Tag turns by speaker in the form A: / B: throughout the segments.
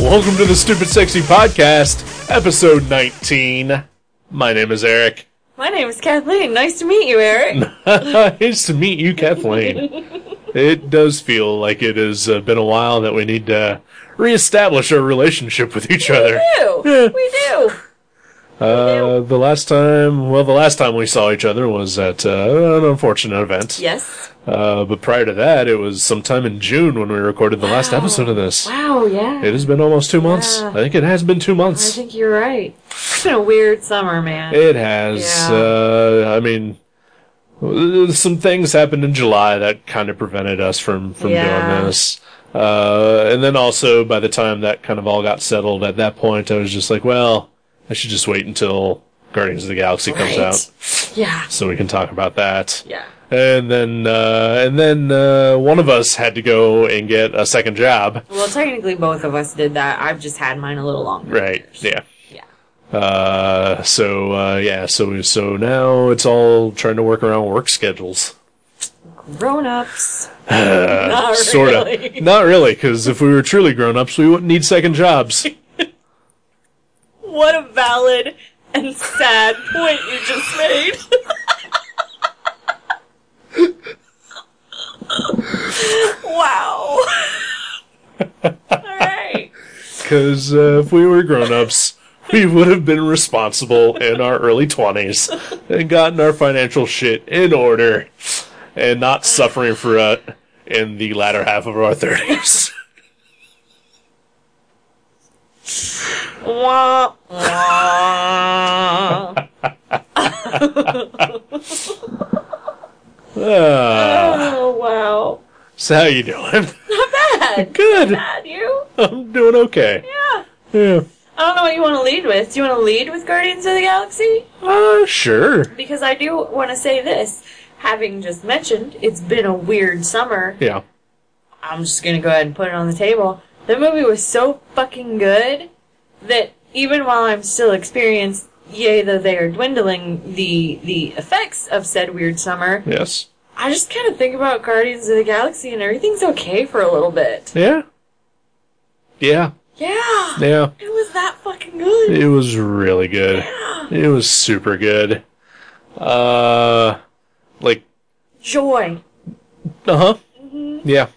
A: Welcome to the Stupid Sexy Podcast, episode 19. My name is Eric.
B: My name is Kathleen. Nice to meet you, Eric.
A: nice to meet you, Kathleen. it does feel like it has uh, been a while that we need to reestablish our relationship with each other.
B: We do. We do.
A: Uh, the last time, well, the last time we saw each other was at uh, an unfortunate event.
B: Yes.
A: Uh, but prior to that, it was sometime in June when we recorded the last episode of this.
B: Wow, yeah.
A: It has been almost two months.
B: Yeah.
A: I think it has been two
B: I
A: months.
B: think you're right. It's been a weird summer, man.
A: It has.
B: Yeah.
A: Uh, I mean, uh, some things happened in July that kind of prevented us from from
B: Yeah.
A: doing this. Uh, and then also by the time that kind of all got settled, at that point, I was just like, well, I should just wait until Guardians of the Galaxy comes out
B: Right. Yeah.
A: so we can talk about that.
B: Yeah.
A: And then, uh, and then uh, one of us had to go and get a second job.
B: Well, technically, both of us did that. I've just had mine a little longer.
A: Right. Yeah.
B: Yeah.
A: Uh, so uh, yeah, so so now it's all trying to work around work schedules.
B: Grown ups. Not
A: Sort of.
B: really.
A: Not really, because if we were truly grown ups, we wouldn't need second jobs.
B: What a valid and sad point you just made. wow. All right.
A: Because uh, if we were grown ups, we would have been responsible in our early 20s and gotten our financial shit in order and not suffering for it in the latter half of our 30s.
B: Wah, wah.
A: Ah,
B: oh, wow.
A: so, how you doing?
B: Bad.
A: Good.
B: Bad, you?
A: I'm doing okay.
B: Yeah.
A: Yeah.
B: I don't know what you want to lead with. Do you want to lead with Guardians of the Galaxy?
A: Uh, sure.
B: Because I do want to say this. Having just mentioned, it's been a weird summer.
A: Yeah.
B: I'm just gonna go ahead and put it on the table. The movie was so fucking good that even while I'm still experienced, yea, though they are dwindling the the effects of said weird summer,
A: Yes.
B: I just kind of think about Guardians of the Galaxy and everything's okay for a little bit.
A: Yeah. Yeah.
B: Yeah,
A: Yeah.
B: it was that fucking good.
A: It was really good. It was super good. Uh, like,
B: Joy.
A: uh huh. Yeah.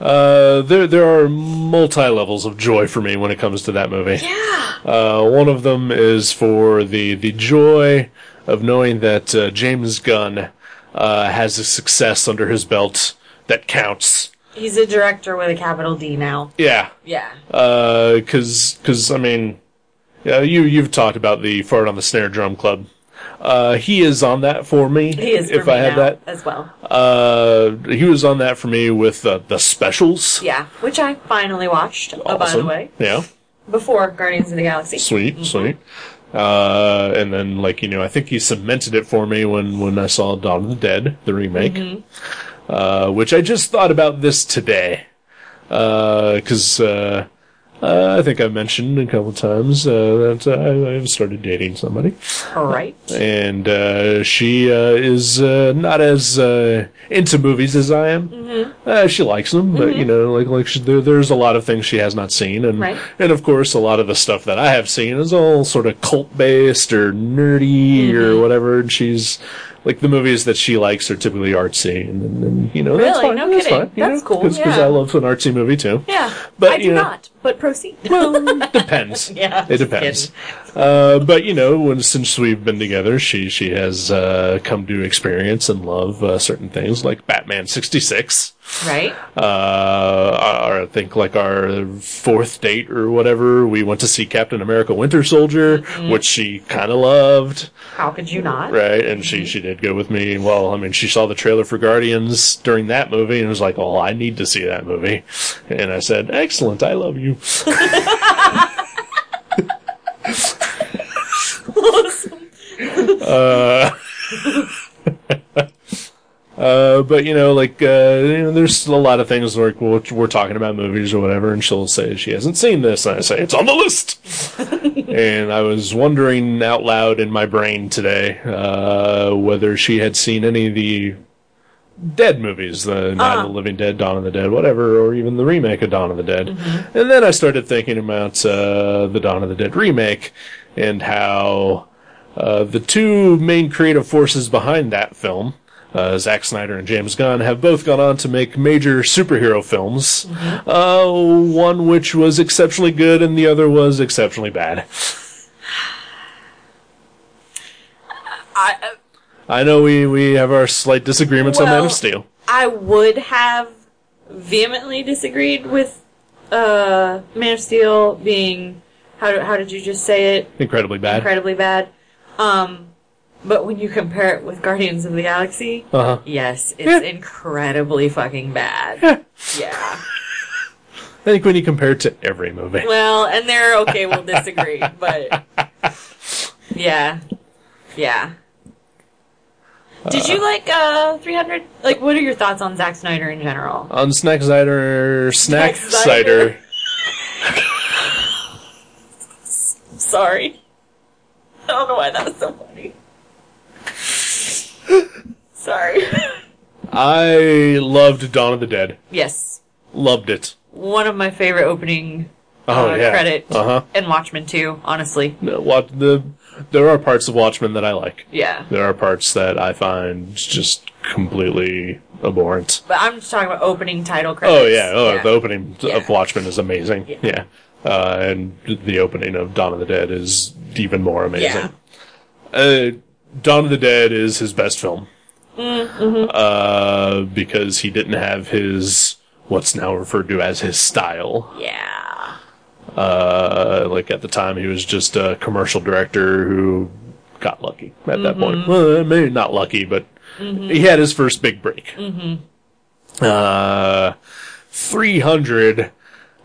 A: Uh, there there are multi levels of joy for me when it comes to that movie.
B: Yeah.
A: Uh, one of them is for the the joy of knowing that uh, James Gunn uh, has a success under his belt that counts.
B: He's a director with a capital D now.
A: Yeah.
B: Yeah.
A: because because Uh, I mean, yeah, you you've talked about the fart on the snare drum club. Uh, he is on that for me.
B: He is for
A: if
B: me
A: I had
B: now as well.
A: that, uh, he was on that for me with uh, the specials.
B: Yeah, which I finally watched, uh, by the
A: Awesome.
B: way,
A: yeah,
B: before Guardians of the Galaxy.
A: sweet, sweet. Uh, and then like you know, I think he cemented it for me when when I saw Dawn of the Dead, the remake, uh, which I just thought about this today, because. uh, uh, I think I mentioned a couple times uh, that I, I've started dating somebody.
B: All right.
A: and uh, she uh, is uh, not as uh, into movies as I am.
B: Mm-hmm.
A: Uh, she likes them, but you know, like like she, there, there's a lot of things she has not seen, and
B: Right.
A: and of course, a lot of the stuff that I have seen is all sort of cult based or nerdy
B: Mm-hmm.
A: or whatever. And she's like the movies that she likes are typically artsy, and, and, and, you know that's
B: Really?
A: fine.
B: No
A: that's
B: kidding.
A: Fine,
B: That's cool,
A: Because
B: yeah.
A: I love an artsy movie too.
B: Yeah,
A: But,
B: I do
A: you know-
B: not. But proceed.
A: Well, depends.
B: Yeah,
A: it
B: just
A: depends. Uh, but you know, when since we've been together, she she has uh, come to experience and love uh, certain things like Batman sixty six.
B: right?
A: Uh, or I think like our fourth date or whatever, we went to see Captain America Winter Soldier, which she kind of loved,
B: How could you not?
A: right? And she she did go with me. Well, I mean, she saw the trailer for Guardians during that movie and was like, "Oh, I need to see that movie," and I said, "Excellent, I love you." Uh, but you know, like uh, you know, there's a lot of things like we're, we're talking about movies or whatever, and she'll say she hasn't seen this, and I say it's on the list. and I was wondering out loud in my brain today uh, whether she had seen any of the dead movies, the Night of
B: Uh-huh.
A: the Living Dead, Dawn of the Dead, whatever, or even the remake of Dawn of the Dead. And then I started thinking about uh, the Dawn of the Dead remake and how uh, the two main creative forces behind that film. Uh, Zack Snyder and James Gunn have both gone on to make major superhero films. Uh, one which was exceptionally good, and the other was exceptionally bad.
B: I uh,
A: I know we, we have our slight disagreements on Man
B: Well-
A: of Steel.
B: I would have vehemently disagreed with uh, Man of Steel being how how did you just say it
A: Incredibly bad.
B: incredibly bad. Um, but when you compare it with Guardians of the Galaxy,
A: Uh-huh.
B: yes, it's
A: Yeah.
B: incredibly fucking bad. yeah.
A: I think when you compare it to every movie.
B: Well, and they're okay. We'll disagree, but yeah, yeah. Did you like uh 300? Like, what are your thoughts on Zack Snyder in general?
A: On Snack Cider. Snack
B: Snack Cider.
A: Cider.
B: Sorry, I don't know why that was so funny. Sorry.
A: I loved Dawn of the Dead.
B: yes,
A: Loved it.
B: one of my favorite opening
A: Oh,
B: uh,
A: yeah.
B: credit
A: Uh
B: and Watchmen too. Honestly,
A: huh. What the? There are parts of Watchmen that I like.
B: yeah.
A: There are parts that I find just completely abhorrent.
B: But I'm just talking about opening title credits.
A: Oh yeah. Oh, the opening
B: Yeah.
A: of Watchmen is amazing.
B: Yeah.
A: Yeah. Uh, and the opening of Dawn of the Dead is even more amazing.
B: yeah.
A: uh, Dawn of the Dead is his best film.
B: Mm-hmm.
A: Uh, because he didn't have his what's now referred to as his style.
B: Yeah.
A: Uh, like at the time, he was just a commercial director who got lucky at that point. Well, maybe not lucky, but he had his first big break. Uh, 300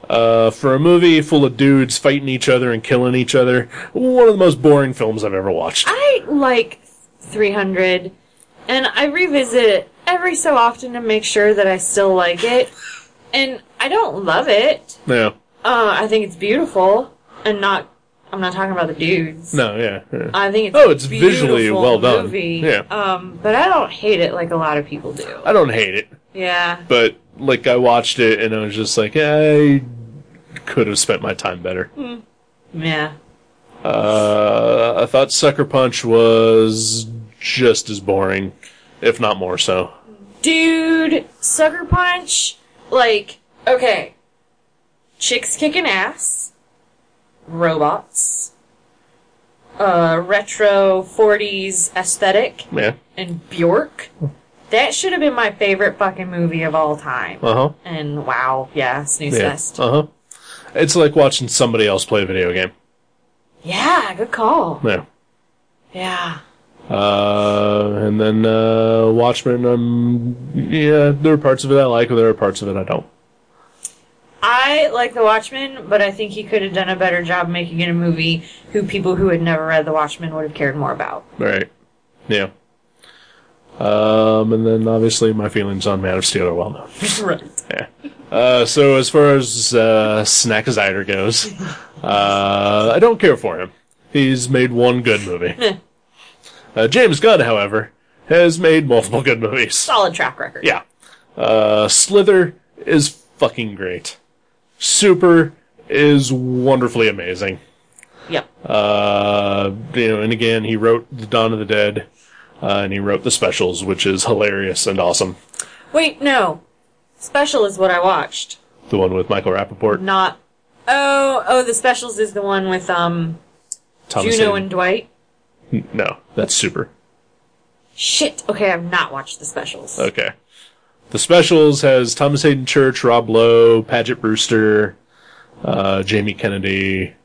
A: uh, for a movie full of dudes fighting each other and killing each other. One of the most boring films I've ever watched.
B: I like 300, and I revisit it every so often to make sure that I still like it. And I don't love it.
A: No.
B: Uh, I think it's beautiful, and not. I'm not talking about the dudes.
A: No, yeah. yeah.
B: I think it's
A: Oh, it's
B: a
A: visually
B: beautiful
A: well done.
B: Movie.
A: Yeah.
B: Um, but I don't hate it like a lot of people do.
A: I don't hate it,
B: Yeah.
A: but like I watched it and I was just like, I could have spent my time better.
B: Yeah.
A: Uh, I thought Sucker Punch was just as boring, if not more so.
B: Dude, Sucker Punch, like, okay. Chicks kicking ass. Robots. Uh, retro 40s aesthetic.
A: Yeah.
B: And Bjork. That should have been my favorite fucking movie of all time.
A: Uh huh.
B: And wow, yeah, snooze
A: Yeah.
B: fest.
A: Uh huh. It's like watching somebody else play a video game.
B: Yeah, good call.
A: Yeah.
B: Yeah.
A: Uh, and then uh, Watchmen. Um, yeah, there are parts of it I like, there are parts of it I don't.
B: I like The Watchmen, but I think he could have done a better job making it a movie who people who had never read The Watchmen would have cared more about.
A: Right. Yeah. Um, and then obviously my feelings on Man of Steel are well known.
B: right.
A: Yeah. Uh, so as far as uh, Snack Zider goes, uh, I don't care for him. He's made one good movie. uh, James Gunn, however, has made multiple good movies.
B: solid track record.
A: Yeah. Uh, Slither is fucking great. Super is wonderfully amazing.
B: Yep.
A: Uh, you know, and again, he wrote the Dawn of the Dead, uh, and he wrote the specials, which is hilarious and awesome.
B: Wait, no. Special is what I watched.
A: The one with Michael Rappaport,
B: Not. Oh, oh, the specials is the one with um
A: Thomas
B: Juno
A: Hayden.
B: and Dwight.
A: no, that's super.
B: Shit. Okay, I've not watched the specials.
A: Okay, the specials has Thomas Hayden Church, Rob Lowe, Paget Brewster, uh, Jamie Kennedy.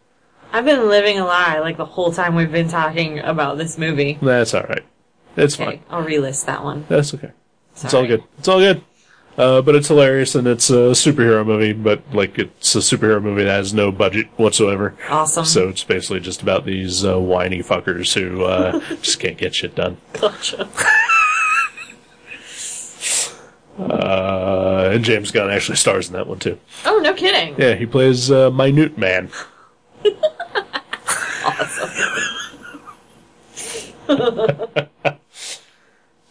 B: I've been living a lie like the whole time we've been talking about this movie.
A: That's all right. It's fine.
B: Okay, I'll relist that one.
A: That's okay. It's all
B: Sorry.
A: good. It's all good. Uh, but it's hilarious and it's a superhero movie, but like it's a superhero movie that has no budget whatsoever.
B: Awesome.
A: So it's basically just about these uh, whiny fuckers who uh, just can't get shit done.
B: Gotcha.
A: Uh, and James Gunn actually stars in that one too.
B: Oh, no kidding.
A: Yeah, he plays uh, Minute Man.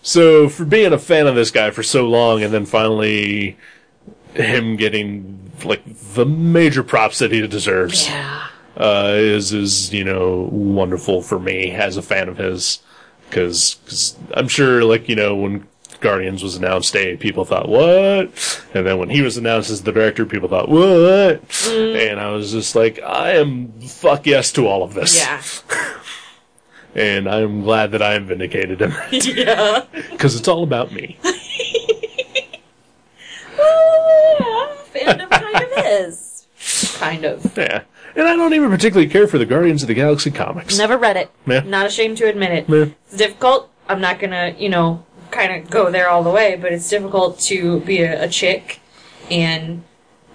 A: So for being a fan of this guy for so long, and then finally him getting like the major props that he deserves
B: Yeah.
A: uh, is is you know wonderful for me as a fan of his because I'm sure like you know when Guardians was announced, a people thought what, and then when he was announced as the director, people thought what,
B: Mm.
A: and I was just like I am fuck yes to all of this,
B: Yeah.
A: and I'm glad that I am vindicated him
B: yeah.
A: because it's all about me.
B: Well, Oh, fandom kind of is. Kind of.
A: Yeah, and I don't even particularly care for the Guardians of the Galaxy comics.
B: Never read it.
A: Yeah.
B: Not ashamed to admit it.
A: Yeah.
B: It's difficult. I'm not gonna, you know, kind of go there all the way, but it's difficult to be a, a chick and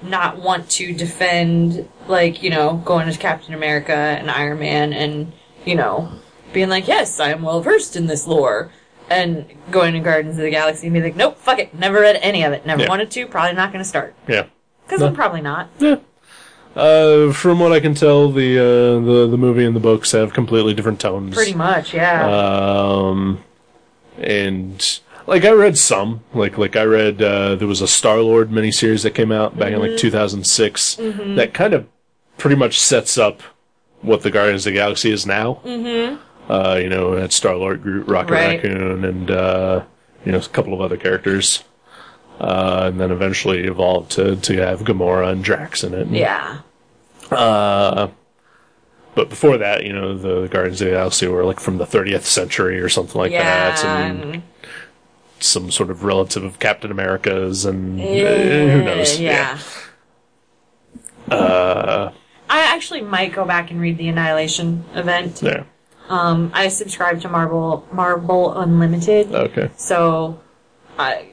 B: not want to defend, like, you know, going as Captain America and Iron Man and, you know, being like, yes, I am well versed in this lore. And going to Gardens of the Galaxy and be like, nope, fuck it, never read any of it, never
A: Yeah.
B: wanted to, probably not gonna start.
A: Yeah.
B: Because
A: No.
B: I'm probably not.
A: Yeah. Uh, from what I can tell, the uh, the the movie and the books have completely different tones.
B: Pretty much, yeah.
A: Um, and like I read some, like like I read uh, there was a Star Lord miniseries that came out back
B: Mm-hmm.
A: in like 2006 that kind of pretty much sets up what the Guardians of the Galaxy is now. Mm-hmm. Uh, you know, it had Star Lord, Groot, Rocket
B: Right.
A: Raccoon, and uh, you know a couple of other characters. Uh, and then eventually evolved to, to have Gamora and Drax in it.
B: yeah.
A: But before that, you know, the Guardians of the Galaxy were like from the 30th century or something like
B: yeah.
A: that. And
B: and-
A: some sort of relative of Captain America's, and uh, who knows? Uh,
B: Yeah. I actually might go back and read the Annihilation event.
A: yeah.
B: Um, I subscribe to Marvel Marvel Unlimited,
A: Yeah. Okay.
B: so I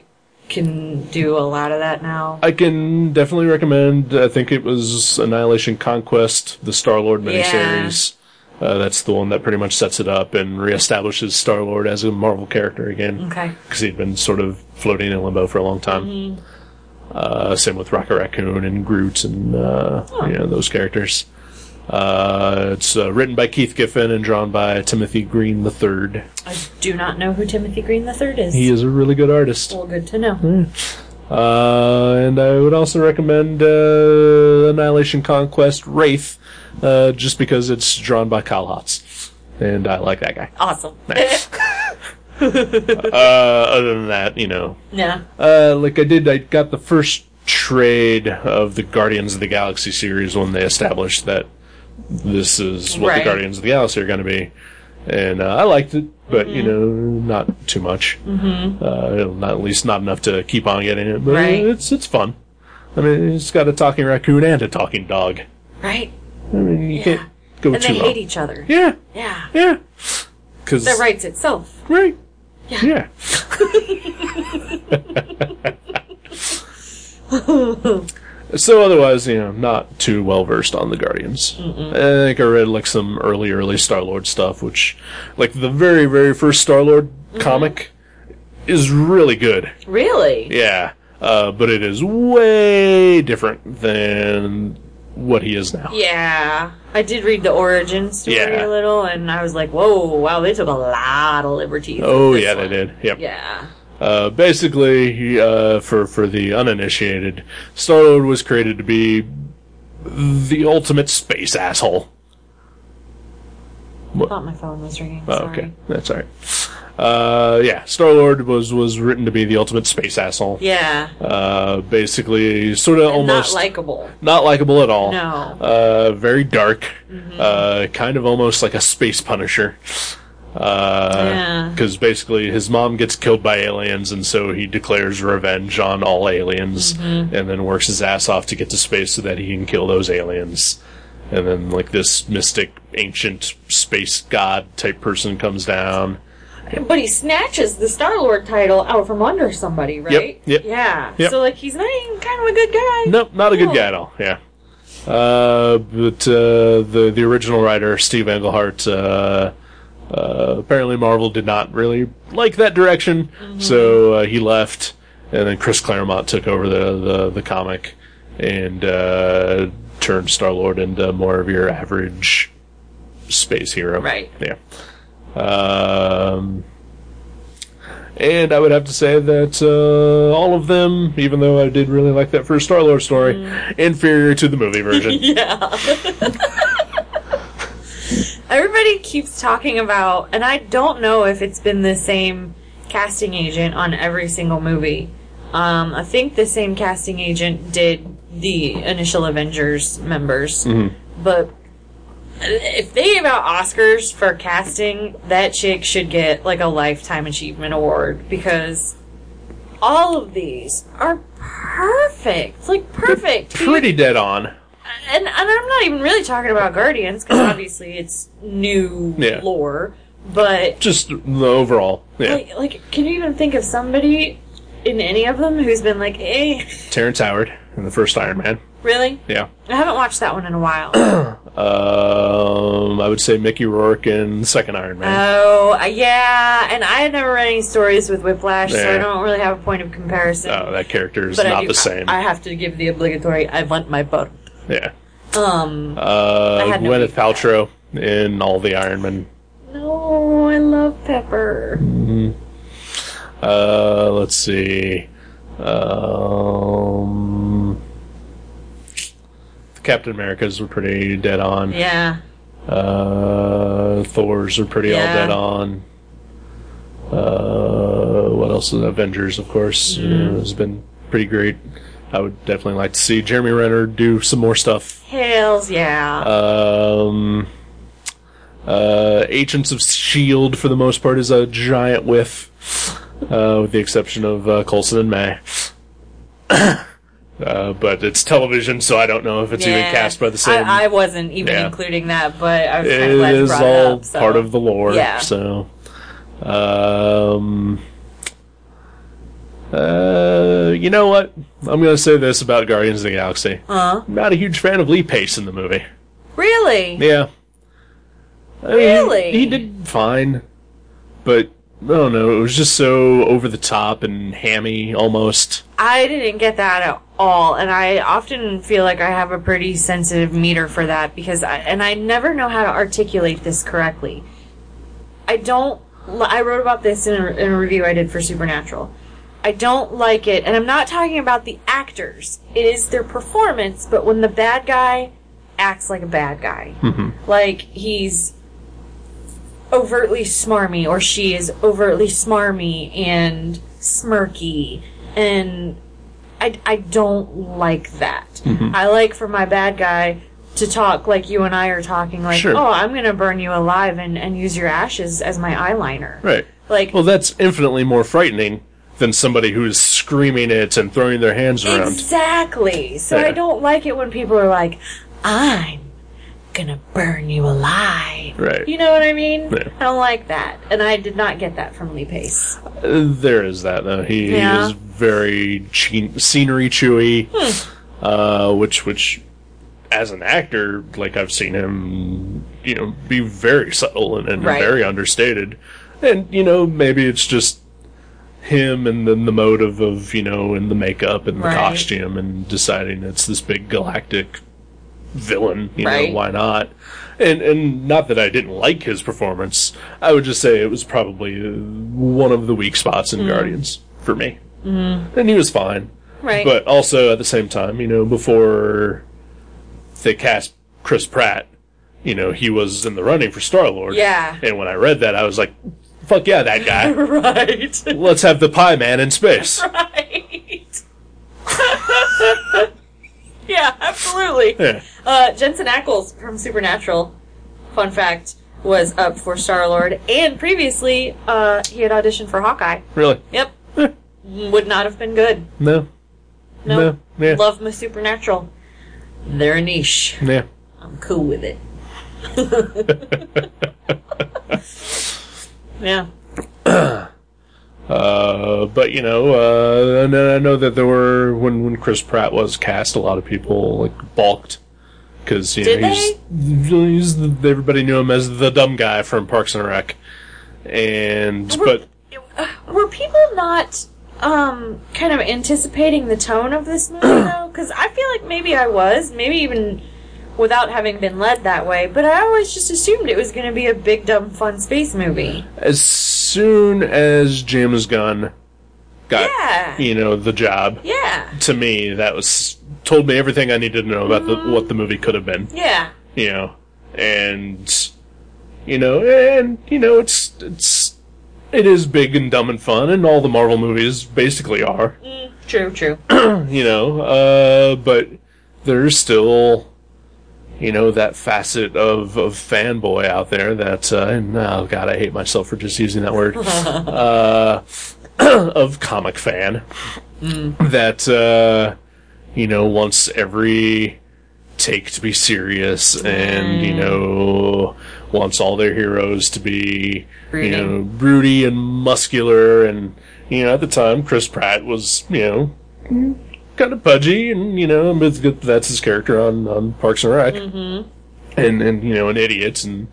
B: can do a lot of that now.
A: I can definitely recommend. I think it was Annihilation Conquest, the Star Lord miniseries. Uh, that's the one that pretty much sets it up and reestablishes Star Lord as a Marvel character again,
B: okay. Mm-hmm.
A: because he'd been sort of floating in limbo for a long time. Uh, same with Rocket Raccoon and Groot and uh,
B: Oh.
A: you know those characters. Uh, it's uh, written by Keith Giffen and drawn by Timothy Green III.
B: I do not know who Timothy Green the Third is.
A: He is Hmm. a really good artist.
B: well, good to know.
A: Uh, and I would also recommend uh, Annihilation Conquest Wraith, uh, just because it's drawn by Kyle Hotz. And I like that guy.
B: Awesome.
A: Uh, other than that, you know.
B: yeah.
A: Uh, like I did, I got the first trade of the Guardians of the Galaxy series when they established that this is what
B: Right.
A: the Guardians of the Galaxy are going to be. And uh, I liked it, but, you know,
B: Mm-hmm.
A: not too much. uh, not, at least not enough to keep on getting it. But uh,
B: Right.
A: it's it's fun. I mean, it's got a talking raccoon and a talking dog.
B: Right.
A: I mean, you can't go
B: And
A: too
B: they
A: low.
B: hate each other.
A: Yeah,
B: Yeah.
A: yeah. Because
B: That writes itself.
A: right.
B: Yeah.
A: Yeah. so otherwise, you know, not too well versed on the Guardians. I think I read like some early, early Star Lord stuff, which, like the very, very first Star Lord
B: Mm-hmm.
A: comic, is really good.
B: Really?
A: Yeah, uh, but it is way different than what he is now.
B: Yeah. I did read the origin story
A: Yeah.
B: a little, and I was like, whoa, wow, they took a lot of liberties. with
A: Oh
B: this
A: yeah, they
B: one.
A: did. Yep.
B: Yeah.
A: Uh, basically, he, uh, for for the uninitiated, Star Lord was created to be the ultimate space asshole.
B: I thought my phone was ringing.
A: Oh,
B: Sorry.
A: okay, that's all right. Uh, yeah, Star Lord was was written to be the ultimate space asshole.
B: Yeah.
A: Uh, basically, sort of almost
B: Not likable.
A: not likable at all.
B: No. Mm-hmm.
A: Uh, very dark. Uh, kind of almost like a space punisher. Uh,
B: Yeah.
A: because basically his mom gets killed by aliens, and so he declares revenge on all aliens,
B: Mm-hmm.
A: and then works his ass off to get to space so that he can kill those aliens. And then, like this mystic, ancient space god type person comes down.
B: But he snatches the Star Lord title out from under somebody, right?
A: yep.
B: Yeah.
A: Yep.
B: So like he's not even kind of a good guy.
A: Nope, not a good
B: No.
A: guy at all. Yeah. Uh, but uh, the the original writer Steve Englehart uh, uh, apparently Marvel did not really like that direction, so uh, he left, and then Chris Claremont took over the the, the comic and uh, turned Star Lord into more of your average space hero.
B: Right.
A: Yeah. Um, And I would have to say that uh, all of them, even though I did really like that first Star Lord story, inferior to the movie version.
B: Yeah. Everybody keeps talking about, and I don't know if it's been the same casting agent on every single movie. Um, I think the same casting agent did the initial Avengers members, but if they gave out Oscars for casting, that chick should get like a lifetime achievement award because all of these are perfect, like perfect.
A: Pretty dead on.
B: and, and I'm not even really talking about Guardians because obviously it's new
A: Yeah.
B: lore, but
A: Just the overall. Yeah.
B: like, like, can you even think of somebody in any of them who's been like, eh,
A: Terrence Howard in the first Iron Man.
B: really?
A: Yeah.
B: I haven't watched that one in a while.
A: Um, I would say Mickey Rourke in the second Iron Man.
B: oh, uh, yeah, and I had never read any stories with Whiplash, so I
A: Yeah.
B: don't really have a point of comparison.
A: oh, that character is
B: but I
A: not
B: do-
A: the same.
B: I have to give the obligatory. I want my butt.
A: yeah.
B: Um, I
A: Uh,
B: had no
A: Gwyneth
B: beef
A: Paltrow in all the Iron Man.
B: no, I love Pepper.
A: Uh, let's see. Um, the Captain America's were pretty dead on.
B: Yeah,
A: Uh, Thor's are pretty all
B: Yeah.
A: dead on. Uh, what else? is Avengers, of course,
B: Mm-hmm.
A: uh, has been pretty great. I would definitely like to see Jeremy Renner do some more stuff.
B: Hells yeah.
A: Um, uh, Agents of Shield, for the most part, is a giant whiff, uh, with the exception of uh, Coulson and May. uh, but it's television, so I don't know if it's even
B: Yeah.
A: cast by the same.
B: I, I wasn't even
A: Yeah.
B: including that, but I was kind of
A: it
B: glad you
A: is
B: brought
A: all
B: it up. So.
A: part of the lore.
B: Yeah.
A: So, um, uh, you know what? I'm gonna say this about Guardians of the Galaxy.
B: Huh?
A: I'm not a huge fan of Lee Pace in the movie.
B: Uh-huh. Really?
A: Yeah. I mean,
B: Really?
A: He did fine, but I don't know. It was just so over the top and hammy almost.
B: I didn't get that at all, and I often feel like I have a pretty sensitive meter for that because I and I never know how to articulate this correctly. I don't. li- I wrote about this in a, in a review I did for Supernatural. I don't like it, and I'm not talking about the actors. It is their performance, but when the bad guy acts like a bad guy, like he's overtly smarmy or she is overtly smarmy and smirky and I, I don't like that. I like for my bad guy to talk like you and I are talking like,
A: Sure.
B: oh, I'm going to burn you alive and, and use your ashes as my eyeliner.
A: Right.
B: Like,
A: Well, that's infinitely more frightening than somebody who is screaming it and throwing their hands around.
B: exactly. So I
A: Yeah.
B: don't like it when people are like, I'm going to burn you alive.
A: Right.
B: You know what I mean?
A: Yeah.
B: I don't like that. And I did not get that from Lee Pace.
A: There is that though. He
B: Yeah.
A: is very che- scenery chewy,
B: Hmm.
A: uh, which which as an actor, like I've seen him, you know, be very subtle and, and
B: Right.
A: very understated, and you know maybe it's just him and then the mode of, of you know and the makeup and the
B: Right.
A: costume and deciding it's this big galactic villain you
B: Right.
A: know why not and and not that i didn't like his performance i would just say it was probably uh, one of the weak spots
B: Mm.
A: in guardians for me mm. and he was fine
B: Mm-hmm. Right.
A: but also at the same time you know before they cast chris pratt you know he was in the running for star lord
B: Yeah.
A: and when i read that i was like fuck yeah that guy
B: right.
A: let's have the pie man in space
B: Right. yeah, absolutely.
A: yeah.
B: Uh, Jensen Ackles from Supernatural, fun fact, was up for Star Lord, and previously uh, he had auditioned for Hawkeye.
A: really
B: Yep,
A: Eh,
B: would not have been good.
A: no
B: Nope.
A: No, yeah.
B: Love my Supernatural. They're niche.
A: yeah
B: I'm cool with it. yeah.
A: Uh, but you know, uh, and then I know that there were when when Chris Pratt was cast, a lot of people like balked because you
B: Did
A: know he's, he's the, everybody knew him as the dumb guy from Parks and Rec, and but
B: uh, were people not um kind of anticipating the tone of this movie though because i feel like maybe i was maybe even without having been led that way but i always just assumed it was going to be a big dumb fun space movie
A: as soon as James Gunn got
B: Yeah.
A: you know the job,
B: Yeah.
A: to me that was told me everything I needed to know about the, what the movie could have been.
B: Yeah.
A: You know, and you know, and you know, it's it's it is big and dumb and fun, and all the Marvel movies basically are.
B: Mm, true, true.
A: You know, uh, but there's still. You know that facet of, of fanboy out there that uh, and, oh god I hate myself for just using that word uh, of comic fan that uh, you know wants every take to be serious and you know wants all their heroes to be
B: Broody.
A: you know broody and muscular and you know at the time Chris Pratt was you know
B: Mm-hmm.
A: kind of pudgy and you know but th- that's his character on on Parks and Rec
B: Mm-hmm.
A: and and you know an idiot and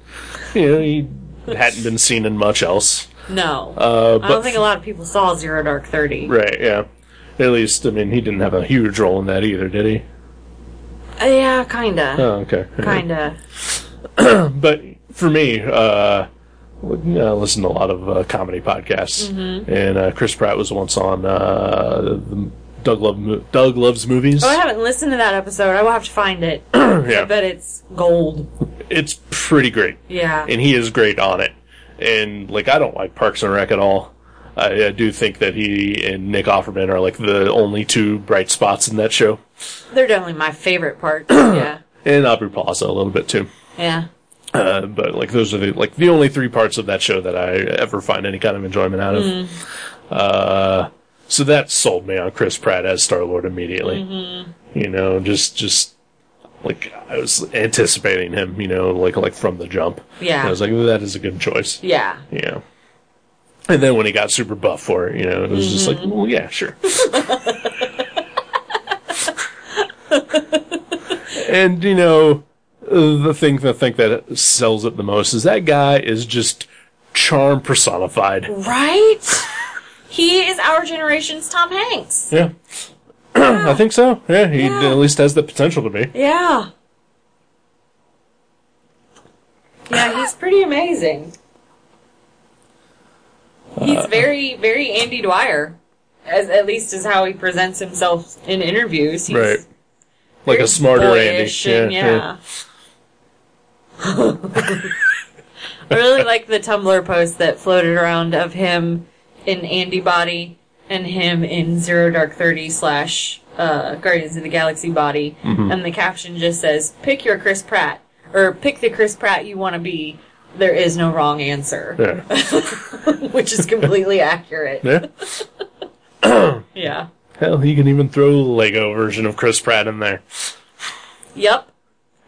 A: you know he hadn't been seen in much else
B: No.
A: uh,
B: I
A: but
B: don't think a lot of people saw Zero Dark Thirty.
A: Right, yeah. At least, I mean, he didn't have a huge role in that either, did he?
B: Uh, yeah, kinda.
A: Oh, okay.
B: Kinda.
A: But for me, uh, I listen to a lot of uh, comedy podcasts,
B: Mm-hmm.
A: and uh, Chris Pratt was once on uh, the Doug, Love mo- Doug Loves Movies.
B: Oh, I haven't listened to that episode. I will have to find it.
A: yeah,
B: But it's gold.
A: it's pretty great,
B: Yeah.
A: and he is great on it. And like, I don't like Parks and Rec at all. I, I do think that he and Nick Offerman are like the only two bright spots in that show,
B: They're definitely my favorite parts. yeah.
A: and Aubrey Plaza a little bit too.
B: Yeah.
A: Uh, but like those are the like the only three parts of that show that I ever find any kind of enjoyment out of. Uh, so that sold me on Chris Pratt as Star Lord immediately. You know, just just like I was anticipating him. You know, like like from the jump.
B: Yeah.
A: I was like, that is a good choice.
B: Yeah.
A: Yeah. And then when he got super buff for it, you know, it was just
B: Mm-hmm.
A: like, well, yeah, sure. and you know, the thing that I think that sells it the most is that guy is just charm personified.
B: Mm-hmm. Right? he is our generation's Tom Hanks.
A: Yeah. I think so. Yeah, he
B: Yeah.
A: at least has the potential to be.
B: Yeah. Yeah, he's pretty amazing. He's very, very Andy Dwyer, as at least is how he presents himself in interviews. He's
A: Right. Like a
B: very
A: smarter Andy.
B: boyish and- yeah. I really like the Tumblr post that floated around of him in Andy Body and him in Zero Dark Thirty slash uh, Guardians of the Galaxy Body,
A: Mm-hmm.
B: and the caption just says, "Pick your Chris Pratt, or pick the Chris Pratt you want to be. There is no wrong answer,"
A: Yeah. Yeah.
B: which is completely accurate.
A: yeah.
B: Yeah.
A: Hell, you can even throw a Lego version of Chris Pratt in there.
B: Yep.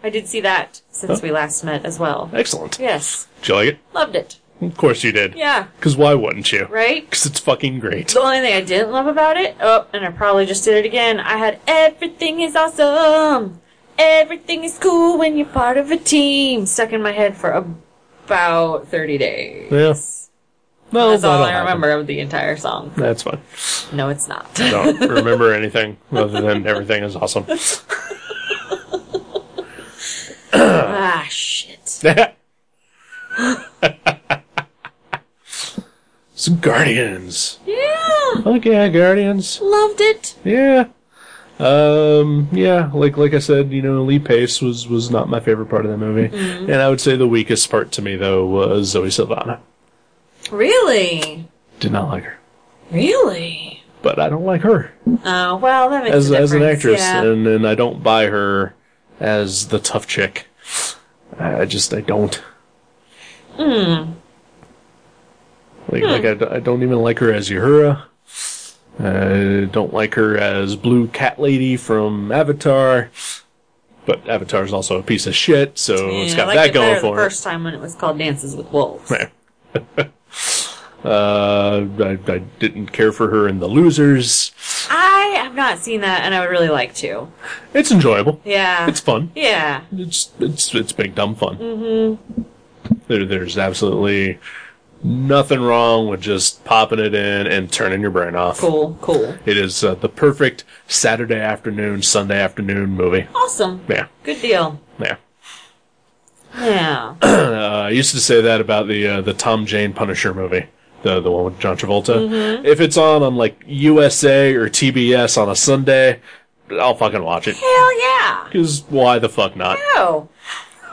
B: I did see that since we last met as well.
A: Excellent.
B: Yes.
A: Did you like it?
B: Loved it.
A: Of course you did.
B: Yeah.
A: Because why wouldn't you?
B: Right?
A: Because it's fucking great.
B: The only thing I didn't love about it, oh, and I probably just did it again, I had everything is awesome. Everything is cool when you're part of a team. Stuck in my head for about 30 days.
A: Yeah. No,
B: That's all
A: that'll
B: I
A: happen.
B: remember of the entire song.
A: That's fine.
B: No, it's not.
A: I don't remember anything other than everything is awesome.
B: ah, shit.
A: Some Guardians.
B: Yeah.
A: Fuck yeah, Guardians.
B: Loved it.
A: Yeah. Um, yeah, like like I said, you know, Lee Pace was was not my favorite part of the movie,
B: Mm-hmm.
A: and I would say the weakest part to me though was Zoe Saldana.
B: Really?
A: Did not like her,
B: Really?
A: but I don't like her
B: Oh, well, that makes
A: as
B: a
A: as an
B: difference,
A: actress,
B: yeah.
A: and and I don't buy her as the tough chick. I I just I don't.
B: Hmm.
A: Like like I, d- I don't even like her as Uhura. I don't like her as Blue Cat Lady from Avatar. But Avatar's also a piece of shit, so
B: Yeah,
A: it's
B: I
A: got
B: liked
A: that
B: it
A: going
B: better
A: for
B: the first time when it was called Dances with Wolves.
A: it. uh, I, I didn't care for her in The Losers.
B: I have not seen that, and I would really like to.
A: It's enjoyable.
B: Yeah.
A: It's fun.
B: yeah.
A: it's it's it's big dumb fun. Mm-hmm. There, there's absolutely nothing wrong with just popping it in and turning your brain off.
B: Cool. Cool.
A: It is uh, the perfect Saturday afternoon, Sunday afternoon movie.
B: Awesome.
A: Yeah,
B: Good deal.
A: yeah.
B: Yeah.
A: Uh, I used to say that about the uh, the Tom Jane Punisher movie. the the one with John Travolta. If it's on on like USA or TBS on a Sunday, I'll fucking watch it.
B: Hell yeah.
A: Cause why the fuck not?
B: No.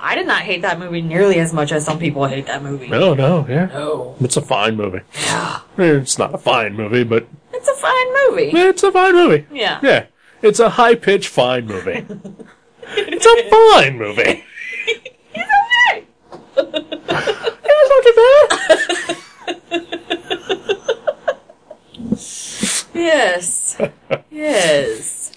B: I did not hate that movie nearly as much as some people hate that movie.
A: No, no, yeah.
B: No.
A: It's a fine movie. Eh, It's not a fine movie, but
B: It's a fine movie.
A: it's a fine movie.
B: Yeah.
A: Yeah. It's a high pitched fine movie. it's a fine movie.
B: It's
A: It's not too bad.
B: okay. Yes. yes.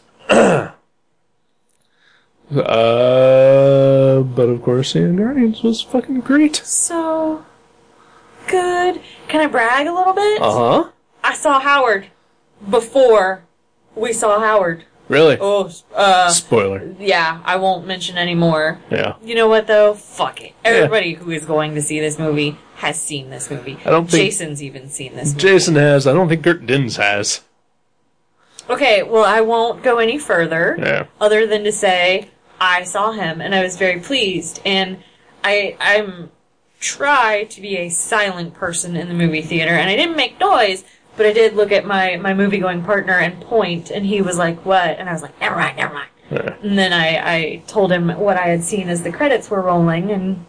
A: Uh, but of course, Ian Guardians was fucking great.
B: So good. Can I brag a little bit?
A: Uh huh.
B: I saw Howard before we saw Howard.
A: Really?
B: Oh, uh,
A: Spoiler.
B: yeah, I won't mention anymore.
A: Yeah.
B: You know what though? Fuck it. Everybody who is going to see this movie has seen this movie.
A: I don't think-
B: Jason's even seen this movie.
A: Jason has. I don't think Kurt Dins has.
B: Okay, well, I won't go any further
A: Yeah.
B: other than to say I saw him and I was very pleased and I I'm try to be a silent person in the movie theater and I didn't make noise, but I did look at my my movie going partner and point and he was like, "What?" and I was like, "Never mind, never mind."
A: Yeah.
B: And then I I told him what I had seen as the credits were rolling and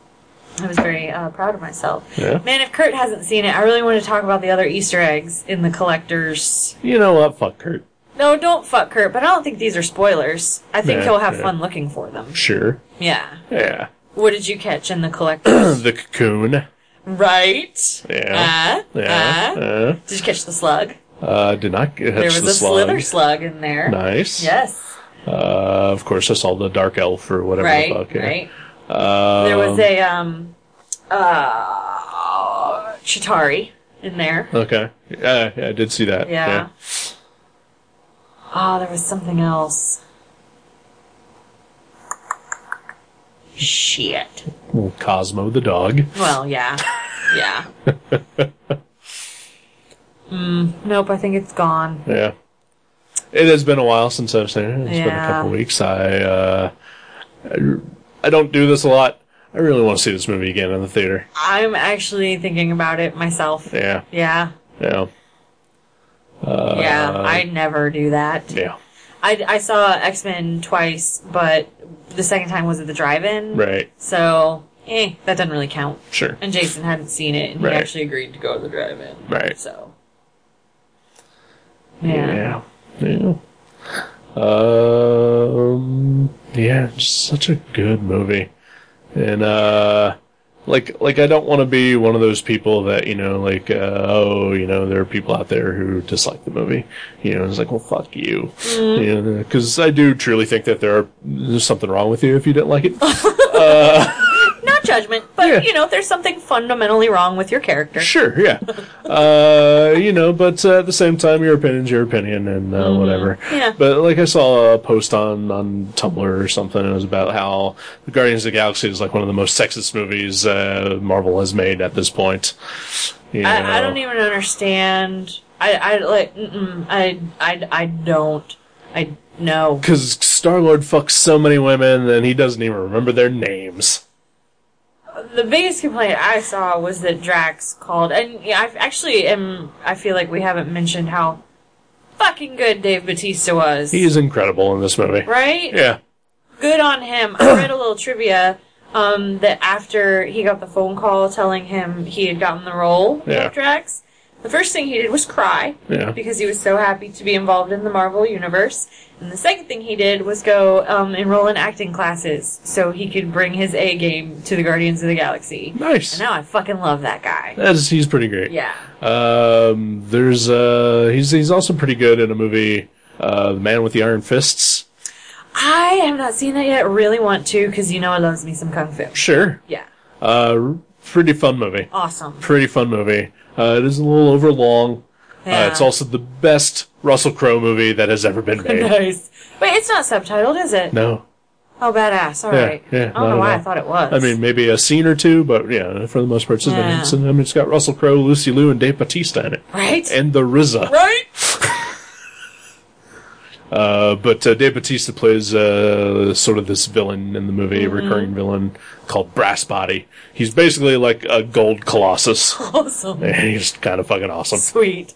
B: I was very uh, proud of myself.
A: Yeah.
B: Man, if Kurt hasn't seen it, I really want to talk about the other Easter eggs in the collector's
A: You know what? Fuck Kurt.
B: no, don't fuck Kurt, but I don't think these are spoilers. I think
A: Yeah,
B: he'll have
A: yeah.
B: fun looking for them.
A: Sure.
B: Yeah.
A: Yeah.
B: What did you catch in the collector?
A: the cocoon.
B: right?
A: Yeah.
B: Uh,
A: Yeah.
B: uh.
A: Uh,
B: Did you catch the slug?
A: uh, did not catch
B: there was
A: the
B: a
A: slug.
B: slither slug in there.
A: Nice.
B: Yes.
A: Uh, of course, I saw the dark elf or whatever
B: Right.
A: the fuck. yeah.
B: Right.
A: Um,
B: There was a um uh Chitari in there.
A: Okay. Yeah, yeah, I did see that.
B: Yeah. Ah, there was something else. Shit.
A: Well, Cosmo the dog.
B: Well, yeah. Yeah. mm, nope, I think it's gone.
A: Yeah. It has been a while since I've seen it. It's been a
B: Yeah.
A: couple weeks. I, uh, I I don't do this a lot. I really want to see this movie again in the theater.
B: I'm actually thinking about it myself. Yeah.
A: Yeah.
B: Yeah.
A: Yeah.
B: I never do that.
A: Uh, Yeah.
B: I, I saw X Men twice, but the second time was at the drive in.
A: Right.
B: So, eh, that doesn't really count.
A: Sure.
B: And Jason hadn't seen it, and
A: Right.
B: he actually agreed to go to the drive in.
A: Right.
B: So. Yeah.
A: Yeah. Yeah. Um, yeah, just such a good movie. And, uh, like, like I don't want to be one of those people that, you know, like, uh, oh, you know, there are people out there who dislike the movie. You know, it's like, well, fuck you. You know, cause I do truly think that there are, there's something wrong with you if you didn't like it.
B: Not judgment, but,
A: Yeah.
B: you know, there's something fundamentally wrong with your character.
A: Sure, yeah. Uh, you know, but uh, at the same time, your opinion's your opinion and uh, whatever.
B: Mm-hmm. Yeah.
A: But like I saw a post on on Tumblr or something, it was about how the Guardians of the Galaxy is like one of the most sexist movies uh, Marvel has made at this point. You
B: I, I
A: know.
B: don't even understand. I, I like. Mm-mm, I, I, I don't. I no.
A: Because Star Lord fucks so many women, and he doesn't even remember their names.
B: The biggest complaint I saw was that Drax called, and yeah, I actually am. I feel like we haven't mentioned how fucking good Dave Batista was.
A: He is incredible in this movie.
B: right.
A: Yeah.
B: Good on him. I read a little trivia. Um, that after he got the phone call telling him he had gotten the role
A: Yeah.
B: of Drax, the first thing he did was cry.
A: Yeah.
B: because he was so happy to be involved in the Marvel universe. And the second thing he did was go um, enroll in acting classes so he could bring his A game to the Guardians of the Galaxy.
A: Nice.
B: And now I fucking love that guy.
A: That's, he's pretty great.
B: Yeah.
A: Um, there's uh, he's he's also pretty good in a movie, uh, The Man with the Iron Fists.
B: I have not seen that yet. Really want to because you know I loves me some kung fu.
A: Sure,
B: Yeah.
A: uh, pretty fun movie.
B: Awesome.
A: Pretty fun movie. Uh, it is a little over long. Uh,
B: Yeah.
A: it's also the best Russell Crowe movie that has ever been made.
B: Nice. Wait, it's not subtitled, is it?
A: no,
B: Oh, badass. All
A: Yeah,
B: right.
A: yeah,
B: I
A: not
B: don't know
A: at
B: why I
A: all.
B: thought it was.
A: I mean maybe a scene or two, but yeah, for the most part, it's,
B: Yeah.
A: it's, I mean, it's got Russell Crowe, Lucy Liu, and Dave Bautista in it,
B: right?
A: and the RZA.
B: right?
A: Uh, but uh, Dave Batista plays uh, sort of this villain in the movie,
B: Mm-hmm.
A: a recurring villain called Brass Body. He's basically like a gold colossus.
B: Awesome.
A: And he's kind of fucking awesome.
B: Sweet.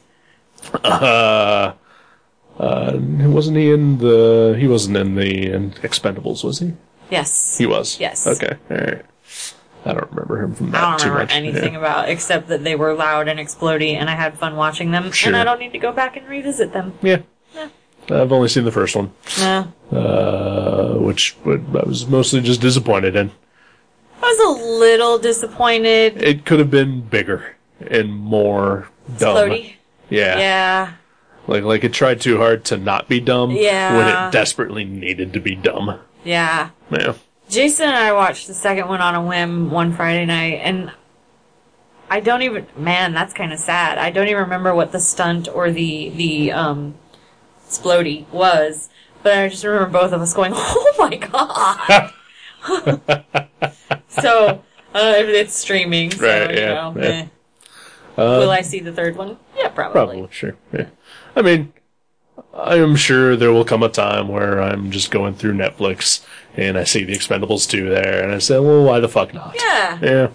A: Uh, uh, wasn't he in the? He wasn't in the in Expendables, was he?
B: Yes.
A: He was.
B: Yes.
A: Okay. All right. I don't remember him from that
B: I don't
A: too
B: remember
A: much.
B: anything
A: Yeah.
B: about except that they were loud and explodey, and I had fun watching them.
A: Sure.
B: And I don't need to go back and revisit them.
A: Yeah. I've only seen the first one,
B: No.
A: uh, which would, I was mostly just disappointed in.
B: I was a little disappointed.
A: It could have been bigger and more dumb.
B: Explodey.
A: Yeah.
B: Yeah.
A: Like like it tried too hard to not be dumb when
B: Yeah.
A: it desperately needed to be dumb.
B: Yeah.
A: Yeah.
B: Jason and I watched the second one on a whim one Friday night, and I don't even. Man, that's kind of sad. I don't even remember what the stunt or the the um, splody was, but I just remember both of us going, "Oh my god!" so uh, it's streaming, so
A: Right,
B: you
A: yeah,
B: know.
A: yeah.
B: eh.
A: Uh,
B: Will I see the third one? Yeah, probably.
A: Probably, sure. Yeah. I mean, I am sure there will come a time where I'm just going through Netflix and I see The Expendables 2 there and I say, well, why the fuck not?
B: Yeah.
A: Yeah.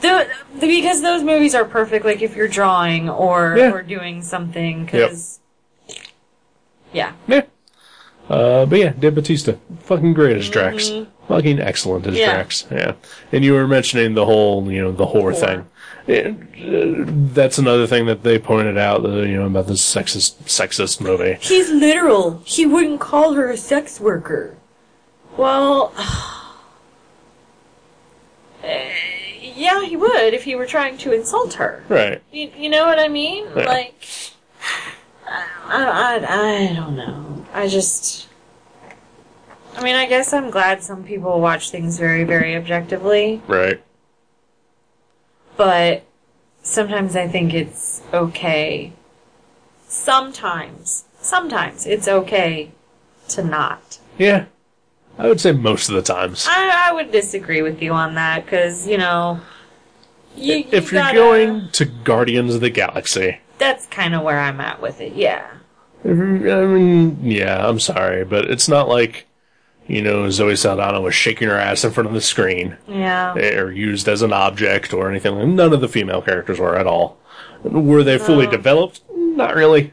B: Tho- th because those movies are perfect, like if you're drawing or
A: Yeah.
B: or doing something, because yeah.
A: Yeah. Uh, but yeah, Dave Batista, fucking great as Drax, fucking excellent as
B: Mm-hmm. Yeah.
A: Drax. Yeah, and you were mentioning the whole, you know, the whore
B: Whore.
A: thing. It- uh, that's another thing that they pointed out, uh, you know, about this sexist sexist movie.
B: He's literal. He wouldn't call her a sex worker. Well, eh, yeah, he would if he were trying to insult her.
A: Right.
B: You, you know what I mean?
A: Yeah.
B: Like, I, I, I don't know. I just. I mean, I guess I'm glad some people watch things very, very objectively,
A: Right.
B: but sometimes I think it's okay. Sometimes. Sometimes it's okay to not.
A: Yeah. I would say most of the times.
B: I, I would disagree with you on that because you know, you, you
A: if you're
B: gotta-
A: going to Guardians of the Galaxy,
B: that's kind of where I'm at with it. Yeah,
A: I mean, yeah, I'm sorry, but it's not like, you know, Zoe Saldana was shaking her ass in front of the screen
B: yeah,
A: eh, or used as an object or anything. like- None of the female characters were at all. Were they fully
B: No.
A: developed? Not really.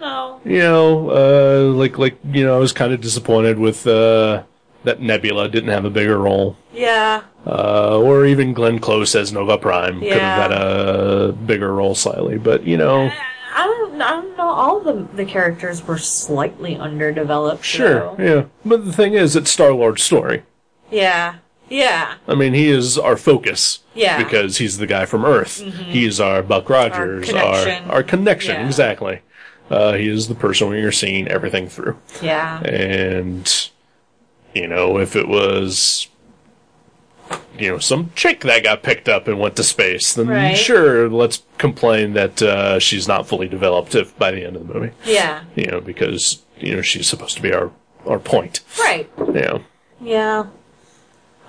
B: no,
A: You know, uh, like like you know, I was kind of disappointed with uh, that Nebula didn't have a bigger role,
B: yeah,
A: uh, or even Glenn Close as Nova Prime could
B: Yeah.
A: have had a bigger role slightly. But you know,
B: I, I don't, I don't know. All the the characters were slightly underdeveloped.
A: sure,
B: though.
A: yeah. But the thing is, it's Star Lord's story.
B: yeah, yeah,
A: I mean, he is our focus.
B: Yeah. Mm-hmm.
A: Because he's the guy from Earth. He is our Buck Rogers, our
B: connection.
A: our, connection,
B: Yeah.
A: exactly. Uh, he is the person we are seeing everything through.
B: yeah,
A: And, you know, if it was, you know, some chick that got picked up and went to space, then
B: Right.
A: sure, let's complain that uh, she's not fully developed if by the end of the movie.
B: yeah.
A: You know, because, you know, she's supposed to be our, our point.
B: Right.
A: You know.
B: Yeah.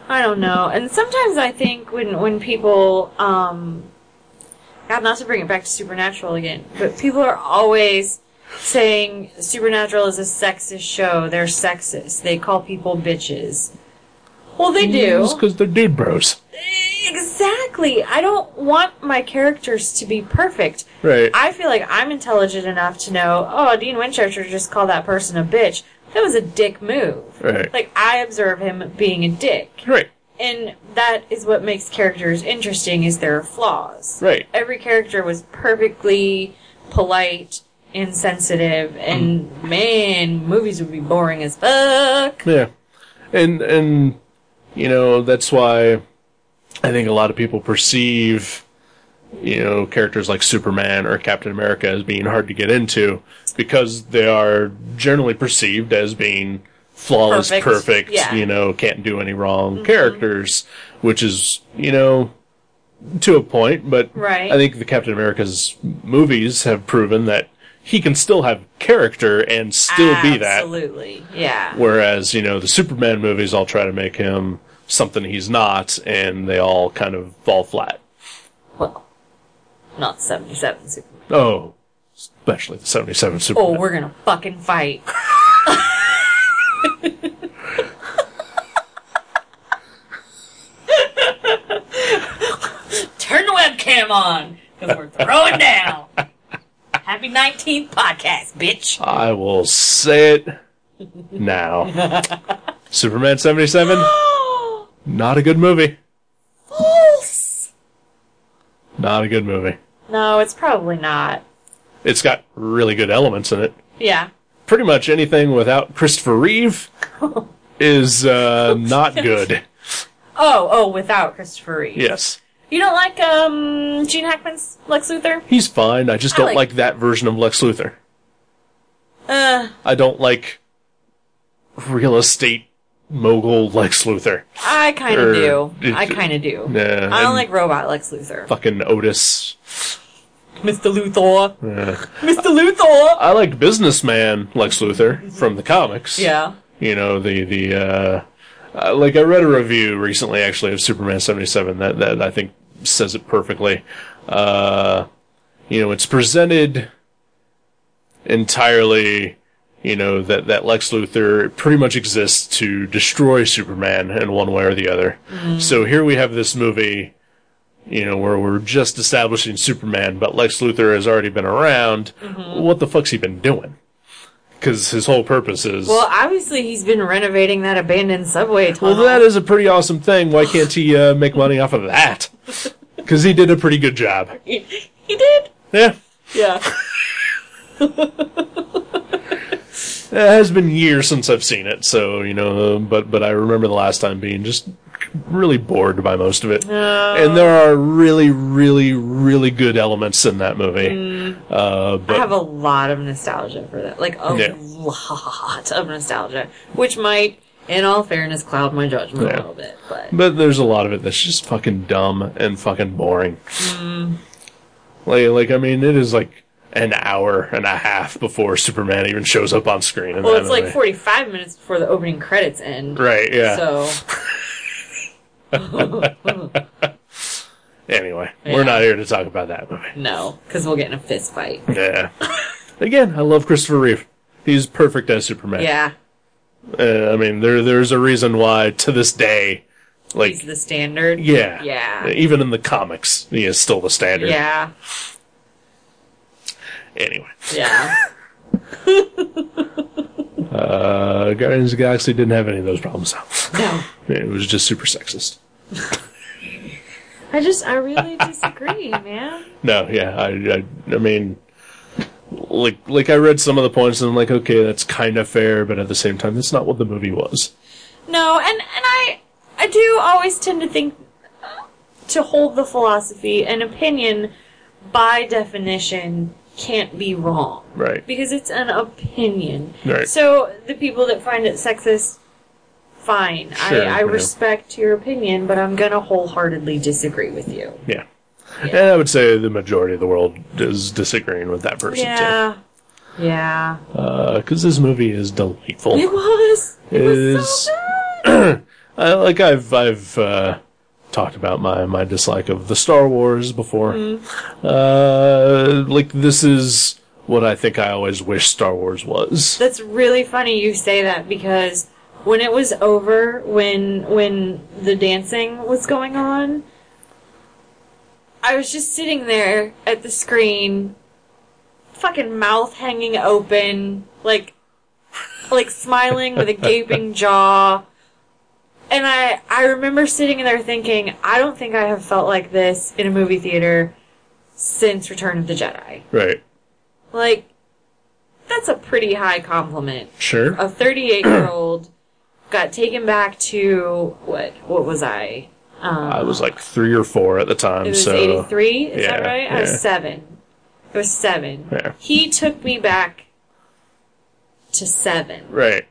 B: I don't know. And sometimes I think when when people um God, not to bring it back to Supernatural again, but people are always saying Supernatural is a sexist show. They're sexist. They call people bitches. Well, they do.
A: Just because they're dude bros.
B: Exactly. I don't want my characters to be perfect.
A: Right.
B: I feel like I'm intelligent enough to know, oh, Dean Winchester just called that person a bitch. That was a dick move.
A: Right.
B: Like, I observe him being a dick.
A: right.
B: And that is what makes characters interesting is their flaws.
A: Right.
B: Every character was perfectly polite and sensitive, and
A: Mm.
B: man, movies would be boring as fuck.
A: Yeah, and and you know that's why I think a lot of people perceive you know characters like Superman or Captain America as being hard to get into because they are generally perceived as being flawless,
B: Perfect.
A: perfect,
B: Yeah. Mm-hmm.
A: you know, can't do any wrong characters, which is you know to a point, but
B: Right.
A: I think the Captain America's movies have proven that he can still have character and still be that
B: Absolutely. Yeah.
A: Whereas, you know, the Superman movies all try to make him something he's not, and they all kind of fall flat.
B: Well, not 77 Superman.
A: Oh, especially the 77 Superman.
B: Oh, we're gonna fucking fight. Turn the webcam on because we're throwing down. Happy 19th podcast, bitch.
A: I will say it now. Superman 77, not a good movie.
B: False.
A: Not a good movie.
B: No, it's probably not.
A: It's got really good elements in it.
B: Yeah.
A: Pretty much anything without Christopher Reeve is uh, not good.
B: Oh, oh, without Christopher Reeve.
A: Yes.
B: You don't like um Gene Hackman's Lex Luthor?
A: He's fine. I just
B: I
A: don't
B: like-
A: like that version of Lex Luthor.
B: Uh,
A: I don't like real estate mogul Lex Luthor.
B: I kind
A: Or-
B: of do. I kind of do.
A: Nah,
B: I
A: and
B: don't like robot Lex Luthor.
A: fucking Otis.
B: Mr. Luthor.
A: Yeah.
B: Mr. Luthor.
A: I like businessman Lex Luthor from the comics.
B: Yeah.
A: you know the the uh, uh, like I read a review recently actually of Superman seventy seven that that I think says it perfectly. Uh, you know, it's presented entirely. You know that that Lex Luthor pretty much exists to destroy Superman in one way or the other. So here we have this movie. You know, where we're just establishing Superman, but Lex Luthor has already been around. What the fuck's he been doing? Because his whole purpose is
B: Well, obviously he's been renovating that abandoned subway tunnel.
A: well, that is a pretty awesome thing. Why can't he uh, make money off of that? Because he did a pretty good job.
B: He, he did.
A: Yeah,
B: Yeah.
A: it has been years since I've seen it, so you know. um, But but I remember the last time being just really bored by most of it.
B: Uh-huh. Uh,
A: and there are really, really, really good elements in that movie.
B: Mm.
A: Uh,
B: I
A: but
B: have a lot of nostalgia for that. Like, a
A: Yeah.
B: lot of nostalgia. Which might, in all fairness, cloud my judgment
A: Yeah.
B: a little bit. But
A: But there's a lot of it that's just fucking dumb and fucking boring.
B: Mm.
A: Like, like I mean, it is like an hour and a half before Superman even shows up on screen. In
B: Well,
A: that
B: it's like
A: movie.
B: 45 minutes before the opening credits end.
A: right, yeah.
B: So,
A: Anyway,
B: Yeah.
A: we're not here to talk about that movie.
B: no, because we'll get in a fist fight.
A: Yeah. Again, I love Christopher Reeve. He's perfect as Superman.
B: Yeah,
A: Uh, I mean, there there's a reason why to this day, like,
B: he's the standard.
A: yeah,
B: Yeah.
A: even in the comics, he is still the standard.
B: Yeah.
A: Anyway,
B: Yeah.
A: uh, Guardians of the Galaxy didn't have any of those problems. though.
B: No.
A: it was just super sexist.
B: I just, I really disagree, man.
A: No, yeah, I, I, I mean, like, like I read some of the points and I'm like, okay, that's kind of fair, but at the same time, that's not what the movie was.
B: No, and, and I, I do always tend to think uh, to hold the philosophy an opinion, by definition, can't be wrong.
A: Right.
B: Because it's an opinion.
A: Right.
B: So the people that find it sexist, fine.
A: Sure,
B: I, I
A: yeah.
B: respect your opinion, but I'm gonna wholeheartedly disagree with you.
A: Yeah. And I would say the majority of the world is disagreeing with that person
B: Yeah. Yeah.
A: too. Because this movie is delightful.
B: It was. It was so
A: Oh. Is-
B: good.
A: I, like I've I've uh, talked about my my dislike of the Star Wars before.
B: Mm-hmm.
A: Uh, like this is what I think I always wish Star Wars was.
B: That's really funny you say that because when it was over, when when the dancing was going on, I was just sitting there at the screen, fucking mouth hanging open, like like smiling with a gaping jaw. And I I remember sitting there thinking, I don't think I have felt like this in a movie theater since Return of the Jedi.
A: Right.
B: Like that's a pretty high compliment
A: Sure.
B: a 38 year old got taken back to what what was i um,
A: I was like three or four at the time,
B: it was
A: Uh, so
B: 83 is
A: yeah,
B: that right i
A: yeah.
B: was seven it was seven
A: Yeah.
B: he took me back to seven
A: right.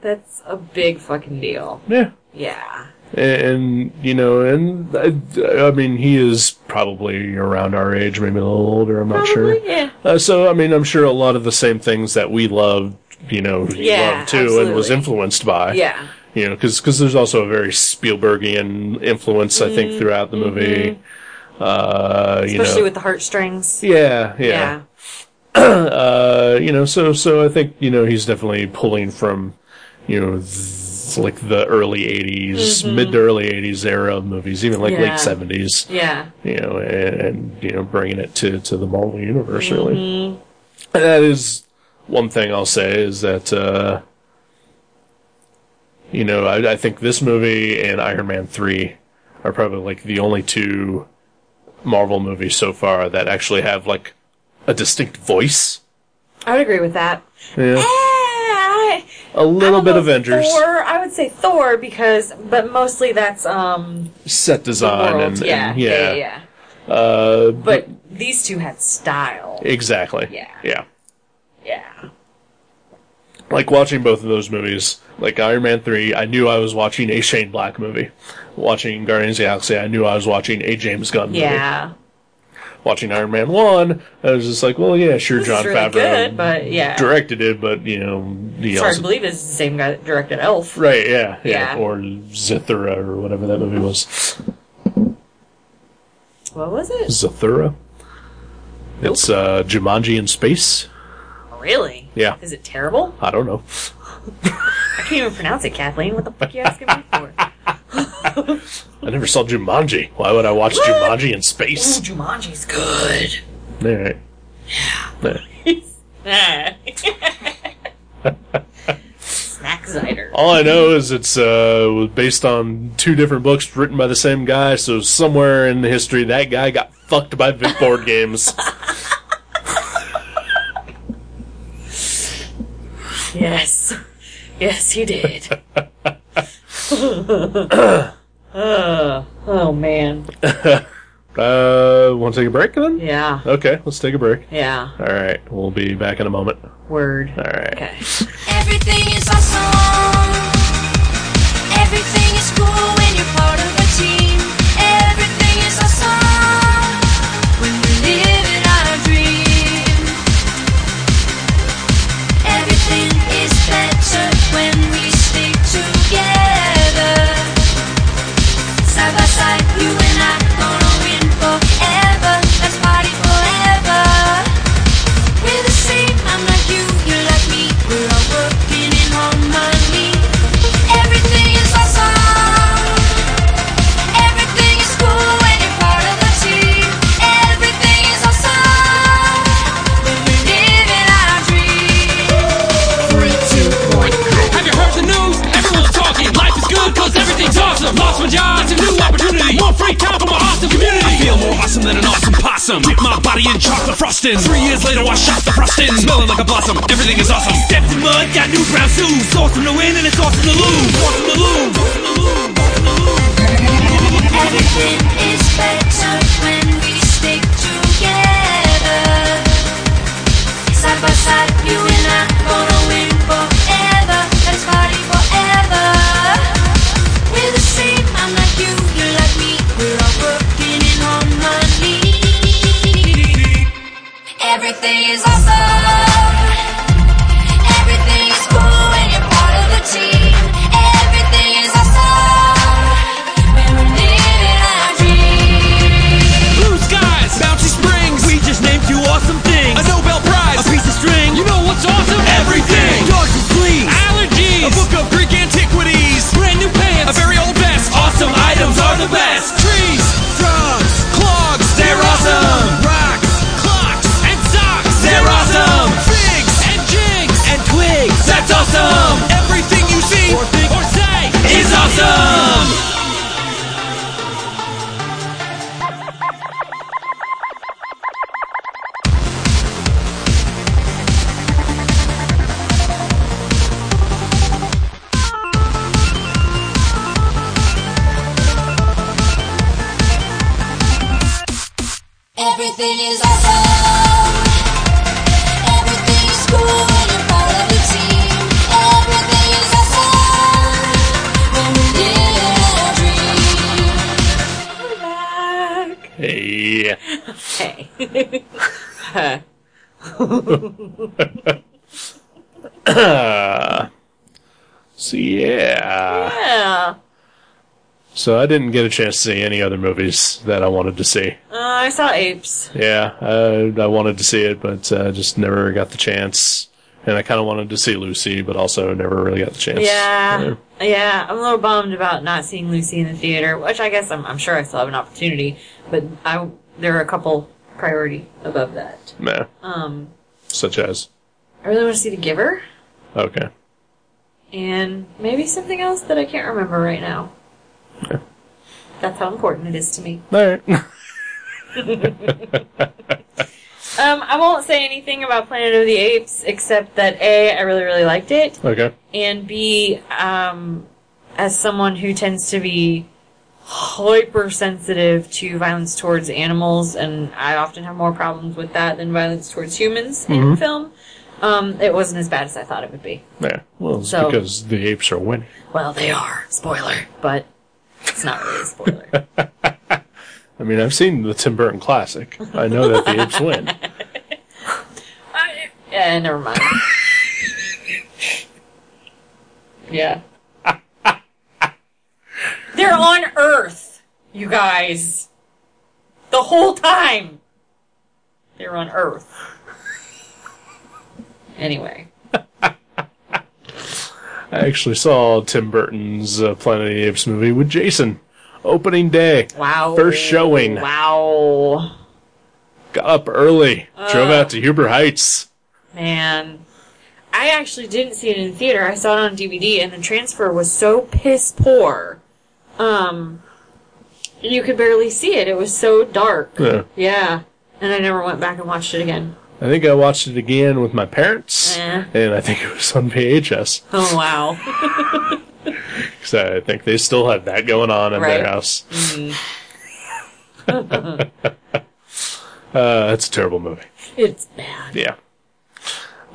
B: that's a big fucking deal
A: Yeah.
B: yeah
A: and you know, and I, I mean, he is probably around our age, maybe a little older. I'm not sure.
B: Probably, yeah
A: Uh, so, I mean, I'm sure a lot of the same things that we loved, you know, he
B: Yeah,
A: loved too and was
B: absolutely.
A: influenced by.
B: yeah
A: You know, because there's also a very Spielbergian influence, I think, throughout the movie. Uh, you
B: Mm-hmm. especially
A: know.
B: with the heartstrings
A: yeah, yeah.
B: yeah
A: Uh, you know, so so I think you know he's definitely pulling from you know, th- like the early 80s, mid to early 80s era of movies, even like
B: Mm-hmm. Yeah.
A: late 70s,
B: Yeah.
A: you know, and, and, you know, bringing it to, to the Marvel Universe, really.
B: Mm-hmm.
A: And that is one thing I'll say is that, uh, you know, I, I think this movie and Iron Man 3 are probably like the only two Marvel movies so far that actually have like a distinct voice.
B: I would agree with that.
A: Yeah.
B: Ah,
A: A little
B: I don't
A: bit
B: know,
A: Avengers.
B: Thor, I would say Thor because, but mostly that's um
A: set
B: the
A: design
B: world.
A: and,
B: yeah,
A: and-
B: yeah,
A: yeah,
B: yeah, yeah.
A: Uh,
B: But these two had style.
A: exactly.
B: Yeah.
A: yeah.
B: Yeah.
A: Like watching both of those movies, like Iron Man three, I knew I was watching a Shane Black movie. Watching Guardians of the Galaxy, I knew I was watching a James Gunn
B: Yeah.
A: movie. Watching Iron Man one, I was just like, well, yeah, sure,
B: This is
A: John
B: really
A: Favreau
B: good, but yeah.
A: directed it, but you know, he
B: It's hard
A: also
B: to believe it's the same guy that directed Elf.
A: Right, yeah, yeah,
B: Yeah.
A: Or Zathura or whatever that movie was.
B: What was it?
A: Zathura?
B: Nope.
A: It's uh Jumanji in space?
B: Really?
A: Yeah.
B: Is it terrible?
A: I don't know.
B: I can't even pronounce it, Kathleen. What the fuck you asking me for?
A: I never saw Jumanji. Why would I watch Jumanji in space?
B: Ooh, Jumanji's good. Mm.
A: All right. Yeah.
B: Snack cider.
A: All I know is it's uh, was based on two different books written by the same guy. So somewhere in the history, that guy got fucked by big board games.
B: Yes. Yes, he did.
A: Uh,
B: Ugh. oh, man.
A: Uh, want to take a break then?
B: Yeah.
A: Okay, let's take a break.
B: Yeah.
A: All right, we'll be back in a moment.
B: Word.
A: All right.
B: Okay.
C: Everything is awesome. Everything is cool when you're part of a team. Everything is awesome when we're living our dream. Everything is better when we stick together. Side by side, you and I gonna win forever. Let's party forever. We're the same. I'm like you, you're like me. We're all working in harmony. Everything is awesome. Everything is cool when you're part of the team. Everything is awesome when we're living our dream.
D: Have you heard the news? Everyone's talking. Life is good cause everything's awesome. Lost my job, it's a new opportunity. More free time for my awesome community. I feel more awesome than an awesome possum. Dip my body in chocolate frosting. Three years later, I shot the frosting. Smelling like a blossom. Everything is awesome. Stepped in mud, got new brown shoes. It's awesome to win and it's awesome to lose. Awesome to lose. Awesome to lose. Awesome to lose.
C: Everything is better when we stick together. Side by side, you and I gonna win forever. Let's party forever. We're the same. I'm like you, you're like me. We're all working in harmony. Everything is awesome. Everything is cool when you're part of a team. Everything is awesome when we're living our dreams.
D: Blue skies, bouncy springs. We just named two awesome things. A Nobel Prize, a piece of string. You know what's awesome? Everything. Dogs and fleas, allergies, a book of Greek antiquities, brand new pants, a very old vest. Awesome items are the best. Trees, frogs, clogs, they're awesome. Rocks, clocks, and socks, they're awesome. Figs and jigs and twigs, that's awesome. Everything you see or think or say is awesome.
C: Everything is awesome. Everything is cool when you're part of a team. Everything is awesome when we're living our
A: Yeah.
B: We're back.
C: dream.
B: Hey.
A: So yeah.
B: yeah.
A: So I didn't get a chance to see any other movies that I wanted to see.
B: Uh, I saw apes.
A: Yeah, uh, I wanted to see it, but uh, just never got the chance. and I kind of wanted to see Lucy, but also never really got the chance.
B: Yeah. Yeah, I'm a little bummed about not seeing Lucy in the theater, which I guess I'm, I'm sure I still have an opportunity, but I there are a couple priority above that.
A: Nah.
B: Um,
A: Such as.
B: I really want to see The Giver
A: Okay.
B: and maybe something else that I can't remember right now. That's how important it is to me.
A: All right.
B: Um, I won't say anything about Planet of the Apes except that A, I really, really liked it.
A: okay.
B: and B, um, as someone who tends to be hypersensitive to violence towards animals, and I often have more problems with that than violence towards humans in film, um, it wasn't as bad as I thought it would be.
A: Yeah. Well, it's
B: So-
A: because the apes are winning.
B: Well, they are. Spoiler. But it's not really a spoiler.
A: I mean, I've seen the Tim Burton classic. I know that the apes win.
B: I- yeah, never mind. yeah. They're on Earth, you guys. The whole time. They're on Earth. Anyway.
A: I actually saw Tim Burton's uh, Planet of the Apes movie with Jason. Opening day.
B: Wow.
A: First showing.
B: Wow.
A: Got up early.
B: Uh.
A: Drove out to Huber Heights.
B: Man. I actually didn't see it in theater. I saw it on DVD, and the transfer was so piss poor. Um, you could barely see it. It was so dark.
A: Yeah.
B: Yeah. And I never went back and watched it again.
A: I think I watched it again with my parents,
B: Eh.
A: and I think it was on VHS
B: Oh, wow.
A: because I think they still had that going on in their
B: Right. Mm-hmm.
A: house. uh, that's a terrible movie.
B: it's bad.
A: Yeah.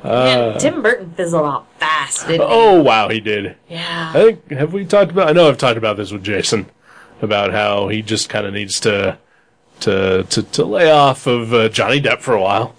B: Man, Tim Burton fizzled out fast, didn't he?
A: Uh, Oh wow, he did.
B: Yeah.
A: I think have we talked about? I know I've talked about this with Jason about how he just kind of needs to to to to lay off of uh, Johnny Depp for a while.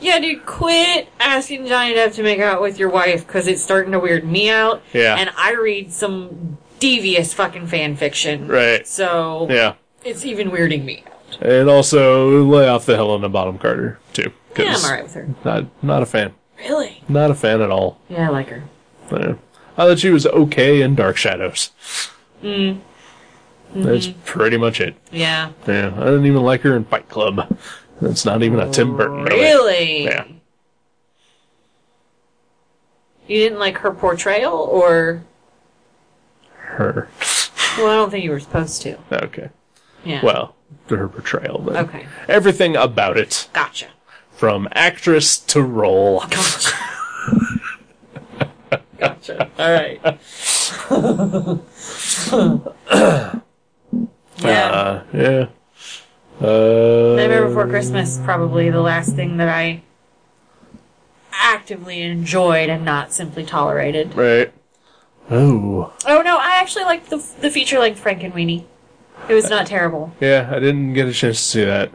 B: Yeah, dude, quit asking Johnny Depp to make out with your wife because it's starting to weird me out.
A: Yeah.
B: And I read some devious fucking fan fiction.
A: Right.
B: So
A: Yeah,
B: it's even weirding me out.
A: and also lay off the Helena Bottom Carter too.
B: Yeah,
A: 'cause
B: I'm alright with her.
A: Not not a fan.
B: Really?
A: Not a fan at all.
B: Yeah, I like her.
A: Uh, I thought she was okay in Dark Shadows.
B: Mm.
A: That's
B: Mm-hmm.
A: pretty much it.
B: Yeah.
A: Yeah, I didn't even like her in Fight Club. That's not even a Tim Burton movie.
B: Oh, Really?
A: Yeah.
B: You didn't like her portrayal, or
A: Her.
B: well, I don't think you were supposed to.
A: Okay.
B: Yeah.
A: Well, her portrayal. But
B: Okay.
A: Everything about it,
B: Gotcha.
A: from actress to role.
B: Gotcha. gotcha. All right. yeah.
A: Uh, yeah. Uh,
B: Nightmare Before Christmas is probably the last thing that I actively enjoyed and not simply tolerated.
A: Right. Oh.
B: Oh no, I actually liked the the feature length Frankenweenie. It was not terrible.
A: Yeah, I didn't get a chance to see that.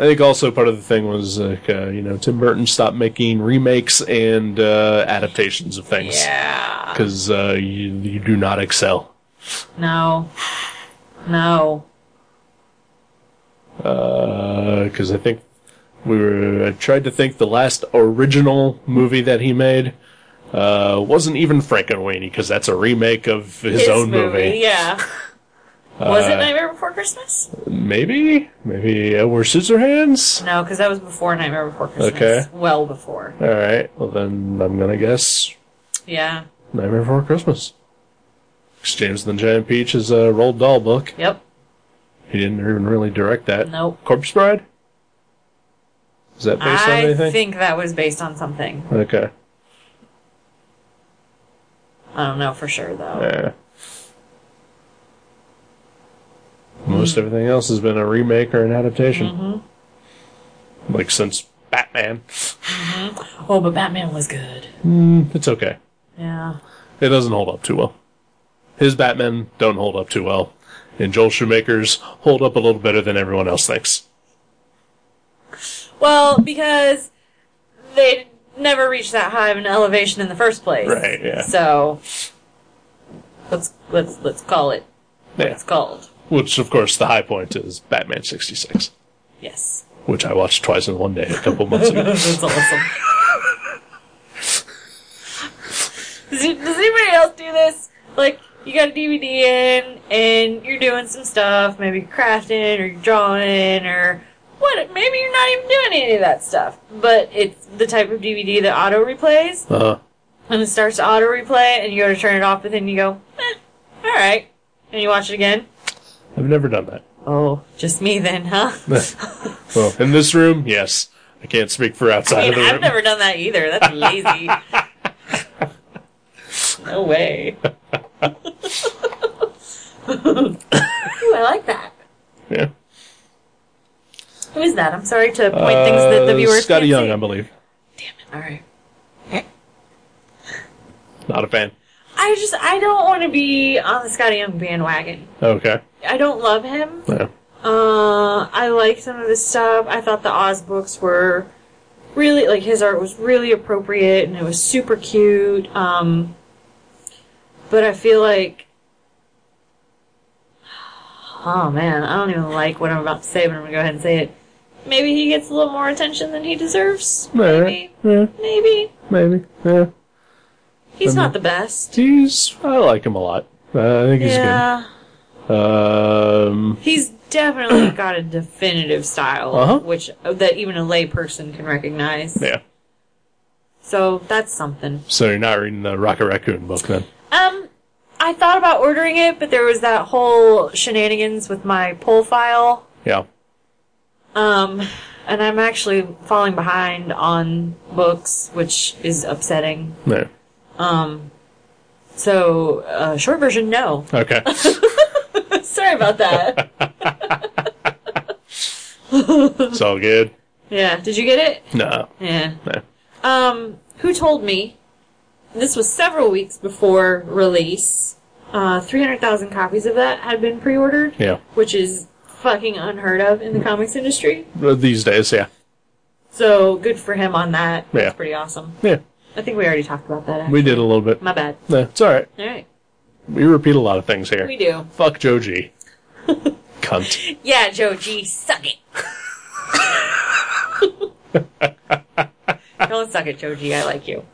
A: I think also part of the thing was like uh, you know Tim Burton stopped making remakes and uh, adaptations of things
B: Yeah.
A: because uh, you you do not excel.
B: No. No.
A: Because Uh, I think we were I tried to think the last original movie that he made uh, wasn't even Frankenweenie because that's a remake of his, own Uh,
B: Yeah. was it Nightmare Before Christmas?
A: Maybe maybe Edward Scissorhands.
B: No, because that was before Nightmare Before Christmas.
A: Okay.
B: Well before.
A: All right, well then I'm gonna guess
B: Yeah.
A: Nightmare Before Christmas. 'Cause James and the Giant Peach is a Roald Dahl book.
B: Yep.
A: He didn't even really direct that.
B: Nope.
A: Corpse Bride? Is that based on
B: I
A: anything?
B: think that was based on something.
A: okay.
B: I don't know for sure though.
A: Yeah. Most
B: Hmm.
A: everything else has been a remake or an adaptation.
B: Mm-hmm.
A: Like since Batman.
B: Oh, but Batman was good.
A: It's okay.
B: Yeah.
A: It doesn't hold up too well. His Batman don't hold up too well. And Joel Shoemaker's hold up a little better than everyone else thinks.
B: Well, because they never reached that high of an elevation in the first place.
A: Right, yeah.
B: So let's let's let's call it
A: Yeah.
B: it's called.
A: Which, of course, the high point is Batman 66,
B: Yes.
A: which I watched twice in one day a couple months ago.
B: That's awesome. else do this? Like, you got a DVD in, and you're doing some stuff, maybe you're crafting, or you're drawing, or what, maybe you're not even doing any of that stuff. But it's the type of DVD that auto replays,
A: Uh,
B: and it starts to auto replay, and you go to turn it off, and then you go, eh, alright. And you watch it again.
A: I've never done that.
B: Oh, just me then, huh?
A: well, in this room, yes. I can't speak for outside
B: I
A: of
B: mean,
A: the
B: I've
A: room.
B: never done that either. That's lazy. no way. Ooh, I like that.
A: yeah.
B: Who is that? I'm sorry to point things that the
A: Uh,
B: viewers
A: Scotty Young,
B: can't see.
A: I believe.
B: All right.
A: Not a fan.
B: I just I don't want to be on the Scotty Young bandwagon.
A: Okay.
B: I don't love him.
A: Yeah.
B: Uh, I like some of his stuff. I thought the Oz books were really like his art was really appropriate and it was super cute. Um, but I feel like, oh man, I don't even like what I'm about to say, but I'm gonna go ahead and say it. Maybe he gets a little more attention than he deserves. Maybe,
A: Yeah,
B: maybe
A: maybe. Yeah.
B: he's
A: Um,
B: not the best.
A: He's, I like him a lot. Uh, I think he's
B: Yeah,
A: good. Um,
B: he's definitely got a definitive style,
A: Uh-huh.
B: which that even a lay person can recognize.
A: yeah.
B: So that's something.
A: So you're not reading the Rocket Raccoon book then?
B: Um, I thought about ordering it, but there was that whole shenanigans with my pull file.
A: Yeah.
B: Um, and I'm actually falling behind on books, which is upsetting.
A: No.
B: Um, so uh, short version, no.
A: Okay.
B: Sorry about that.
A: it's all good.
B: yeah, did you get it?
A: No.
B: Yeah.
A: No.
B: Um, who told me? This was several weeks before release. Uh, 300,000 copies of that had been pre-ordered.
A: Yeah.
B: which is fucking unheard of in the comics industry.
A: Uh, These days, yeah.
B: So good for him on that. That's
A: Yeah.
B: pretty awesome.
A: Yeah.
B: I think we already talked about that. Actually.
A: We did a little bit.
B: My bad.
A: No, it's all right.
B: All right,
A: We repeat a lot of things
B: we
A: here.
B: do.
A: Fuck Joji. Cunt.
B: Yeah, Joe G, suck it. Don't suck it, Joe G. I like you.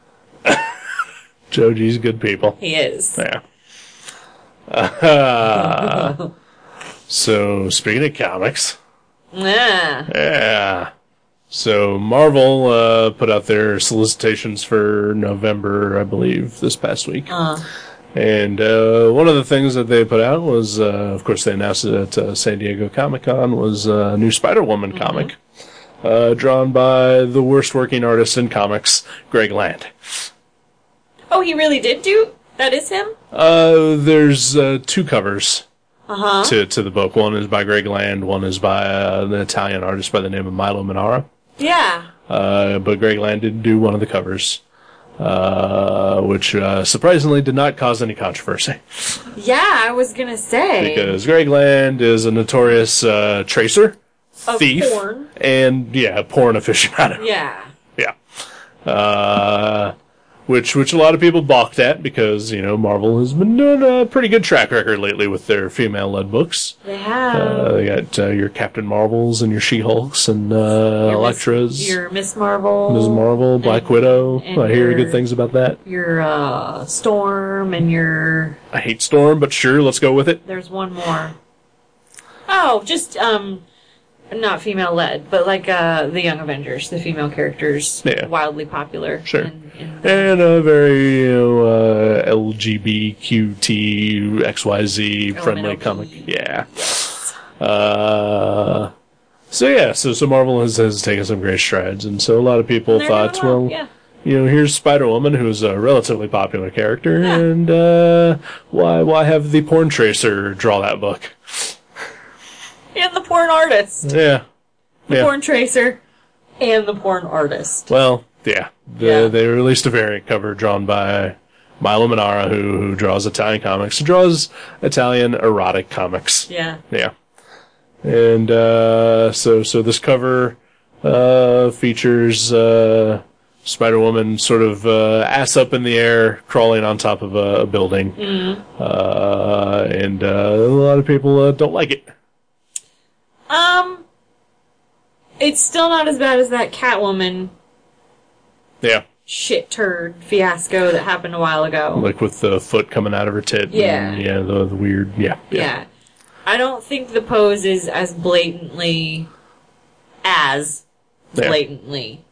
A: Joji's good people.
B: He is.
A: Yeah. so speaking of comics,
B: Yeah.
A: yeah. So Marvel uh, put out their solicitations for November, I believe, this past week.
B: Uh,
A: And uh, one of the things that they put out was, uh, of course, they announced it at uh, San Diego Comic Con was a new Spider Woman comic, uh, drawn by the worst working artist in comics, Greg Land.
B: oh, he really did do. That is him.
A: Uh, there's uh, two covers
B: Uh huh.
A: to to the book. One is by Greg Land. One is by uh, an Italian artist by the name of Milo Manara.
B: Yeah.
A: Uh, but Greg Land did do one of the covers, uh, which uh, surprisingly did not cause any controversy.
B: Yeah, I was gonna say.
A: because Greg Land is a notorious uh, tracer,
B: Of
A: thief,
B: porn.
A: and yeah, porn aficionado.
B: yeah.
A: Yeah, uh, which which a lot of people balked at because you know Marvel has been doing a pretty good track record lately with their female-led books.
B: They have.
A: Uh, they got uh, your Captain Marvels and your She Hulks and uh,
B: Your Miss-
A: Electras,
B: Your Miss Marvel.
A: Ms. Marvel, Black Widow.
B: and
A: I hear
B: your-
A: good things about that.
B: your uh, storm and your
A: I hate Storm, but sure, let's go with it.
B: there's one more. Oh, just um, not female led, but like uh, the Young Avengers, the female characters,
A: Yeah.
B: wildly popular.
A: Sure.
B: in- in-
A: and a very you know, uh, LGBTQT XYZ friendly
B: LMNOP.
A: comic. Yeah. Uh, so yeah, so so Marvel has, has taken some great strides, and so a lot of people
B: They're
A: thought,
B: doing well,
A: well,
B: yeah.
A: you know, here's Spider Woman, who's a relatively popular character,
B: Yeah.
A: and uh, why why have the porn tracer draw that book?
B: and the porn artist,
A: Yeah,
B: the
A: yeah.
B: porn tracer, and the porn artist.
A: Well, yeah. The,
B: Yeah.
A: They released a variant cover drawn by Milo Manara, who, who draws Italian comics, who draws Italian erotic comics.
B: Yeah,
A: Yeah. And uh, so, so this cover uh, features uh, Spider Woman sort of uh, ass up in the air, crawling on top of a, a building.
B: Mm-hmm.
A: Uh, and uh, a lot of people uh, don't like it.
B: um, it's still not as bad as that Catwoman
A: Yeah.
B: shit turd fiasco that happened a while ago.
A: like with the foot coming out of her tit. and-
B: Yeah.
A: yeah, the, the weird. Yeah,
B: yeah. I don't think the pose is as blatantly as
A: Yeah.
B: blatantly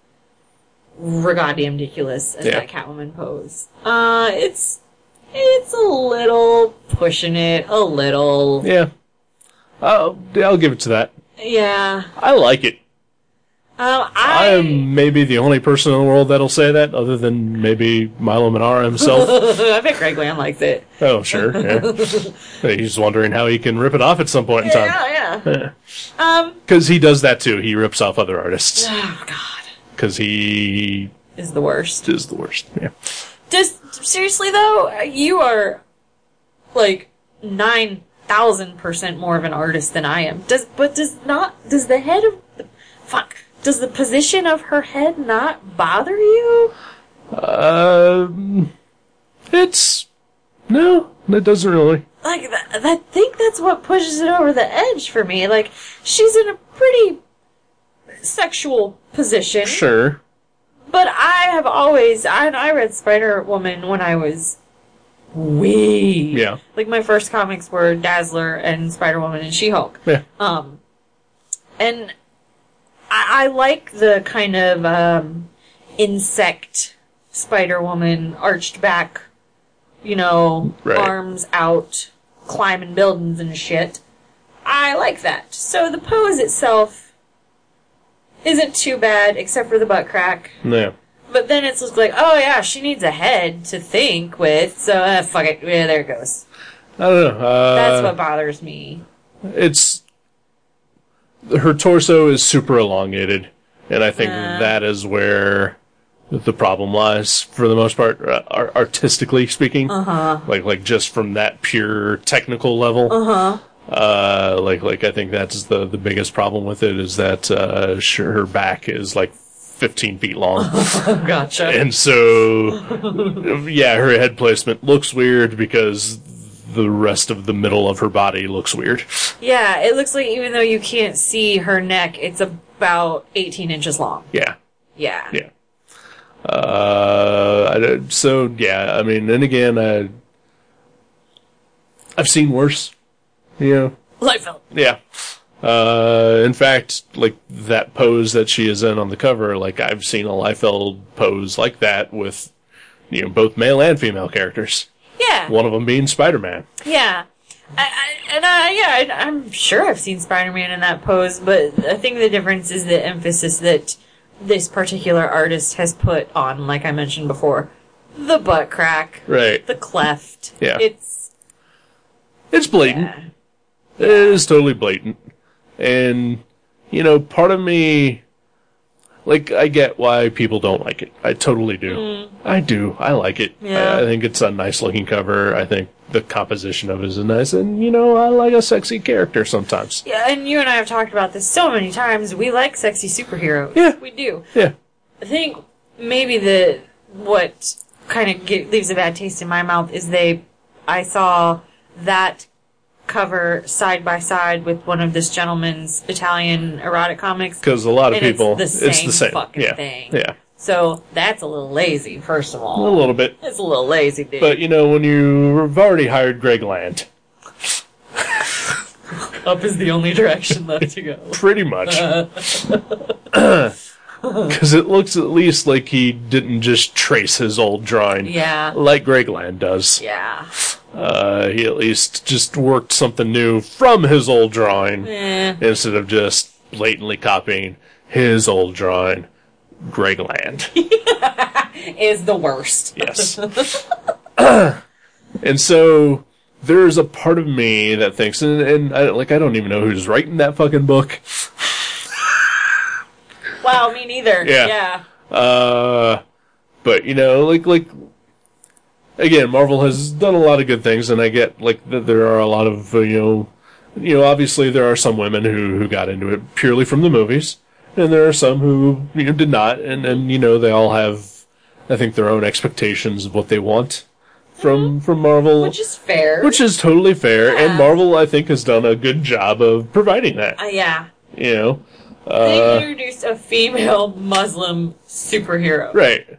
B: regoddamn ridiculous as
A: Yeah.
B: that Catwoman pose. Uh, it's it's a little pushing it a little.
A: yeah. I'll, I'll give it to that.
B: Yeah.
A: I like it.
B: Um,
A: I
B: I
A: am maybe the only person in the world that'll say that, other than maybe Milo Manara himself.
B: I bet Greg Land likes it.
A: oh, sure. Yeah. He's wondering how he can rip it off at some point in time.
B: Yeah, yeah. um.
A: Because he does that too. He rips off other artists.
B: Oh God,
A: Because he
B: is the worst.
A: is the worst. Yeah.
B: Does seriously though, you are like nine thousand percent more of an artist than I am. Does but does not does the head of the fuck does the position of her head not bother you?
A: Um, it's. No, it doesn't really.
B: Like th- I think that's what pushes it over the edge for me. Like she's in a pretty sexual position.
A: Sure.
B: But I have always, I, I read Spider Woman when I was way.
A: Yeah.
B: Like my first comics were Dazzler and Spider Woman and She Hulk.
A: Yeah.
B: Um, and I, I like the kind of um, insect Spider Woman arched back, you know,
A: Right.
B: arms out, climbing buildings and shit. I like that. So the pose itself isn't too bad, except for the butt crack.
A: Yeah.
B: But then it's just like, oh yeah, she needs a head to think with, so uh, fuck it, yeah, there it goes.
A: I don't know. Uh,
B: That's what bothers me.
A: it's her torso is super elongated, and I think that is where the problem lies for the most part, uh, ar- artistically speaking. Uh-huh. Like like just from that pure technical level. Uh-huh. Uh, like like I think that's the the biggest problem with it is that uh, sure, her back is like 15 feet long.
B: Gotcha.
A: And so, yeah, her head placement looks weird because the rest of the middle of her body looks weird.
B: Yeah, it looks like even though you can't see her neck, it's about 18 inches long.
A: Yeah,
B: Yeah.
A: yeah. Uh, I don't- so yeah, I mean, and again, I, I've seen worse. You know,
B: Lightfeld.
A: yeah. Uh, in fact, like that pose that she is in on the cover, like I've seen a Liefeld pose like that with, you know, both male and female characters.
B: Yeah.
A: One of them being Spider-Man.
B: Yeah. I, I, and I, yeah, I, I'm sure I've seen Spider-Man in that pose, but I think the difference is the emphasis that this particular artist has put on, like I mentioned before, the butt crack,
A: Right.
B: the cleft.
A: Yeah.
B: It's
A: It's blatant. It is totally blatant. And, you know, part of me, like, I get why people don't like it. I totally do. I do. I like it.
B: Mm. Yeah.
A: I, I think it's a nice looking cover. I think the composition of it is nice. And, you know, I like a sexy character sometimes.
B: Yeah, and you and I have talked about this so many times. We like sexy superheroes.
A: Yeah.
B: We do.
A: Yeah.
B: I think maybe the what kind of get, leaves a bad taste in my mouth is they I saw that cover side by side with one of this gentleman's Italian erotic comics.
A: Because a lot of
B: And it's
A: people,
B: the
A: it's
B: same
A: the same.
B: fucking
A: yeah.
B: thing.
A: Yeah.
B: So that's a little lazy, first of
A: A
B: all.
A: little bit.
B: It's a little lazy, dude.
A: But, you know, when you've already hired Greg Land,
B: Up is the only direction left to go.
A: pretty much. Because it looks at least like he didn't just trace his old drawing.
B: Yeah.
A: Like Greg Land does.
B: Yeah.
A: Uh, he at least just worked something new from his old drawing
B: Eh.
A: instead of just blatantly copying his old drawing. Greg Land.
B: Is the worst.
A: Yes. and so there's a part of me that thinks, and, and I, like, I don't even know who's writing that fucking book.
B: Wow, me neither.
A: Yeah.
B: yeah.
A: Uh, but you know, like like again, Marvel has done a lot of good things, and I get like that there are a lot of uh, you know, you know, obviously there are some women who who got into it purely from the movies, and there are some who you know did not, and and you know they all have, I think, their own expectations of what they want from from Marvel.
B: Mm-hmm. Which is fair.
A: which is totally fair, and Marvel, I think, has done a good job of providing that.
B: Uh, yeah.
A: You know,
B: Uh. They introduced a female Muslim superhero.
A: right?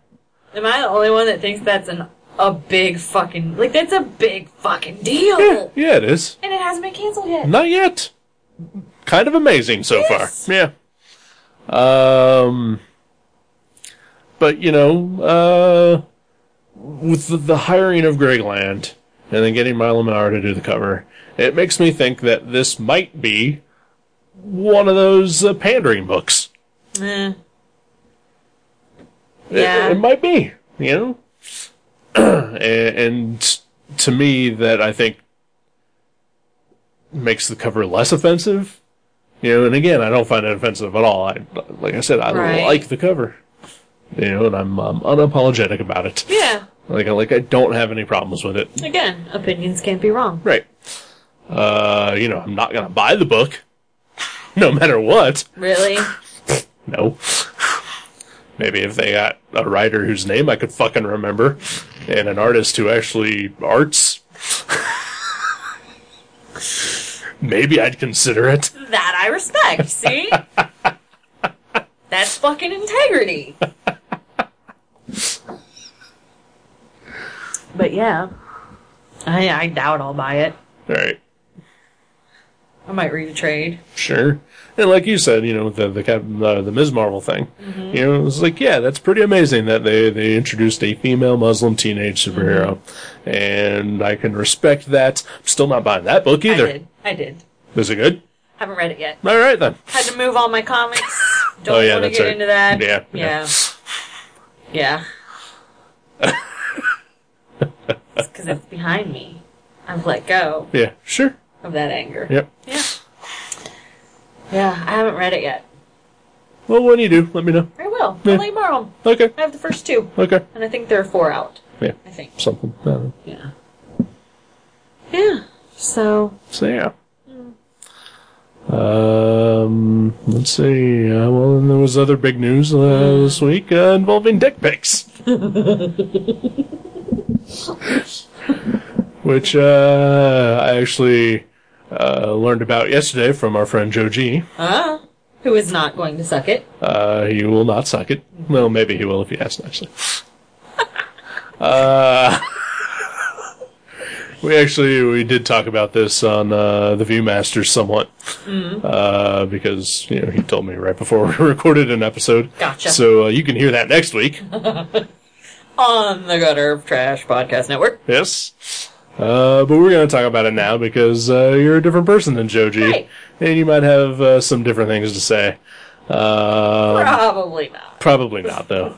B: Am I the only one that thinks that's an a big fucking like that's a big fucking deal?
A: Yeah, yeah, it is.
B: And it hasn't been canceled yet.
A: Not yet. Kind of amazing so
B: Yes.
A: far. Yeah. Um, but you know, uh, with the, the hiring of Greg Land and then getting Milo Maurer to do the cover, it makes me think that this might be one of those uh, pandering books.
B: Eh.
A: It-
B: Yeah.
A: It, might be, you know? and, and to me, that I think makes the cover less offensive. You know, and again, I don't find it offensive at all. I, like I said, I
B: Right.
A: like the cover. You know, and I'm, I'm unapologetic about it.
B: Yeah.
A: Like, I, like I don't have any problems with it.
B: Again, opinions can't be wrong.
A: Right. Uh, you know, I'm not gonna buy the book, no matter what.
B: Really?
A: No. Maybe if they got a writer whose name I could fucking remember and an artist who actually arts. Maybe I'd consider it.
B: that I respect, see? That's fucking integrity. but yeah. I I doubt I'll buy it.
A: All right.
B: I might read a trade.
A: Sure. And like you said, you know, the the Cap- uh, the Ms. Marvel thing.
B: Mm-hmm.
A: You know, it was like, yeah, that's pretty amazing that they they introduced a female Muslim teenage superhero,
B: Mm-hmm.
A: and I can respect that. I'm still not buying that book
B: I
A: either.
B: did. I did.
A: Is it good?
B: Haven't read it yet.
A: All right then.
B: Had to move all my comics. Don't
A: Oh, yeah,
B: want to
A: that's
B: get
A: right.
B: into that.
A: Yeah,
B: Yeah.
A: yeah.
B: Yeah. Because it's behind me. I've let go
A: Yeah. Sure.
B: of that anger.
A: Yep.
B: Yeah. Yeah, I haven't read it yet.
A: Well, when you do, let me know.
B: I will.
A: Yeah.
B: I'll lay more on.
A: Okay.
B: I have the first two,
A: Okay.
B: and I think there are four out.
A: Yeah.
B: I think.
A: Something. I don't know.
B: Yeah. Yeah. So
A: So yeah. Um, let's see. Uh, well, and there was other big news uh, this week uh, involving dick pics, which uh, I actually uh, learned about yesterday from our friend Joe G.
B: uh who is not going to suck it?
A: Uh, he will not suck it. Well, maybe he will if you ask nicely. uh, we actually we did talk about this on uh, the Viewmasters somewhat
B: Mm-hmm.
A: uh, because you know he told me right before we recorded an episode.
B: Gotcha.
A: So uh, you can hear that next week.
B: On the Gutter of Trash Podcast Network.
A: yes. Uh, but we're going to talk about it now because uh, you're a different person than Joji,
B: Right.
A: and you might have uh, some different things to say. Uh,
B: Probably not.
A: Probably not, though.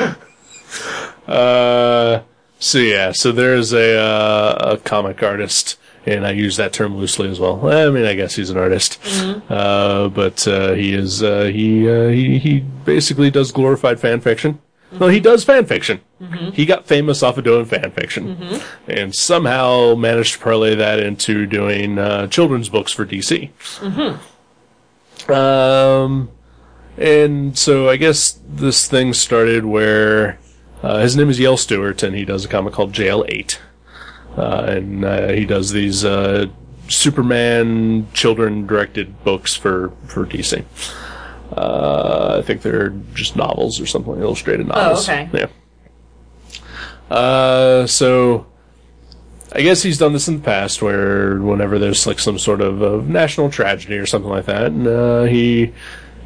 A: uh, uh, so yeah, so there's a uh, a comic artist, and I use that term loosely as well. I mean, I guess he's an artist, uh, but uh, he is uh, he, uh, he he basically does glorified fan fiction. No, he does fan fiction. He got famous off of doing fan fiction, and somehow managed to parlay that into doing uh, children's books for DC. Um, and so I guess this thing started where uh, his name is Yale Stewart, and he does a comic called Jail Eight, uh, and uh, he does these uh, Superman children directed books for for DC. Uh, I think they're just novels or something, illustrated novels.
B: okay.
A: Yeah. Uh, so. I guess he's done this in the past, where whenever there's like some sort of, of national tragedy or something like that, and, uh, he,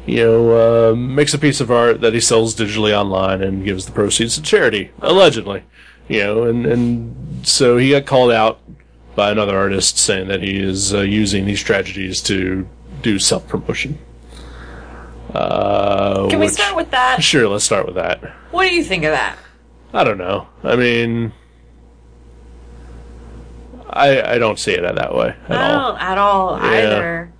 A: you know, uh, makes a piece of art that he sells digitally online and gives the proceeds to charity, allegedly, you know, and and so he got called out by another artist saying that he is uh, using these tragedies to do self promotion. Uh,
B: Can we
A: which-
B: start with that?
A: Sure, let's start with that.
B: What do you think of that?
A: I don't know. I mean, I I don't see it that way at
B: I
A: all.
B: don't at all
A: Yeah.
B: either.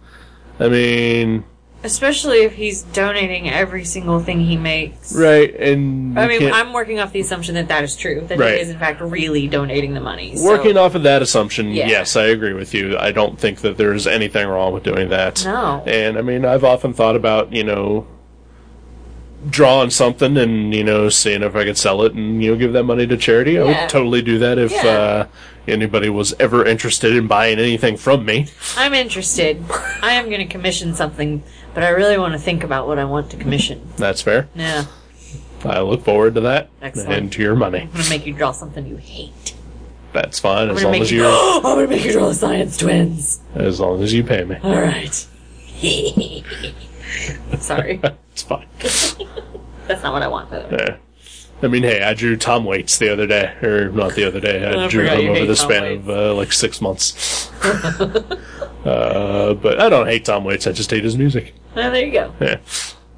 A: I mean,
B: Especially if he's donating every single thing he makes.
A: right? And
B: I
A: you
B: mean,
A: can't-
B: I'm working off the assumption that that is true. That
A: Right.
B: he is, in fact, really donating the money. so-
A: working off of that assumption.
B: Yeah.
A: Yes, I agree with you. I don't think that there is anything wrong with doing that.
B: No.
A: And I mean, I've often thought about you know drawing something and you know seeing if I could sell it and you know give that money to charity. I
B: Yeah.
A: would totally do that if
B: Yeah.
A: uh, anybody was ever interested in buying anything from me.
B: I'm interested. I am going to commission something but I really want to think about what I want to commission.
A: That's fair.
B: Yeah.
A: I look forward to that
B: Excellent.
A: and to your money.
B: I'm going to make you draw something you hate.
A: That's fine
B: I'm
A: as long
B: going to make
A: as
B: you.
A: you
B: I'm going to make you draw science twins.
A: as long as you pay me.
B: All right. Sorry.
A: It's fine.
B: That's not what I want, by the way.
A: Yeah. I mean, hey, I drew Tom Waits the other day, or not the other day. I,
B: I
A: drew
B: forgot
A: him
B: you
A: over
B: hate
A: the
B: Tom
A: span
B: Waits.
A: of uh, like six months. uh, but I don't hate Tom Waits. I just hate his music.
B: Well, there you go.
A: Yeah.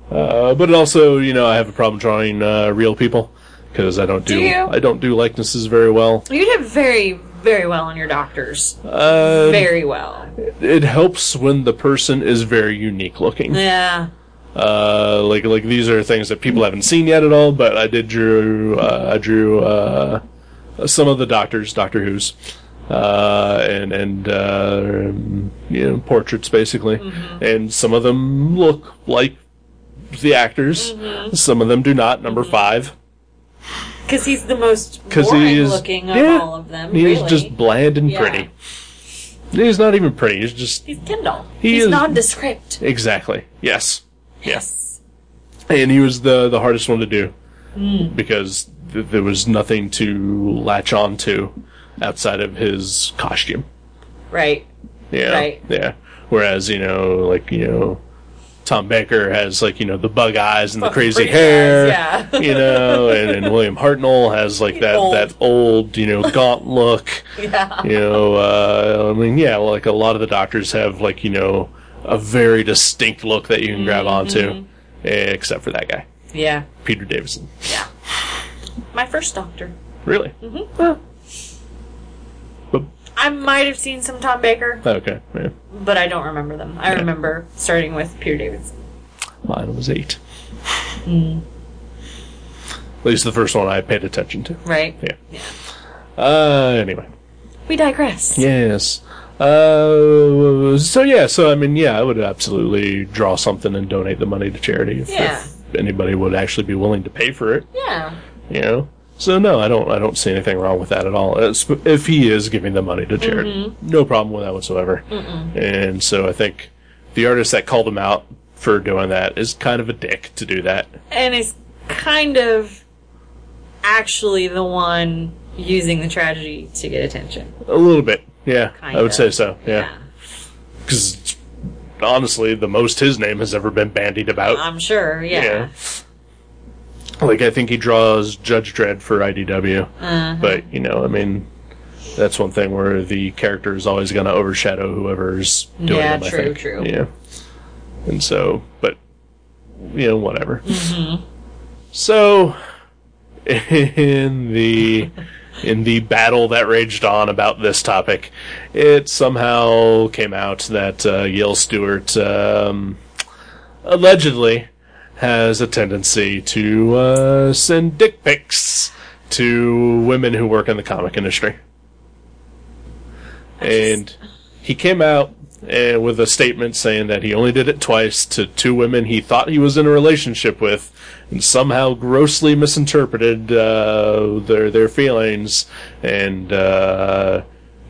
A: Uh, but it also, you know, I have a problem drawing uh, real people because I don't do,
B: you?
A: I don't do likenesses very well.
B: You did very, very well on your doctors.
A: Uh,
B: very well.
A: it helps when the person is very unique looking.
B: Yeah.
A: Uh, like like these are things that people haven't seen yet at all. But I did drew uh, I drew uh, some of the doctors, Doctor Who's, uh, and and uh, um, you know portraits basically,
B: Mm-hmm.
A: and some of them look like the actors.
B: Mm-hmm.
A: Some of them do not. Number five,
B: Because he's the most
A: 'Cause he
B: boring
A: is-
B: looking of
A: yeah.
B: all of them.
A: he's
B: really.
A: just bland and
B: Yeah.
A: pretty. He's not even pretty. He's just
B: He's Kendall.
A: He
B: he's
A: is-
B: nondescript.
A: exactly yes.
B: Yes.
A: and he was the the hardest one to do
B: Hmm.
A: because th- there was nothing to latch on to outside of his costume.
B: Right.
A: Yeah,
B: Right.
A: yeah. Whereas you know, like you know, Tom Baker has like you know the bug eyes and the crazy
B: pretty
A: hair.
B: eyes, yeah.
A: you know, and, and William Hartnell has like that
B: Old.
A: that old you know gaunt look.
B: Yeah.
A: You know, uh, I mean, yeah, like a lot of the doctors have like you know a very distinct look that you can grab
B: Mm-hmm.
A: onto, except for that guy,
B: Yeah.
A: Peter Davison.
B: Yeah. My first doctor.
A: Really?
B: I might have seen some Tom Baker,
A: Okay. Yeah.
B: but I don't remember them. I remember starting with Peter Davidson.
A: Mine was eight. At least the first one I paid attention to.
B: Right.
A: Yeah. Uh, anyway.
B: We digress.
A: Yes. Uh, so yeah, so I mean, yeah, I would absolutely draw something and donate the money to charity if,
B: Yeah.
A: if anybody would actually be willing to pay for it.
B: Yeah.
A: You know. So no, I don't. I don't see anything wrong with that at all. It's- If he is giving the money to charity, no problem with that whatsoever. And so I think the artist that called him out for doing that is kind of a dick to do that.
B: And is kind of actually the one using the tragedy to get attention.
A: A little bit, yeah. I would
B: Kinda.
A: say so. Yeah, because honestly, the most his name has ever been bandied about.
B: I'm sure. Yeah.
A: yeah. Like I think he draws Judge Dredd for IDW,
B: Uh-huh.
A: but you know, I mean, that's one thing where the character is always going to overshadow whoever's doing
B: Yeah,
A: them. I
B: true,
A: think.
B: true.
A: Yeah, and so, but you know, whatever.
B: Mm-hmm.
A: So, in the in the battle that raged on about this topic, it somehow came out that uh, Yale Stewart um, allegedly has a tendency to uh, send dick pics to women who work in the comic industry. And he came out uh, with a statement saying that he only did it twice to two women he thought he was in a relationship with, and somehow grossly misinterpreted uh, their their feelings, and uh,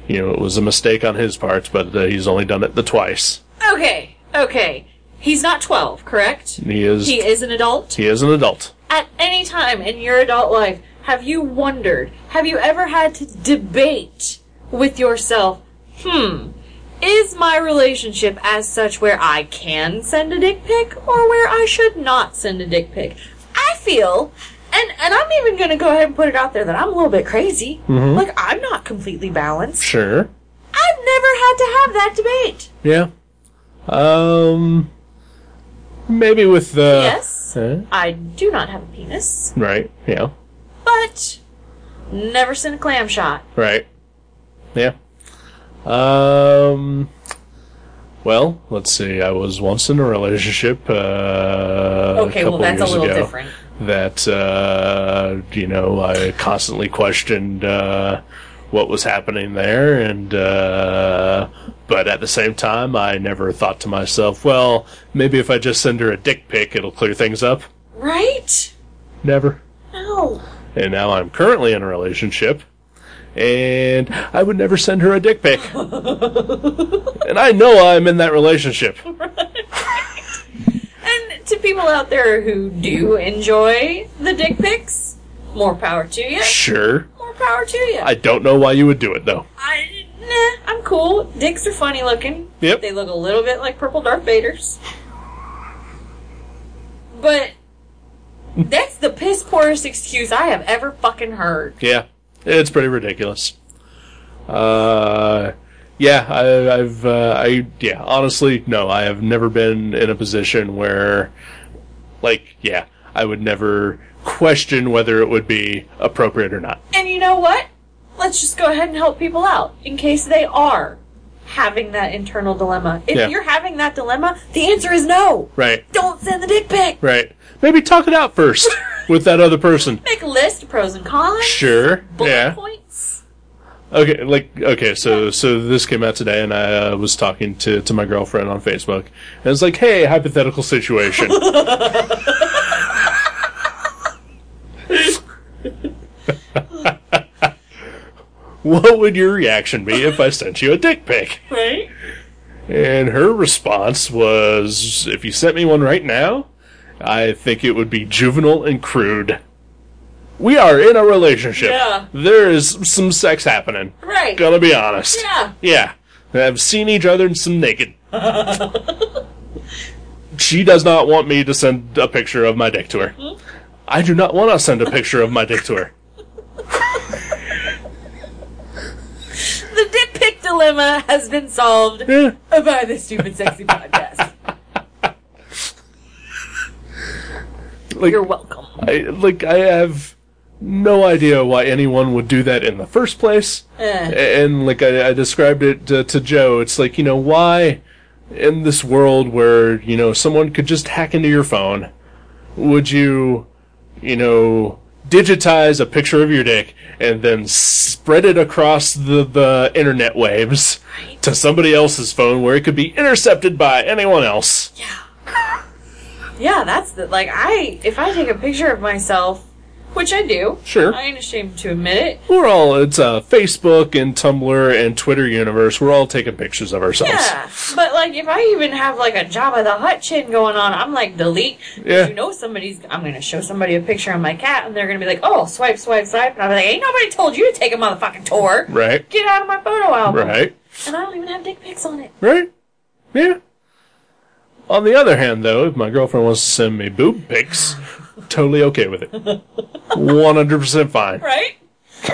A: you know it was a mistake on his part, but uh, he's only done it the twice.
B: Okay. Okay. He's not 12, correct?
A: He is
B: He
A: he,
B: is an adult.
A: is an adult.
B: At any time in your adult life, have you wondered, have you ever had to debate with yourself, hmm, is my relationship as such where I can send a dick pic or where I should not send a dick pic? I feel, and, and I'm even going to go ahead and put it out there that I'm a little bit crazy. Like, I'm not completely balanced.
A: Sure.
B: I've never had to have that debate.
A: Yeah. Um. Maybe with the
B: yes,
A: Huh?
B: I do not have a penis,
A: right. Yeah.
B: but never sent a clam shot.
A: Right. Yeah. Um. Well, let's see. I was once in a relationship. Uh,
B: Okay,
A: couple
B: well, that's a
A: years
B: little
A: ago
B: different.
A: That uh, you know, I constantly questioned uh, what was happening there, and uh, but at the same time, I never thought to myself, well, maybe if I just send her a dick pic, it'll clear things up.
B: Right?
A: Never.
B: No.
A: and now I'm currently in a relationship, and I would never send her a dick pic. and I know I'm in that relationship.
B: to people out there who do enjoy the dick pics, more power to you.
A: Sure.
B: More power to you.
A: I don't know why you would do it though.
B: I, nah, I'm cool. Dicks are funny looking.
A: Yep.
B: They look a little bit like purple Darth Vaders. But that's the piss poorest excuse I have ever fucking heard.
A: Yeah, it's pretty ridiculous. Uh, yeah, I, I've, uh, I, yeah, honestly, no, I have never been in a position where, like, yeah, I would never question whether it would be appropriate or not.
B: And you know what? Let's just go ahead and help people out in case they are having that internal dilemma. If
A: Yeah.
B: you're having that dilemma, the answer is no.
A: Right,
B: Don't send the dick pic.
A: right. Maybe talk it out first with that other person.
B: Make a list of pros and cons.
A: Sure.
B: Bullet
A: yeah.
B: points.
A: Okay, like okay, so so this came out today, and I uh, was talking to to my girlfriend on Facebook, and it's like, hey, hypothetical situation. what would your reaction be if I sent you a dick pic?
B: Right?
A: And her response was, if you sent me one right now, I think it would be juvenile and crude. We are in a relationship.
B: Yeah.
A: There is some sex happening.
B: Right.
A: Gonna be honest.
B: Yeah.
A: Yeah. I've seen each other in some naked. she does not want me to send a picture of my dick to her.
B: Hmm?
A: I do not want to send a picture of my dick to her.
B: The dick pic dilemma has been solved
A: Eh,
B: by the Stupid Sexy Podcast.
A: like,
B: You're welcome.
A: I, like, I have no idea why anyone would do that in the first place.
B: Eh.
A: A- and like I, I described it to, to Joe, it's like you know why in this world where you know someone could just hack into your phone, would you, you know, digitize a picture of your dick and then spread it across the the internet waves to somebody else's phone where it could be intercepted by anyone else?
B: Yeah, that's the like I if I take a picture of myself, which I do.
A: Sure.
B: I ain't ashamed to admit it.
A: We're all it's uh, Facebook and Tumblr and Twitter universe. We're all taking pictures of ourselves.
B: Yeah, but like if I even have like a Jabba the Hutt chin going on, I'm like delete. 'Cause
A: Yeah.
B: You know somebody's. I'm gonna show somebody a picture of my cat, and they're gonna be like, "Oh, swipe, swipe, swipe," and I'm like, "Ain't nobody told you to take a motherfucking tour.
A: Right.
B: Get out of my photo album."
A: Right.
B: And I don't even have dick pics on it.
A: Right? Yeah. On the other hand, though, if my girlfriend wants to send me boob pics, totally okay with it. 100% fine.
B: Right.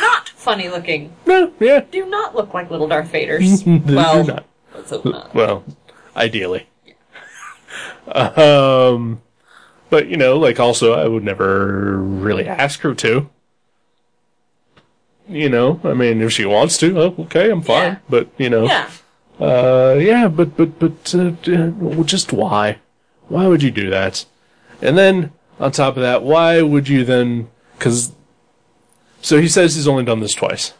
B: not funny looking.
A: No, yeah.
B: Do not look like little Darth Vaders.
A: do
B: well,
A: not.
B: let's hope not.
A: Well, ideally. um, but, you know, like, also, I would never really ask her to. You know, I mean, if she wants to, oh, okay, I'm fine.
B: Yeah.
A: But, you know.
B: Yeah.
A: Uh, yeah, but but but uh, uh, well, just why? Why would you do that? And then on top of that, why would you then? Because so he says he's only done this twice.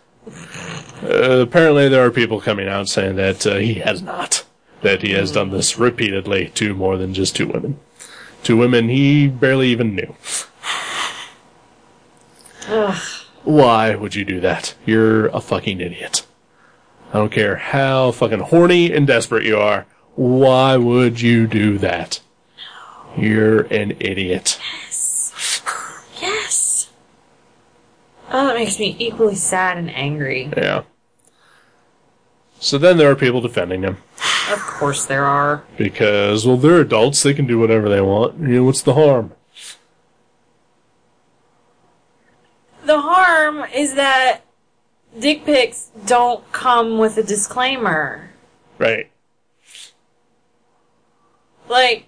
A: Uh, apparently, there are people coming out saying that uh, he has not. That he has done this repeatedly to more than just two women. Two women he barely even knew. Why would you do that? You're a fucking idiot. I don't care how fucking horny and desperate you are. Why would you do that? You're an idiot.
B: Yes. Oh, that makes me equally sad and angry.
A: Yeah. So then there are people defending him
B: Of course there are.
A: because, well, they're adults. They can do whatever they want. You know, what's the harm?
B: the harm is that dick pics don't come with a disclaimer.
A: Right.
B: Like,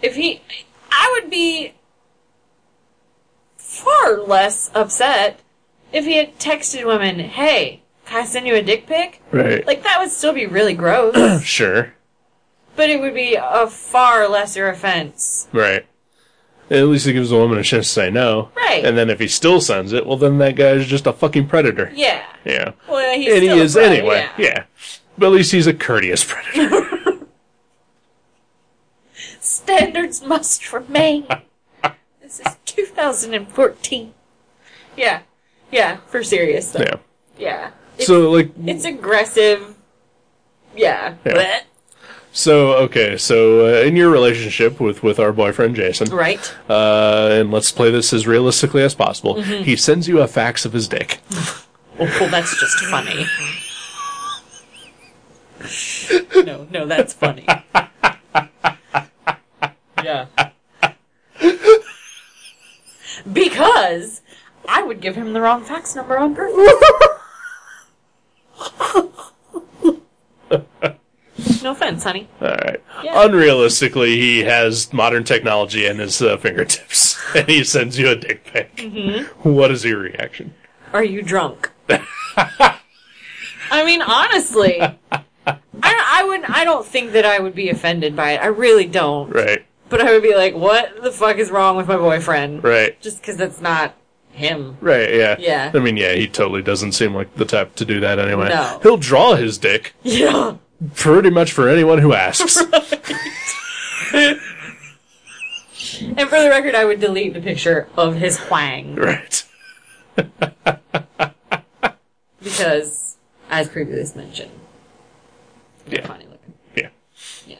B: if he, I would be far less upset if he had texted women, "Hey, can I send you a dick pic?"
A: Right.
B: Like that would still be really gross,
A: sure.
B: but it would be a far lesser offense.
A: Right. At least it gives the woman a chance to say no.
B: Right.
A: And then if he still sends it, well, then that guy's just a fucking predator.
B: Yeah.
A: Yeah.
B: Well, he's
A: and he
B: still a
A: is
B: bro,
A: anyway.
B: Yeah.
A: But at least he's a courteous predator.
B: Standards must remain. this is 2014. Yeah. Yeah, for serious though.
A: yeah.
B: Yeah. It's,
A: so like
B: it's aggressive. Yeah.
A: Yeah.
B: Blech.
A: So okay, so uh, in your relationship with with our boyfriend Jason,
B: Right.
A: Uh, and let's play this as realistically as possible.
B: Mm-hmm.
A: He sends you a fax of his dick.
B: Oh, well, that's just funny. no, no, that's funny. Yeah. Because I would give him the wrong fax number on purpose. no offense, honey.
A: All right.
B: Yeah.
A: Unrealistically, he has modern technology in his uh, fingertips, and he sends you a dick pic.
B: Mm-hmm.
A: What is your reaction?
B: Are you drunk? I mean, honestly, I, I would. I don't think that I would be offended by it. I really don't.
A: Right.
B: But I would be like, what the fuck is wrong with my boyfriend?
A: Right.
B: Just because that's not him.
A: Right, yeah.
B: Yeah.
A: I mean, yeah, he totally doesn't seem like the type to do that anyway.
B: No.
A: He'll draw his dick
B: Yeah.
A: pretty much for anyone who asks.
B: And for the record, I would delete the picture of his Huang
A: right.
B: because, as previously mentioned,
A: Yeah.
B: funny looking.
A: Yeah.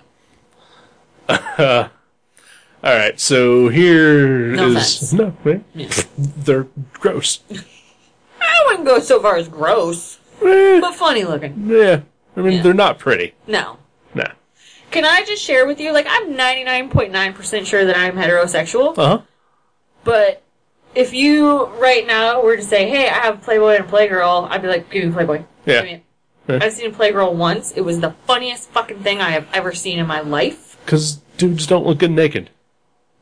B: Yeah.
A: All right, so here
B: No
A: is-
B: offense.
A: No, right?
B: Yeah.
A: They're gross.
B: I wouldn't go so far as gross,
A: Eh,
B: but funny looking.
A: yeah. I mean,
B: Yeah.
A: they're not pretty.
B: No.
A: Nah.
B: Can I just share with you? Like, I'm 99.9% sure that I'm heterosexual.
A: Uh-huh.
B: But if you right now were to say, "Hey, I have Playboy and Playgirl," I'd be like, "Give me Playboy."
A: Yeah.
B: Give me it.
A: Yeah.
B: I've seen Playgirl once. It was the funniest fucking thing I have ever seen in my life.
A: Because dudes don't look good naked.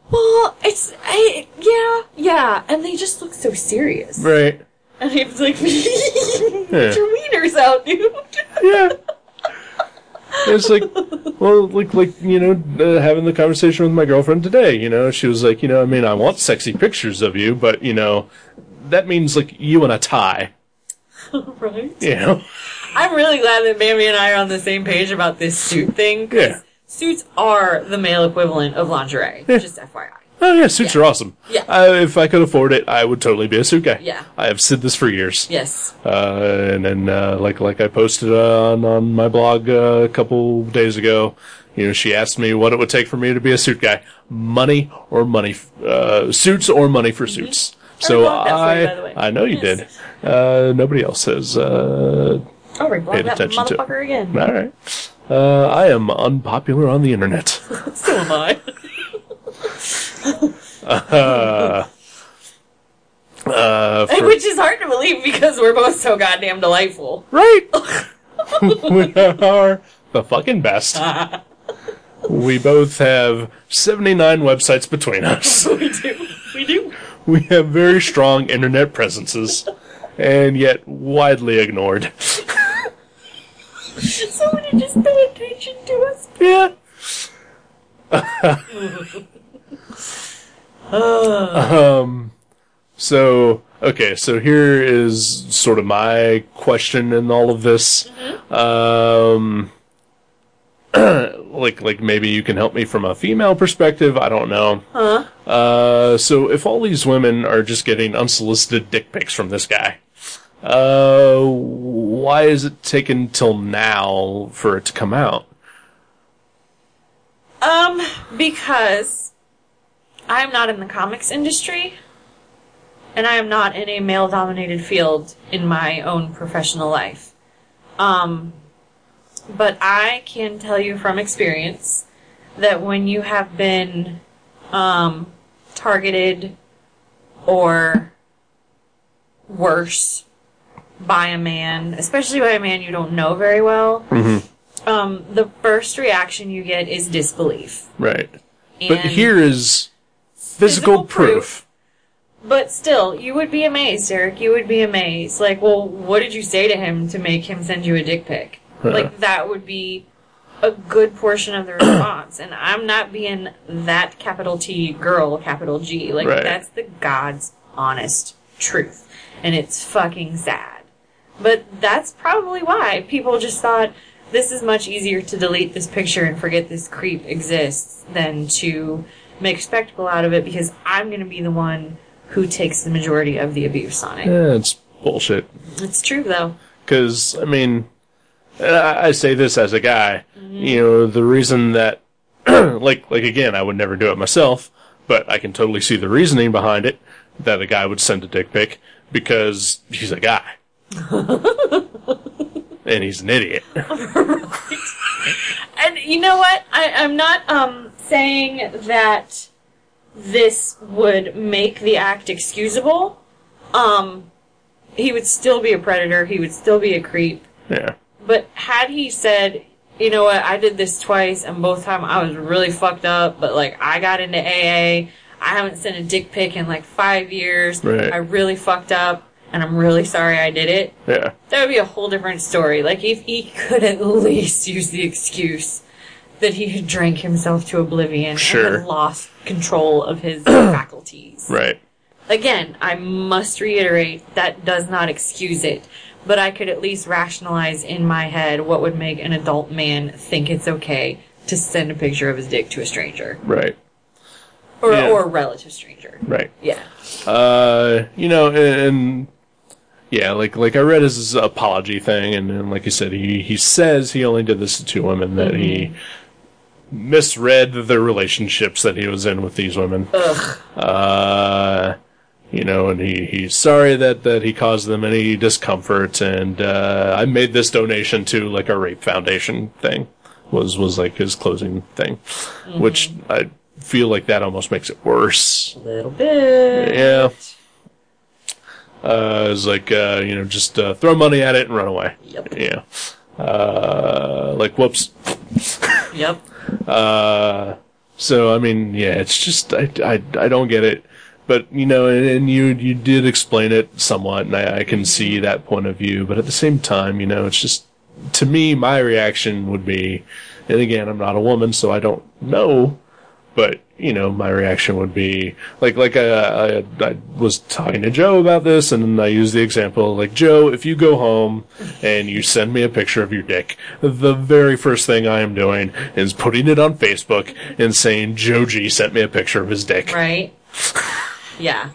B: Well, it's I yeah yeah, and they just look so serious.
A: Right.
B: And it's like, get your wieners out, dude.
A: Yeah. It's like, well, like, like you know, uh, having the conversation with my girlfriend today. You know, she was like, you know, I mean, I want sexy pictures of you, but you know, that means like you in a tie.
B: right.
A: You know,
B: I'm really glad that Bambi and I are on the same page about this suit thing. 'cause
A: Yeah.
B: Suits are the male equivalent of lingerie.
A: Yeah.
B: Just FYI.
A: oh yeah, suits are awesome.
B: Yeah.
A: I, if I could afford it, I would totally be a suit guy.
B: Yeah.
A: I have said this for years.
B: Yes.
A: Uh, and then, uh, like, like I posted uh, on on my blog uh, a couple days ago. You know, she asked me what it would take for me to be a suit guy: money or money, f- uh, suits or money for suits. So
B: blogged Mm-hmm. that for you, by the way.
A: I, I know you
B: Yes.
A: did. Uh, nobody else has. Uh,
B: Oh, we blocked
A: Paid
B: that
A: attention to it.
B: motherfucker again.
A: all right. Uh, I am unpopular on the internet.
B: So am I.
A: Uh, for-
B: Which is hard to believe because we're both so goddamn delightful.
A: Right. we are the fucking best. we both have 79 websites between us.
B: We do. We do.
A: we have very strong internet presences and yet widely ignored.
B: Someone had just paid attention to us.
A: Yeah. um so okay, so here is sort of my question in all of this. Um like like maybe you can help me from a female perspective, I don't know. Uh so if all these women are just getting unsolicited dick pics from this guy, uh why is it taken till now for it to come out?
B: Um, because I'm not in the comics industry, and I am not in a male dominated field in my own professional life. Um, but I can tell you from experience that when you have been um, targeted or worse by a man, especially by a man you don't know very well, um, the first reaction you get is disbelief.
A: Right. But
B: And-
A: here is physical,
B: Physical
A: proof.
B: proof. But still, you would be amazed, Eric. You would be amazed. Like, well, what did you say to him to make him send you a dick pic? Like, that would be a good portion of the response. and I'm not being that capital T girl, capital G. Like,
A: Right.
B: that's the God's honest truth. And it's fucking sad. But that's probably why people just thought this is much easier to delete this picture and forget this creep exists than to make a spectacle out of it because I'm going to be the one who takes the majority of the abuse on it.
A: Yeah, it's bullshit.
B: It's true though.
A: Because, I mean, I I say this as a guy.
B: Mm-hmm.
A: You know, the reason that, like, like again, I would never do it myself, but I can totally see the reasoning behind it that a guy would send a dick pic because he's a guy. and he's an idiot.
B: And you know what? I, I'm not um, saying that this would make the act excusable. Um, he would still be a predator. He would still be a creep.
A: Yeah.
B: But had he said, you know what, I did this twice, and both time I was really fucked up, but like I got into AA. I haven't sent a dick pic in like five years.
A: Right.
B: I really fucked up, and I'm really sorry I did it.
A: Yeah.
B: That would be a whole different story. Like if he could at least use the excuse that he had drank himself to oblivion and
A: Sure.
B: had lost control of his faculties.
A: Right.
B: Again, I must reiterate that does not excuse it, but I could at least rationalize in my head what would make an adult man think it's okay to send a picture of his dick to a stranger
A: Right.
B: or
A: Yeah.
B: or a relative stranger.
A: Right.
B: Yeah.
A: uh, you know, and yeah, like like I read his apology thing, and, and like you said, he he says he only did this to two women that he misread the relationships that he was in with these women.
B: Ugh.
A: Uh, you know, and he, he's sorry that, that he caused them any discomfort. And uh, I made this donation to like a rape foundation thing was was like his closing thing, which I feel like that almost makes it worse.
B: A little bit.
A: Yeah. Uh, it's like uh, you know, just uh, throw money at it and run away.
B: Yep.
A: Yeah. Uh, like whoops.
B: Yep.
A: Uh, so I mean, yeah, it's just I, I, I don't get it, but you know, and, and you you did explain it somewhat, and I, I can see that point of view, but at the same time, you know, it's just to me, my reaction would be, and again, I'm not a woman, so I don't know, but you know, my reaction would be like like uh, I I was talking to Joe about this, and I used the example like Joe, if you go home and you send me a picture of your dick, the very first thing I am doing is putting it on Facebook and saying Joji sent me a picture of his dick.
B: Right? yeah.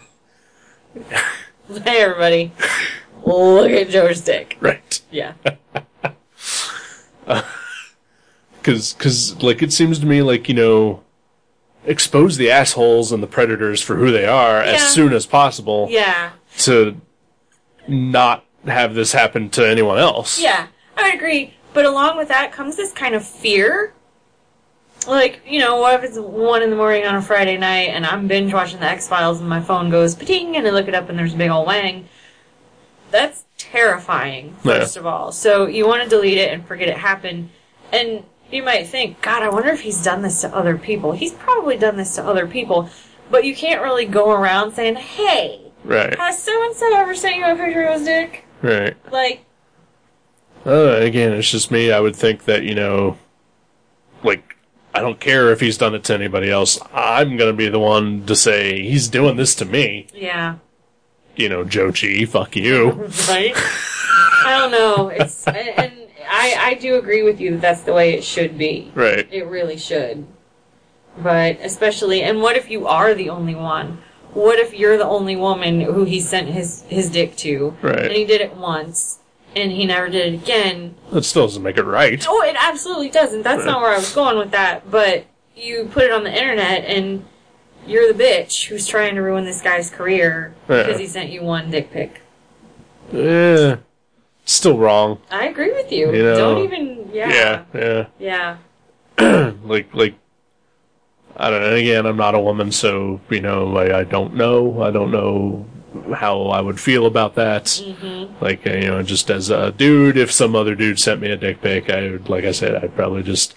B: hey, everybody. Look at Joe's dick.
A: Right.
B: Yeah.
A: Cause, cause, like, it seems to me like, you know, expose the assholes and the predators for who they are
B: Yeah.
A: as soon as possible
B: Yeah.
A: to not have this happen to anyone else.
B: Yeah. I would agree. But along with that comes this kind of fear. Like, you know, what if it's one in the morning on a Friday night and I'm binge watching the X Files and my phone goes pating and I look it up and there's a big old wang. That's terrifying,
A: Yeah.
B: first of all. So you want to delete it and forget it happened. And you might think, God, I wonder if he's done this to other people. He's probably done this to other people. But you can't really go around saying, Hey,
A: Right.
B: has so and so ever sent you a picture of his dick?
A: Right.
B: Like,
A: Uh, again, it's just me. I would think that, you know, like, I don't care if he's done it to anybody else. I'm going to be the one to say, he's doing this to me.
B: yeah.
A: You know, Joji, fuck you.
B: right? I don't know. It's and, and I I do agree with you that that's the way it should be.
A: right.
B: It really should. But especially, and what if you are the only one? What if you're the only woman who he sent his his dick to,
A: Right.
B: and he did it once, and he never did it again?
A: That still doesn't make it right.
B: Oh, it absolutely doesn't. That's not where I was going with that. But you put it on the internet, and you're the bitch who's trying to ruin this guy's career
A: Yeah.
B: because he sent you one dick pic.
A: Yeah. Still wrong.
B: I agree with you.
A: You know,
B: Don't even. Yeah.
A: Yeah. Yeah.
B: Yeah.
A: Like, like, I don't know. And again, I'm not a woman, so, you know, I, I don't know. I don't know how I would feel about that. Like, uh, you know, just as a dude, if some other dude sent me a dick pic, I would, like I said, I'd probably just,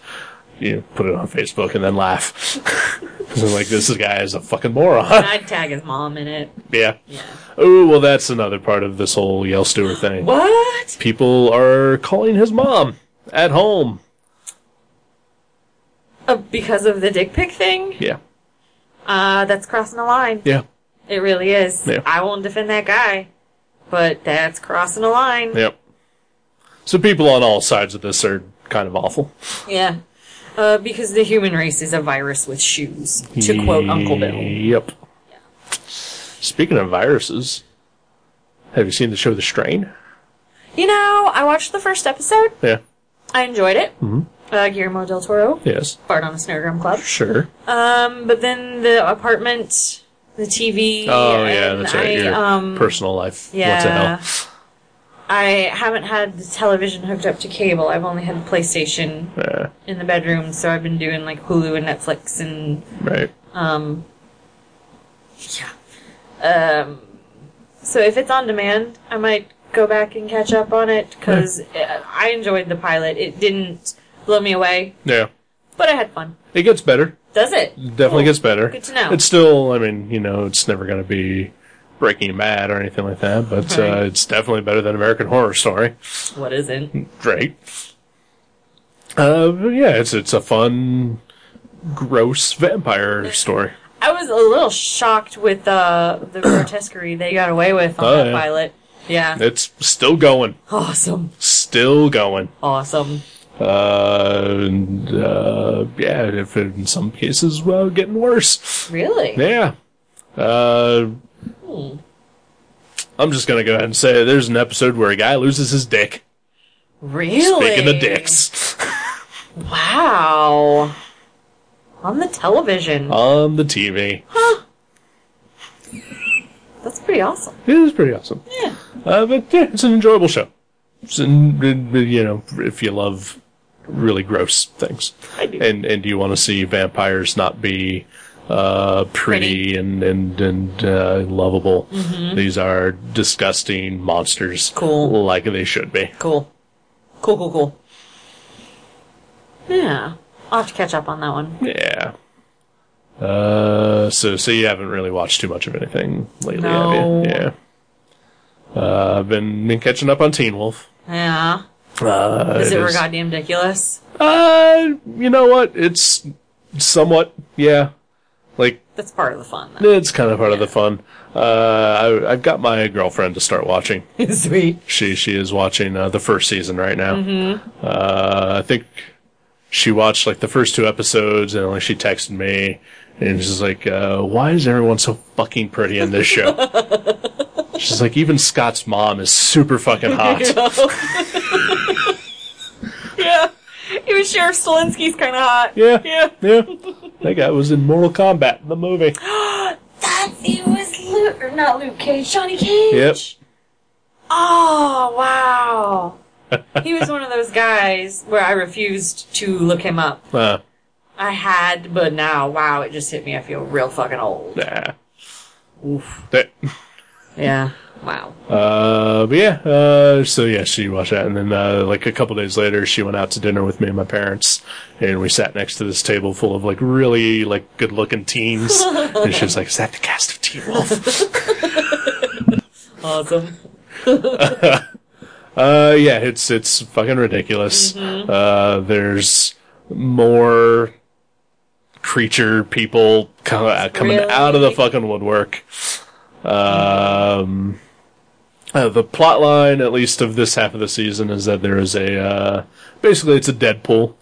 A: you know, put it on Facebook and then laugh. 'Cause I'm like, this guy is a fucking moron.
B: I'd tag his mom in it.
A: yeah.
B: Yeah.
A: Oh, well, that's another part of this whole Yale Stewart thing.
B: What?
A: people are calling his mom at home.
B: Uh, because of the dick pic thing?
A: Yeah.
B: Uh, that's crossing a line.
A: Yeah.
B: It really is.
A: Yeah.
B: I won't defend that guy, but that's crossing a line.
A: Yep. So people on all sides of this are kind of awful.
B: Yeah. Uh, because the human race is a virus with shoes, to quote Uncle Bill.
A: Yep. Speaking of viruses, have you seen the show The Strain?
B: You know, I watched the first episode.
A: Yeah.
B: I enjoyed it.
A: Mm-hmm.
B: Uh, Guillermo del Toro,
A: Yes.
B: Bart on a Snare Drum Club.
A: Sure.
B: Um, but then the apartment, the TV.
A: Oh yeah,
B: and
A: that's right.
B: I,
A: Your
B: um,
A: personal life. What the
B: yeah.
A: hell?
B: I haven't had the television hooked up to cable. I've only had the PlayStation
A: Yeah,
B: in the bedroom, so I've been doing like Hulu and Netflix and
A: right.
B: um, yeah. Um, so if it's on demand, I might go back and catch up on it because I enjoyed the pilot. It didn't blow me away,
A: Yeah.
B: but I had fun.
A: It gets better.
B: Does it?
A: Definitely
B: Cool.
A: gets better.
B: Good to know.
A: It's still, I mean, you know, it's never going to be Breaking Bad or anything like that, but uh,
B: Right.
A: it's definitely better than American Horror Story.
B: What isn't?
A: Great. Uh, but yeah, it's it's a fun, gross vampire story.
B: I was a little shocked with uh, the grotesquerie they got away with on
A: Oh,
B: that
A: yeah.
B: pilot. Yeah.
A: It's still going,
B: Awesome.
A: still going.
B: Awesome.
A: Uh, and, uh, yeah, if in some cases, well, getting worse.
B: Really?
A: Yeah. Uh, I'm just gonna go ahead and say there's an episode where a guy loses his dick.
B: Really?
A: Speaking of dicks,
B: Wow. On the television.
A: on the TV,
B: That's pretty awesome.
A: it is pretty awesome.
B: Yeah.
A: Uh, but yeah, it's an enjoyable show. It's an, you know, if you love really gross things,
B: I do.
A: and and you want to see vampires not be uh, pretty, and and and uh, lovable, these are disgusting monsters,
B: Mm-hmm. Cool.
A: like they should be.
B: Cool. Cool, cool, cool. Yeah. I'll have to catch up on that one.
A: Yeah. Uh, so so you haven't really watched too much of anything lately,
B: No.
A: have you? Yeah. Uh, I've been been catching up on Teen Wolf.
B: Yeah.
A: Uh,
B: Is it
A: is-
B: goddamn ridiculous?
A: Uh, you know what? It's somewhat, yeah. Like
B: That's part of the fun, though.
A: it's kind of part of the fun. Uh, I, I've got my girlfriend to start watching.
B: Sweet.
A: She she is watching uh, the first season right now. Uh, I think she watched like the first two episodes, and like she texted me, and she's like, uh, "Why is everyone so fucking pretty in this show?" she's like, "Even Scott's mom is super fucking hot."
B: Yeah. Even Sheriff Stalinsky's kind of hot.
A: yeah,
B: Yeah.
A: yeah. That guy was in Mortal Kombat, the movie.
B: That's, it was Luke, or not Luke Cage, Johnny Cage.
A: Yep.
B: Oh, wow. he was one of those guys where I refused to look him up.
A: Uh,
B: I had, but now, wow, it just hit me. I feel real fucking old.
A: nah.
B: Oof.
A: That-
B: Yeah. Wow.
A: Uh, but yeah, uh, so yeah, she watched that, and then uh, like a couple days later, she went out to dinner with me and my parents, and we sat next to this table full of like really like good looking teens, and she was like, "Is that the cast of Teen Wolf?"
B: Awesome.
A: uh, yeah, it's it's fucking ridiculous.
B: Mm-hmm.
A: Uh, there's more creature people co- uh, coming
B: Really?
A: out of the fucking woodwork. Um, uh, the plot line, at least of this half of the season, is that there is a uh, basically it's a Deadpool,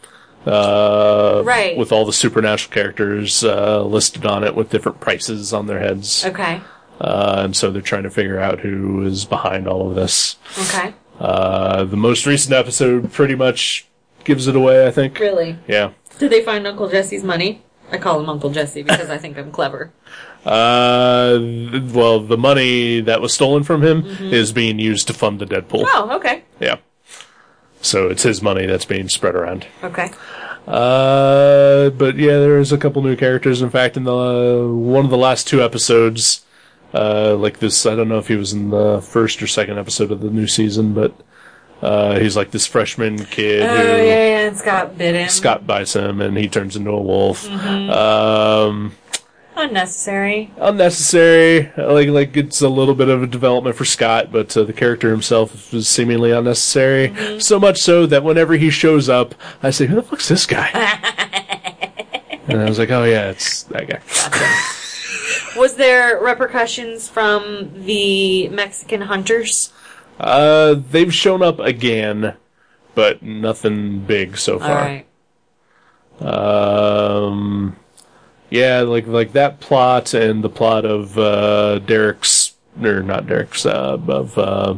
A: uh,
B: Right.
A: With all the supernatural characters uh, listed on it with different prices on their heads,
B: Okay.
A: uh, and so they're trying to figure out who is behind all of this.
B: Okay.
A: Uh, the most recent episode pretty much gives it away, I think.
B: Really?
A: Yeah.
B: Did they find Uncle Jesse's money? I call him Uncle Jesse because I think I'm clever.
A: Uh, th- well, the money that was stolen from him is being used to fund the Deadpool.
B: Mm-hmm. Oh, okay.
A: Yeah. So it's his money that's being spread around.
B: Okay.
A: Uh, but yeah, there's a couple new characters. In fact, in the one of the last two episodes, uh, like this, I don't know if he was in the first or second episode of the new season, but uh, he's like this freshman kid
B: Oh,
A: who.
B: yeah, yeah. And Scott bit him.
A: Scott bites him and he turns into a wolf. Um,
B: Unnecessary.
A: unnecessary. Like like it's a little bit of a development for Scott, but uh, the character himself is seemingly unnecessary.
B: Mm-hmm.
A: So much so that whenever he shows up, I say, "Who the fuck's this guy?" and I was like, "Oh yeah, it's that guy."
B: Was there repercussions from the Mexican hunters?
A: Uh, they've shown up again, but nothing big so far.
B: All right.
A: Um, yeah, like like that plot and the plot of uh, Derek's or not Derek's uh, of uh,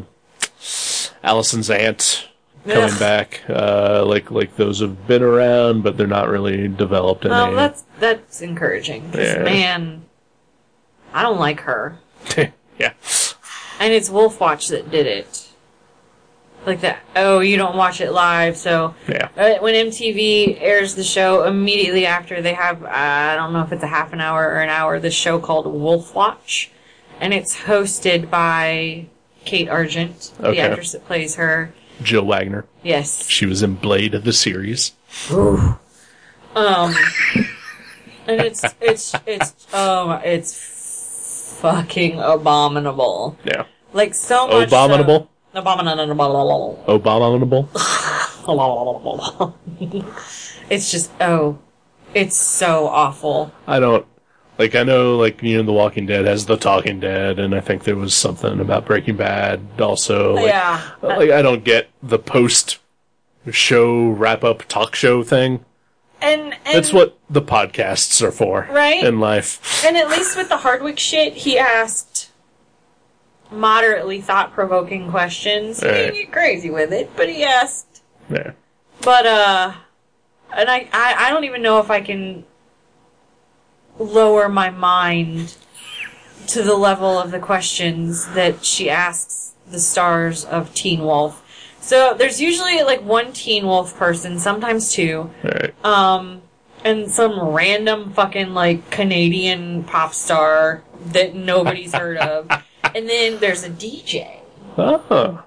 A: Allison's aunt coming
B: Ugh.
A: back. Uh, like like those have been around, but they're not really developed. And
B: Well,
A: they-
B: Oh, that's that's encouraging. 'cause,
A: Yeah.
B: man, I don't like her.
A: yeah.
B: And it's Wolf Watch that did it. Like that. Oh, you don't watch it live, so
A: Yeah.
B: Uh, when MTV airs the show immediately after, they have uh, I don't know if it's a half an hour or an hour. This show called Wolf Watch, and it's hosted by Kate Argent,
A: Okay.
B: the actress that plays her.
A: Jill Wagner.
B: Yes,
A: She was in Blade of the series.
B: um, and it's it's it's um it's fucking abominable.
A: Yeah.
B: Like so much so-
A: Abominable.
B: Abominable.
A: Abominable.
B: it's just oh, it's so awful.
A: I don't like. I know like you know The Walking Dead has The Talking Dead, and I think there was something about Breaking Bad also. Like,
B: yeah.
A: Like I don't get the post show wrap up talk show thing.
B: And, and
A: That's what the podcasts are for,
B: Right?
A: In life,
B: And at least with the Hardwick shit, he asked moderately thought provoking questions. He didn't
A: Right.
B: get crazy with it, but he asked.
A: yeah.
B: But, uh, and I, I, I don't even know if I can lower my mind to the level of the questions that she asks the stars of Teen Wolf. So there's usually like one Teen Wolf person, sometimes two,
A: All right.
B: um, and some random fucking like Canadian pop star that nobody's heard of. And then there's a DJ
A: Oh,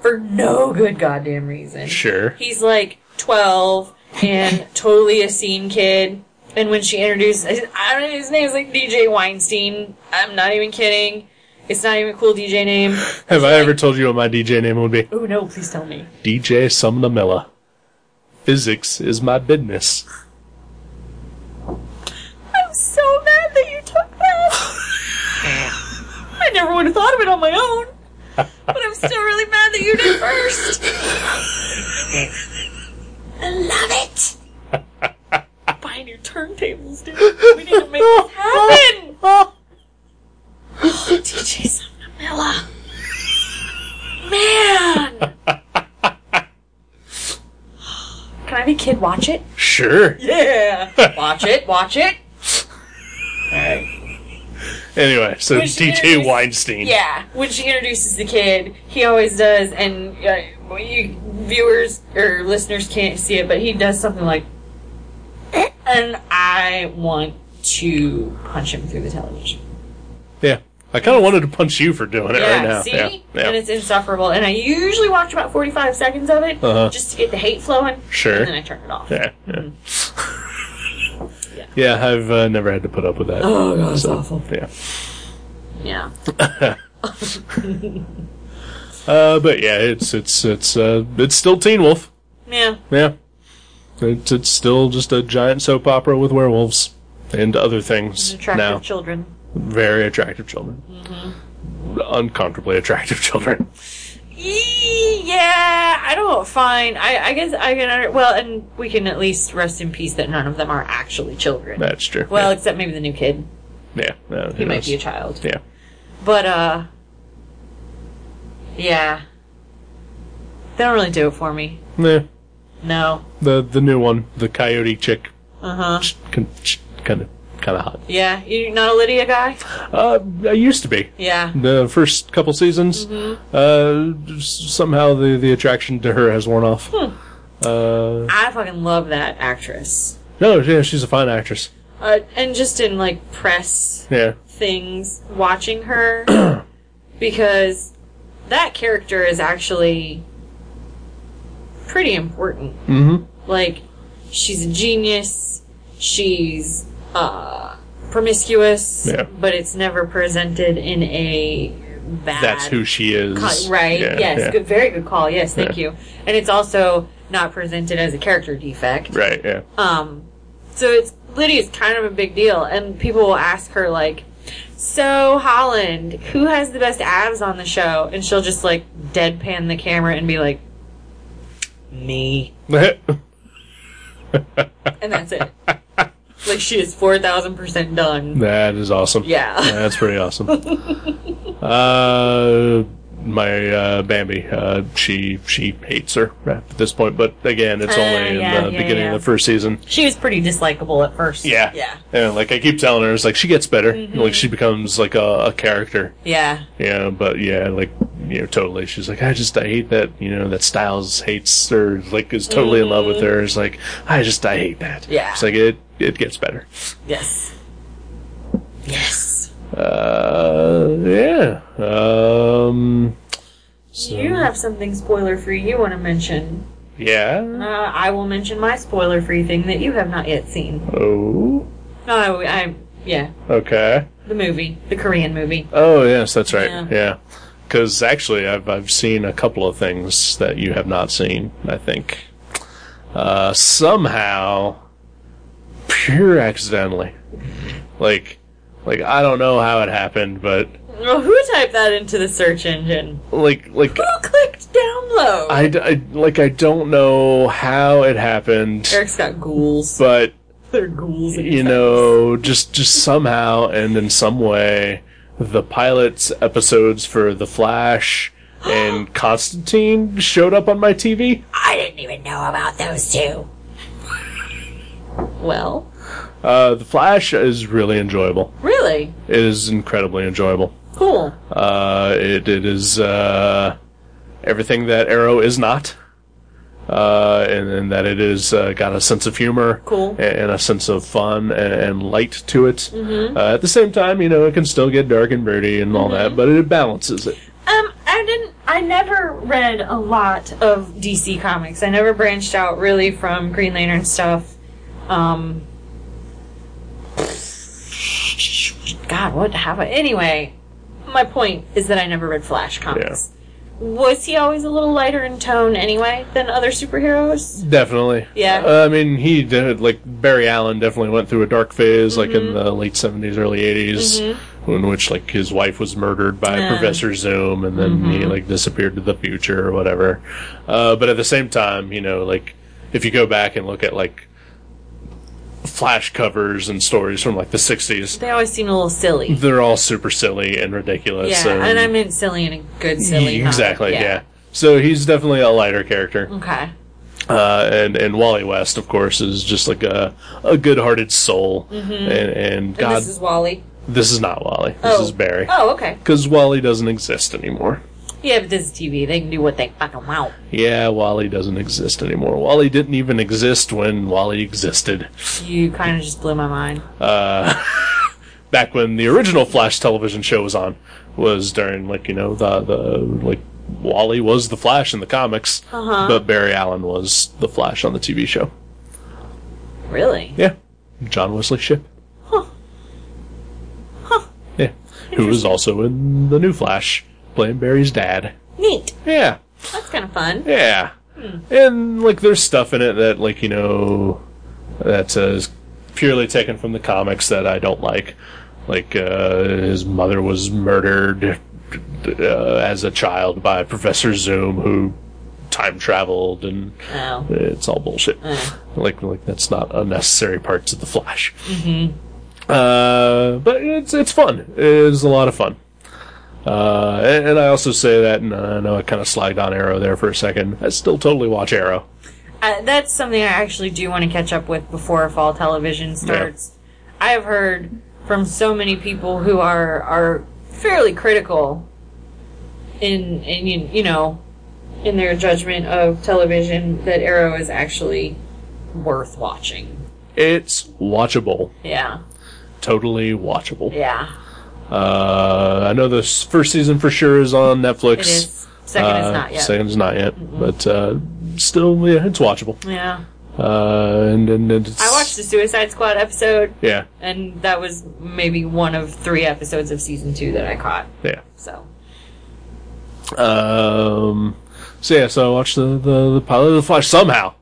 B: for no good goddamn reason.
A: sure.
B: He's like 12 and totally a scene kid. And when she introduced, I I don't know, his name's like DJ Weinstein. I'm not even kidding. It's not even a cool DJ name.
A: Have I ever told you what my DJ name would be?
B: Oh no, please tell me.
A: DJ Sumnamilla. Physics is my business.
B: I'm so mad that you took that. I never would have thought of it on my own. But I'm still really mad that you did first. I love it. Buy new turntables, dude. We need to make this happen. DJ Samamela. Man. Can I be kid watch it?
A: Sure.
B: Yeah. Watch it, watch it.
A: Anyway, so
B: Which
A: DJ
B: introduced-
A: Weinstein.
B: Yeah, when she introduces the kid, he always does, and uh, well, you viewers or listeners can't see it, but he does something like, and I want to punch him through the television.
A: Yeah. I kind of wanted to punch you for doing it
B: yeah,
A: right now.
B: see,
A: Yeah.
B: and
A: Yeah.
B: it's insufferable. And I usually watch about forty-five seconds of it
A: Uh-huh.
B: just to get the hate flowing,
A: Sure.
B: and then I turn it off.
A: Yeah. Yeah. yeah, I've uh, never had to put up with that.
B: Oh god, it's awful.
A: Yeah.
B: Yeah,
A: Uh, but yeah, it's it's it's uh, it's still Teen Wolf.
B: yeah,
A: Yeah. It's it's still just a giant soap opera with werewolves and other things
B: attractive
A: now.
B: children.
A: Very attractive children.
B: Mm-hmm.
A: Uncomfortably attractive children.
B: Yeah, I don't find. I, I guess I can. Under, well, and we can at least rest in peace that none of them are actually children.
A: That's true.
B: well, except maybe the new kid.
A: yeah, yeah. no, who
B: He might
A: knows?
B: be a child.
A: Yeah.
B: But, uh. Yeah. They don't really do it for me.
A: Yeah.
B: No.
A: The the new one, the coyote chick,
B: Uh huh.
A: kind of kind of hot.
B: Yeah. You're not a Lydia guy?
A: Uh, I used to be.
B: Yeah.
A: The first couple seasons,
B: Mm-hmm.
A: uh, s- somehow the, the attraction to her has worn off.
B: Hmm.
A: Uh,
B: I fucking love that actress.
A: no, yeah, she's a fine actress.
B: Uh, and just in, like, press
A: Yeah,
B: things watching her because that character is actually pretty important.
A: Mhm.
B: Like, she's a genius. She's uh, promiscuous,
A: Yeah.
B: but it's never presented in a bad.
A: that's who she is.
B: Con- right?
A: Yeah,
B: yes.
A: yeah.
B: Good. Very good call. Yes. Thank
A: Yeah.
B: you. And it's also not presented as a character defect.
A: Right. Yeah.
B: Um, so it's Lydia's kind of a big deal, and people will ask her like, "So Holland, who has the best abs on the show?" And she'll just like deadpan the camera and be like, "Me," Uh. and that's it. like she is four thousand percent done.
A: that is awesome.
B: Yeah.
A: That's pretty awesome. uh, my uh, Bambi. Uh, she she hates her at this point, but again, it's
B: Ah,
A: only in
B: yeah,
A: the
B: yeah,
A: beginning
B: yeah.
A: of the first season.
B: She was pretty dislikable at first.
A: Yeah,
B: Yeah. Mm-hmm.
A: And like I keep telling her, it's like she gets better. Like she becomes like a, a character.
B: Yeah.
A: Yeah, but yeah, like you know, totally. She's like, I just I hate that. You know that Styles hates her. Like is totally in love with her. It's like I just I hate that.
B: Yeah.
A: It's like it it gets better.
B: Yes. Yes.
A: Uh, yeah. Um,
B: You have something spoiler free you want to mention. Uh,
A: yeah.
B: I will mention my spoiler free thing that you have not yet seen.
A: Oh,
B: No, I, I- yeah,
A: okay.
B: the movie, the Korean movie.
A: Oh, yes, that's right.
B: Yeah.
A: Yeah. Cuz actually I've I've seen a couple of things that you have not seen, I think. Uh somehow pure accidentally. Like like I don't know how it happened, but
B: Well, who typed that into the search engine?
A: like like
B: Who clicked download?
A: I, d- I- like I don't know how it happened,
B: Eric's got ghouls.
A: but
B: They're ghouls. in
A: you
B: his
A: know, just just somehow and in some way, the pilots episodes for The Flash and Constantine showed up on my TV.
B: house. I didn't even know about those two. well,
A: Uh, the Flash is really enjoyable.
B: really
A: It is incredibly enjoyable.
B: cool.
A: Uh, it it is uh, everything that Arrow is not. Uh, and, and that it is uh, got a sense of humor,
B: Cool.
A: a- and a sense of fun and, and light to it. Uh, at the same time, you know, it can still get dark and broody and all that, but it balances it.
B: Um, I didn't. I never read a lot of DC comics. I never branched out really from Green Lantern stuff. Um, God, what have I? Anyway, my point is that I never read Flash comics. Was he always a little lighter in tone anyway than other superheroes?
A: Definitely.
B: Yeah.
A: Uh, I mean, he did like Barry Allen definitely went through a dark phase, like
B: Mm-hmm.
A: in the late seventies, early 80s in which like his wife was murdered by
B: Yeah. Mm-hmm.
A: Professor Zoom, and then he like disappeared to the future or whatever. Uh, but at the same time, you know, like if you go back and look at like flash covers and stories from like the sixties,
B: They always seemed a little silly.
A: they're all super silly and ridiculous.
B: yeah, and I meant silly in a good silly. not-
A: exactly. Yeah. So he's definitely a lighter character.
B: Okay.
A: Uh, and and Wally West, of course, is just like a a good-hearted soul, and, and
B: Mm-hmm. And
A: God,
B: this is Wally.
A: not Wally. This
B: Oh.
A: is Barry,
B: Oh, okay.
A: because Wally doesn't exist anymore.
B: Yeah, but this is TV. They can do what they fucking want.
A: Yeah, Wally doesn't exist anymore. Wally didn't even exist when Wally existed.
B: You kind of just blew my mind.
A: Back when the original Flash television show was on, was during like you know the the like Wally was the Flash in the comics,
B: Uh-huh.
A: but Barry Allen was the Flash on the TV show.
B: Really?
A: Yeah, John Wesley Ship.
B: Huh. Huh.
A: Yeah. Who was also in The New Flash, playing Barry's dad.
B: Neat.
A: Yeah.
B: That's kind of fun.
A: Yeah.
B: Hmm.
A: And, like, there's stuff in it that, like, you know, that uh, is purely taken from the comics that I don't like. Like, uh, his mother was murdered uh, as a child by Professor Zoom, who time traveled, and
B: Oh.
A: it's all bullshit. Like, like that's not unnecessary parts of the Flash.
B: Mm-hmm.
A: Uh, but it's it's fun. It's a lot of fun. Uh, and, and I also say that, and I know I kind of slagged on Arrow there for a second. I still totally watch Arrow.
B: Uh, that's something I actually do want to catch up with before fall television starts. I have heard from so many people who are are fairly critical in in you- you know in their judgment of television that Arrow is actually worth watching.
A: It's watchable,
B: Yeah.
A: totally watchable.
B: Yeah.
A: Uh, I know the s- first season for sure is on Netflix.
B: It is. Second
A: Uh,
B: is not yet.
A: Second is not yet, but uh, still, yeah, it's watchable.
B: Yeah.
A: Uh, and, and it's,
B: I watched the Suicide Squad episode
A: Yeah,
B: and that was maybe one of three episodes of season two that I caught.
A: yeah.
B: So
A: Um, so yeah, so I watched the, the, the pilot of the Flash somehow.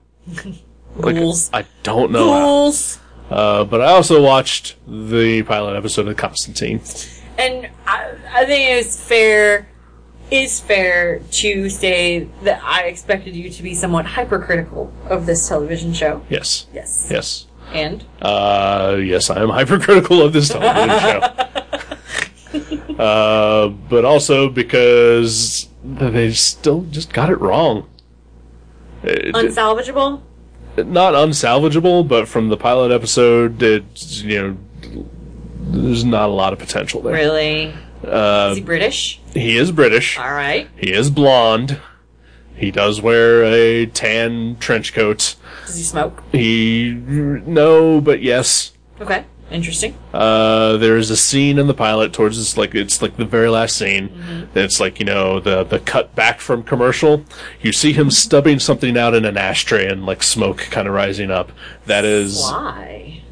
A: Like,
B: Ghouls.
A: I don't know. how.
B: ghouls.
A: Uh, but I also watched the pilot episode of Constantine.
B: And I, I think it's fair is fair to say that I expected you to be somewhat hypercritical of this television show.
A: Yes.
B: Yes.
A: Yes.
B: And
A: Uh, yes, I am hypercritical of this television show. uh, but also because they still just got it wrong. It-
B: Unsalvageable?
A: not unsalvageable, but from the pilot episode, it's, you know, there's not a lot of potential there.
B: Really?
A: Uh,
B: Is he British?
A: he is British.
B: All right.
A: He is blonde. He does wear a tan trench coat.
B: Does he smoke?
A: He no, but yes.
B: Okay. Interesting.
A: Uh, there is a scene in the pilot towards this, like it's like the very last scene. It's like you know the the cut back from commercial. You see him stubbing something out in an ashtray and like smoke kind of rising up. That is
B: Why?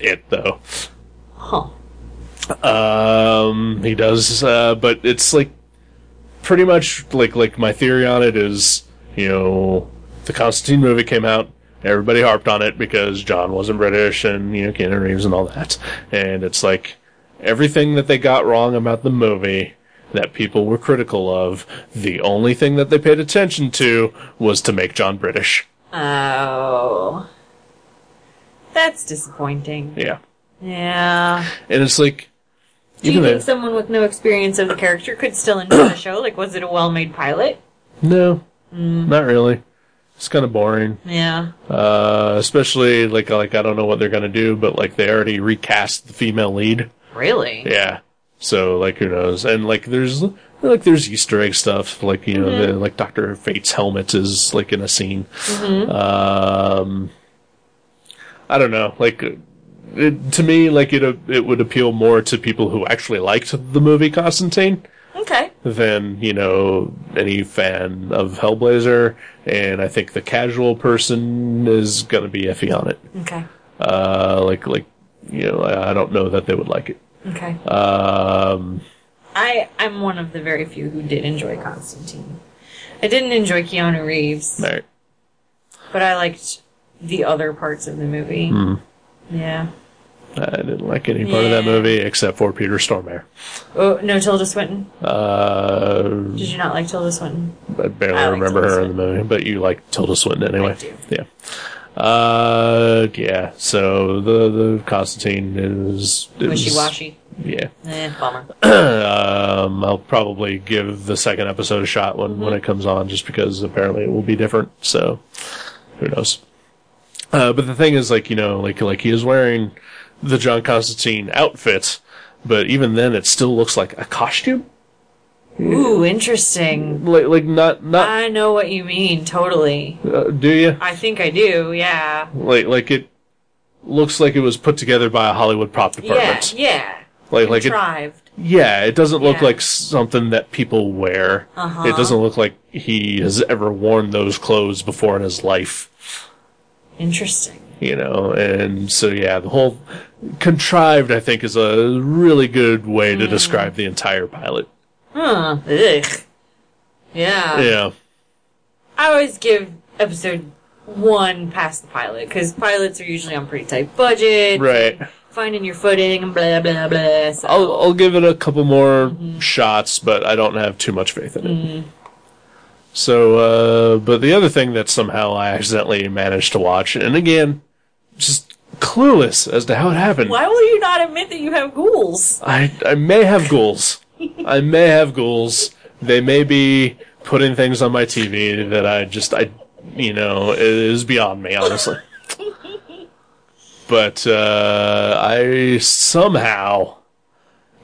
A: it though.
B: Huh.
A: Um, he does, uh, but it's like pretty much like like my theory on it is you know the Constantine movie came out. Everybody harped on it because John wasn't British and you know Keanu Reeves and all that, and it's like everything that they got wrong about the movie that people were critical of. The only thing that they paid attention to was to make John British.
B: Oh. That's disappointing.
A: Yeah,
B: Yeah.
A: and it's like
B: Do you
A: Even
B: think
A: though-
B: someone with no experience of the character could still enjoy the show? Like, was it a well made pilot?
A: no,
B: Mm.
A: not really. It's kind of boring.
B: Yeah.
A: Uh, especially like like I don't know what they're gonna do, but like they already recast the female lead.
B: Really?
A: Yeah. So like who knows? And like there's like there's Easter egg stuff. Like you know the like Doctor Fate's helmet is like in a scene. Um, I don't know. Like it, to me, like it it would appeal more to people who actually liked the movie Constantine
B: Okay.
A: than you know any fan of Hellblazer, and I think the casual person is going to be iffy on it.
B: Okay.
A: Uh, like like you know, I I don't know that they would like it.
B: Okay.
A: Um,
B: I I'm one of the very few who did enjoy Constantine. I didn't enjoy Keanu Reeves,
A: all right.
B: but I liked the other parts of the movie.
A: Hmm.
B: Yeah.
A: I didn't like any part of that
B: Yeah.
A: movie except for Peter Stormare.
B: Oh no, Tilda Swinton.
A: Uh,
B: Did you not like Tilda Swinton?
A: I barely
B: I like
A: remember
B: Tilda
A: her in the movie, but you like Tilda Swinton anyway.
B: do.
A: Yeah. Uh, yeah. So the the Constantine is it was-
B: Wishy washy.
A: Yeah.
B: Eh, bummer.
A: Um, I'll probably give the second episode a shot when,
B: Mm-hmm.
A: when it comes on, just because apparently it will be different. So, who knows? Uh, but the thing is, like you know, like like he is wearing the John Constantine outfit, but even then, it still looks like a costume.
B: Ooh, interesting.
A: Like like not not
B: I know what you mean. Totally.
A: uh, do you
B: I think I do. Yeah.
A: like like it looks like it was put together by a Hollywood prop department.
B: Yeah. Yeah.
A: Like like it,
B: Contrived.
A: Yeah, it doesn't look
B: Yeah.
A: like something that people wear.
B: Uh-huh.
A: It doesn't look like he has ever worn those clothes before in his life,
B: Interesting.
A: you know. And so yeah, the whole contrived I think is a really good way to describe the entire pilot.
B: Huh. Ugh. Yeah.
A: Yeah.
B: I always give episode one past the pilot because pilots are usually on pretty tight budget,
A: Right.
B: Finding your footing and blah blah blah. So
A: I'll I'll give it a couple more shots, but I don't have too much faith in it. So, uh, but the other thing that somehow I accidentally managed to watch, and again, just clueless as to how it happened.
B: why will you not admit that you have ghouls?
A: I, I may have ghouls. I may have ghouls. They may be putting things on my TV that I just, I, you know, it is beyond me, honestly. but uh, I somehow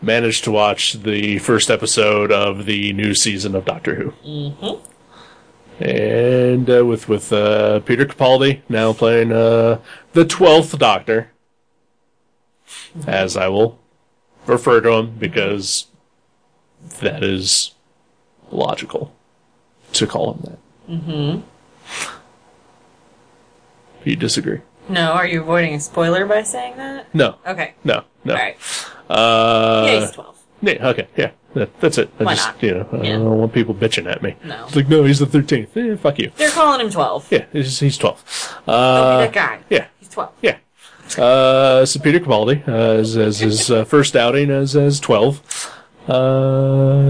A: managed to watch the first episode of the new season of Doctor Who. Mm-hmm. And uh, with with uh, Peter Capaldi now playing uh, the twelfth Doctor, as I will refer to him because that is logical to call him that. Mm-hmm. You disagree?
B: No, are you avoiding a spoiler by saying that?
A: No.
B: Okay,
A: No. No.
B: all right.
A: Uh,
B: yeah, he's twelve.
A: yeah, okay. Yeah. That, that's it. I
B: Why
A: just
B: not?
A: you know I
B: Yeah.
A: don't want people bitching at me.
B: No.
A: It's like no, he's the thirteenth. Eh, fuck you.
B: They're calling him twelve.
A: Yeah, he's, he's twelve.
B: Don't
A: Uh,
B: be that guy.
A: yeah.
B: he's twelve.
A: Yeah. Uh, so Peter Capaldi uh, as, as his uh, first outing as as twelve. Uh,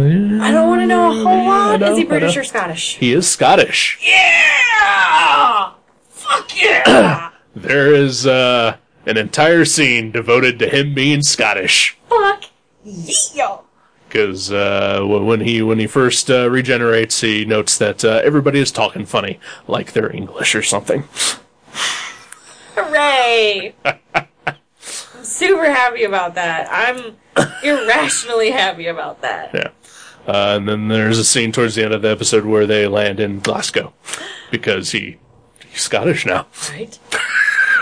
A: yeah.
B: I don't want to know a whole lot.
A: know,
B: Is he
A: I
B: British
A: know.
B: or Scottish?
A: He is Scottish.
B: Yeah. Fuck yeah.
A: There is uh, an entire scene devoted to him being Scottish.
B: Fuck yeah.
A: because uh, wh- when he when he first uh, regenerates, he notes that uh, everybody is talking funny, like they're English or something.
B: Hooray! I'm super happy about that. I'm irrationally happy about that.
A: Yeah. Uh, and then there's a scene towards the end of the episode where they land in Glasgow because he he's Scottish now.
B: Right?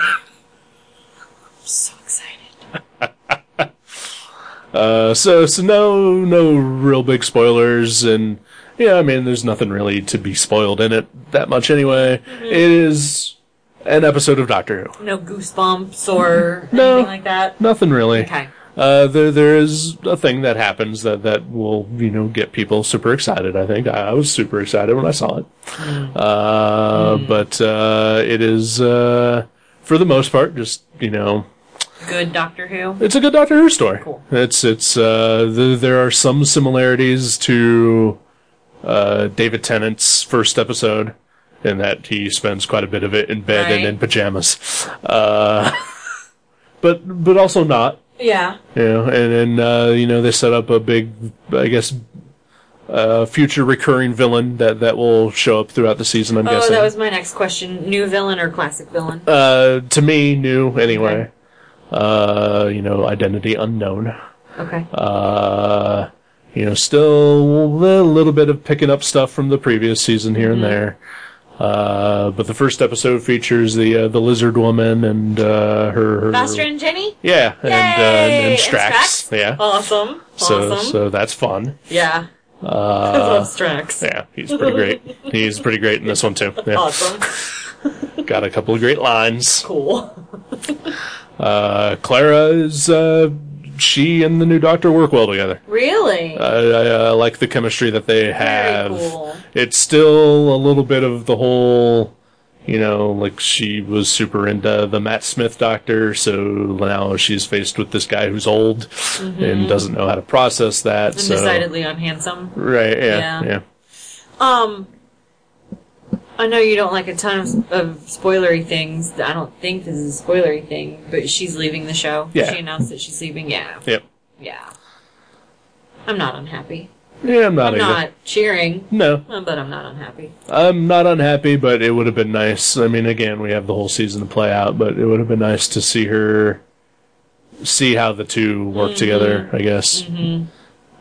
B: I'm so excited.
A: Uh, so so no no real big spoilers and yeah I mean there's nothing really to be spoiled in it that much anyway. It is an episode of Doctor Who.
B: No goosebumps or
A: No.
B: anything like that.
A: Nothing really.
B: Okay.
A: Uh, there there is a thing that happens that that will you know get people super excited. I think I, I was super excited when I saw it,
B: Hmm.
A: uh, but uh, it is uh, for the most part just you know
B: Good Doctor Who.
A: it's a good Doctor Who story.
B: Cool.
A: It's it's uh, th- there are some similarities to uh, David Tennant's first episode in that he spends quite a bit of it in bed and
B: Right.
A: in pajamas, uh, but but also not.
B: Yeah.
A: You know, and then uh, you know they set up a big, I guess, uh, future recurring villain that that will show up throughout the season. I'm
B: Oh,
A: guessing.
B: that was my next question. New villain or classic villain?
A: uh, to me, new anyway. Uh, you know, identity unknown.
B: Okay.
A: um, Uh, you know, still a little, little bit of picking up stuff from the previous season here and
B: Mm-hmm.
A: there. Uh, but the first episode features the uh, the lizard woman and uh, her, her
B: Master and Jenny?
A: yeah and, uh, and,
B: Yay!
A: and Strax yeah
B: Awesome.
A: so
B: awesome.
A: so that's fun
B: yeah. I love Strax.
A: Yeah, he's pretty great. he's pretty great in this one too. Yeah.
B: Awesome.
A: Got a couple of great lines.
B: Cool.
A: Uh, Clara is uh, she and the new Doctor work well together.
B: Really?
A: I, I, I uh, like the chemistry that they have.
B: cool.
A: It's still a little bit of the whole, you know, like she was super into the Matt Smith Doctor, so now she's faced with this guy who's old and doesn't know how to process that.
B: Mm-hmm. and
A: so
B: decidedly unhandsome.
A: right, yeah,
B: Yeah.
A: yeah.
B: Um, I know you don't like a ton of, of spoilery things. I don't think this is a spoilery thing, but she's leaving the show.
A: Yeah.
B: She announced that she's leaving. Yeah.
A: Yep.
B: Yeah. I'm not unhappy.
A: Yeah, I'm not
B: I'm
A: either.
B: not cheering,
A: No,
B: uh, but I'm not unhappy.
A: I'm not unhappy, but it would have been nice. I mean, again, we have the whole season to play out, but it would have been nice to see her see how the two work together. I guess.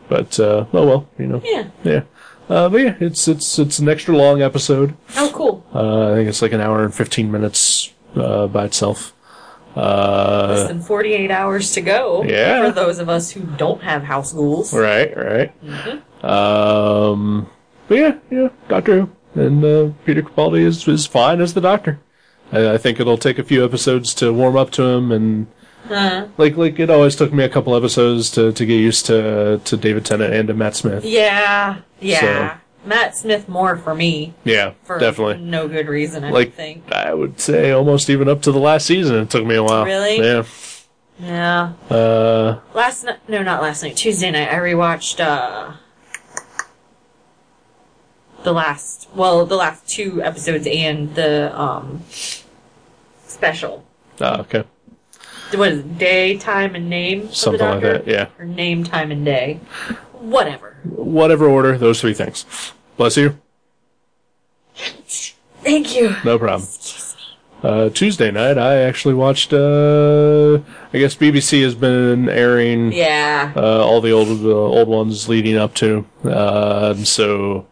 A: But uh, oh well, you know.
B: Yeah.
A: Yeah. Uh, but yeah, it's it's it's an extra long episode.
B: Oh, cool.
A: Uh, I think it's like an hour and fifteen minutes uh, by itself. Uh,
B: Less than 48 hours to go.
A: Yeah.
B: For those of us who don't have house rules.
A: Right, right.
B: Mm-hmm.
A: Um, but yeah, yeah, Doctor Who. And uh, Peter Capaldi is, is fine as the Doctor. I, I think it'll take a few episodes to warm up to him, and
B: Uh,
A: like like it always took me a couple episodes to, to get used to to David Tennant and to Matt Smith.
B: yeah. Yeah. Matt Smith more for me.
A: Yeah,
B: For
A: definitely.
B: no good reason, I
A: Like
B: think.
A: I would say, almost even up to the last season, it took me a while.
B: Really?
A: Yeah.
B: Yeah.
A: Uh,
B: Last night, no, not last night. Tuesday night, I rewatched uh the last, well, the last two episodes and the um special.
A: oh, okay.
B: What is it, day, time, and name? of the
A: Something like
B: Doctor?
A: that, yeah.
B: Or name, time, and day, whatever.
A: Whatever order, those three things. Bless you.
B: Thank you.
A: No problem. Uh, Tuesday night, I actually watched. Uh, I guess BBC has been airing
B: Yeah.
A: uh, all the old the old ones leading up to. Uh, and so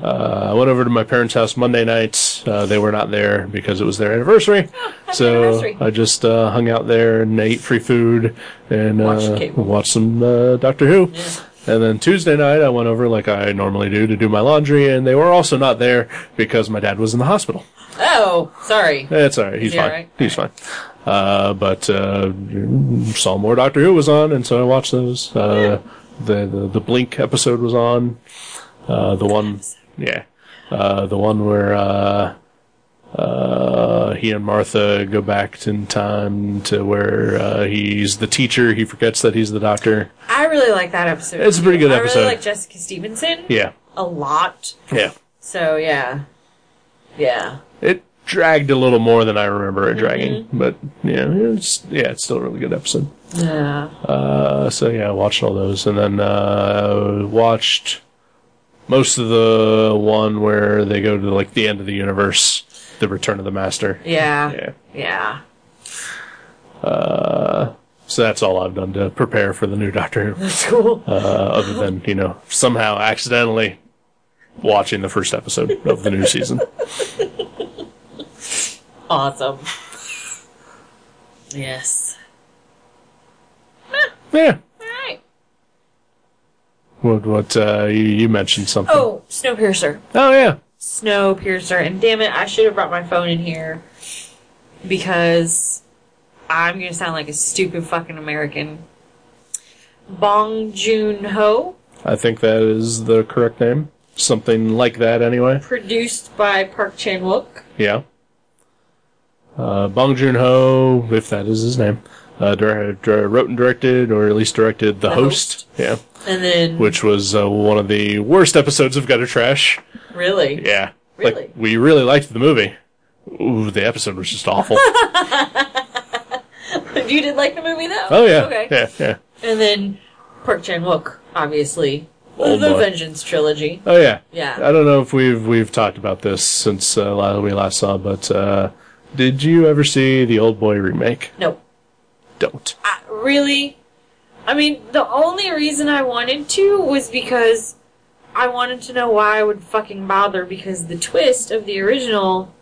A: uh, I went over to my parents' house Monday night. Uh, they were not there because it was their anniversary. so
B: anniversary.
A: I just uh, hung out there and ate free food and
B: Watched
A: uh,
B: cable.
A: watched some uh, Doctor Who. And then Tuesday night, I went over like I normally do to do my laundry, and they were also not there because my dad was in the hospital.
B: Oh, sorry.
A: It's all right. He's
B: he all
A: fine.
B: right?
A: He's fine. Uh, but uh, saw more Doctor Who was on, and so I watched those. Uh, the, the the Blink episode was on. Uh, the one, yeah, uh, the one where uh, uh, he and Martha go back in time to where uh, he's the teacher. He forgets that he's the doctor.
B: I really like that episode.
A: It's a pretty good
B: I
A: episode.
B: really like Jessica Stevenson
A: Yeah,
B: a lot.
A: yeah.
B: So yeah, yeah.
A: It dragged a little more than I remember it dragging. But yeah, it's yeah, it's still a really good episode.
B: Yeah.
A: Uh, so yeah, I watched all those, and then uh, watched most of the one where they go to like the end of the universe, the Return of the Master.
B: Yeah.
A: Yeah.
B: Yeah.
A: So that's all I've done to prepare for the new Doctor Who,
B: That's cool.
A: uh, other than you know somehow accidentally watching the first episode of the new season.
B: Awesome. Yes.
A: Yeah.
B: Alright.
A: What what uh, you you mentioned something?
B: Oh, Snowpiercer.
A: Oh, yeah.
B: Snowpiercer. And damn it, I should have brought my phone in here because I'm going to sound like a stupid fucking American. Bong Joon Ho,
A: I think that is the correct name. Something like that, anyway.
B: produced by Park Chan Wook.
A: Yeah. Uh, Bong Joon Ho, if that is his name, uh, dir- dir- wrote and directed, or at least directed, The,
B: The
A: Host. Yeah.
B: And then.
A: Which was uh, one of the worst episodes of Gutter Trash.
B: Really?
A: Yeah.
B: Really?
A: Like, we really liked the movie. Ooh, the episode was just awful.
B: You did like the movie though?
A: oh, yeah.
B: Okay.
A: Yeah, yeah.
B: And then Park Chan Wook, obviously.
A: Oh,
B: the
A: boy.
B: Vengeance trilogy.
A: Oh yeah.
B: Yeah.
A: I don't know if we've we've talked about this since uh, la- we last saw, but uh, did you ever see the Old Boy remake?
B: No.
A: Don't.
B: I, really? I mean, the only reason I wanted to was because I wanted to know why I would fucking bother because the twist of the original,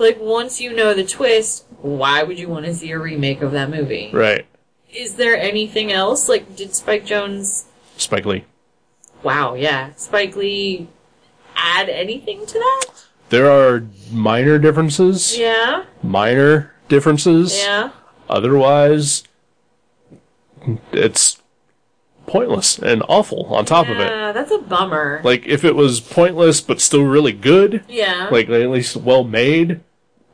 B: like, once you know the twist, why would you want to see a remake of that movie?
A: Right.
B: Is there anything else? Like, did Spike Jones.
A: Spike Lee.
B: Wow, yeah. Spike Lee add anything to that?
A: There are minor differences.
B: Yeah,
A: Minor differences.
B: yeah.
A: Otherwise, it's pointless and awful. On top of it,
B: Yeah, Uh, that's a bummer.
A: like if it was pointless but still really good,
B: yeah.
A: like at least well made,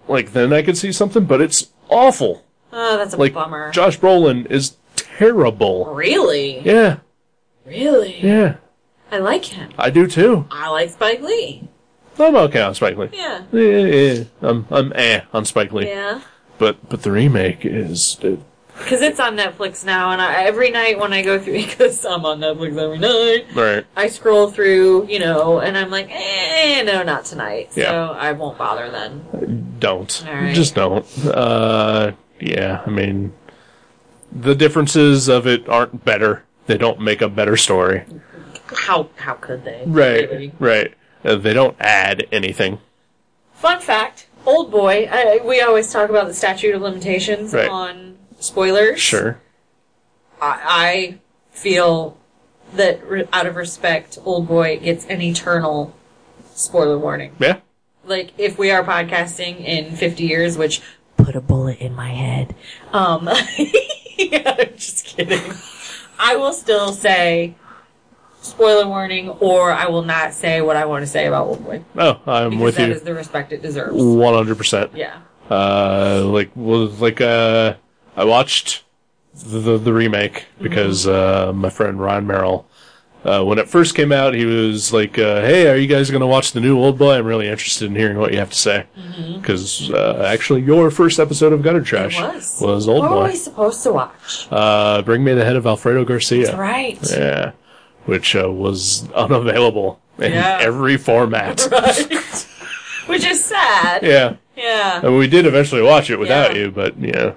A: like then I could see something. But it's awful.
B: oh, that's a
A: Like
B: bummer.
A: Josh Brolin is terrible.
B: really?
A: Yeah,
B: Really?
A: yeah,
B: I like him.
A: I do too.
B: I like Spike Lee.
A: I'm okay on Spike Lee.
B: Yeah.
A: Yeah, yeah, yeah. I'm I'm eh on Spike Lee.
B: Yeah.
A: But but the remake is it,
B: Because it's on Netflix now, and I, every night when I go through, because I'm on Netflix every night,
A: right.
B: I scroll through, you know, and I'm like, eh, no, not tonight. So
A: Yeah.
B: I won't bother then.
A: Don't
B: All right.
A: just don't. Uh, yeah. I mean, the differences of it aren't better. They don't make a better story.
B: How how could they? Really?
A: Right. Right. Uh, they don't add anything.
B: Fun fact, old boy. I, we always talk about the statute of limitations
A: Right.
B: on spoilers.
A: Sure.
B: I, I feel that re- out of respect, Old Boy gets an eternal spoiler warning.
A: Yeah.
B: Like if we are podcasting in 50 years, which put a bullet in my head. Um, yeah, I'm just kidding. I will still say spoiler warning, or I will not say what I want to say about Old Boy
A: Oh, I'm
B: because
A: with
B: that
A: you.
B: is the respect it deserves.
A: One hundred percent.
B: Yeah.
A: uh, like was like uh, I watched the the, the remake because
B: Mm-hmm.
A: uh, my friend Ron Merrill. Uh, when it first came out, he was like, uh, "Hey, are you guys going to watch the new Old Boy? I'm really interested in hearing what you have to say."
B: Mm-hmm.
A: Because uh, actually, your first episode of Gutter Trash
B: was.
A: Old
B: What were
A: Boy.
B: we supposed to watch?
A: Uh, Bring me the head of Alfredo Garcia.
B: right.
A: Yeah, which uh, was unavailable in
B: Yeah.
A: every format.
B: Right. Which is sad.
A: yeah.
B: Yeah.
A: I mean, we did eventually watch it without
B: Yeah.
A: you, but yeah.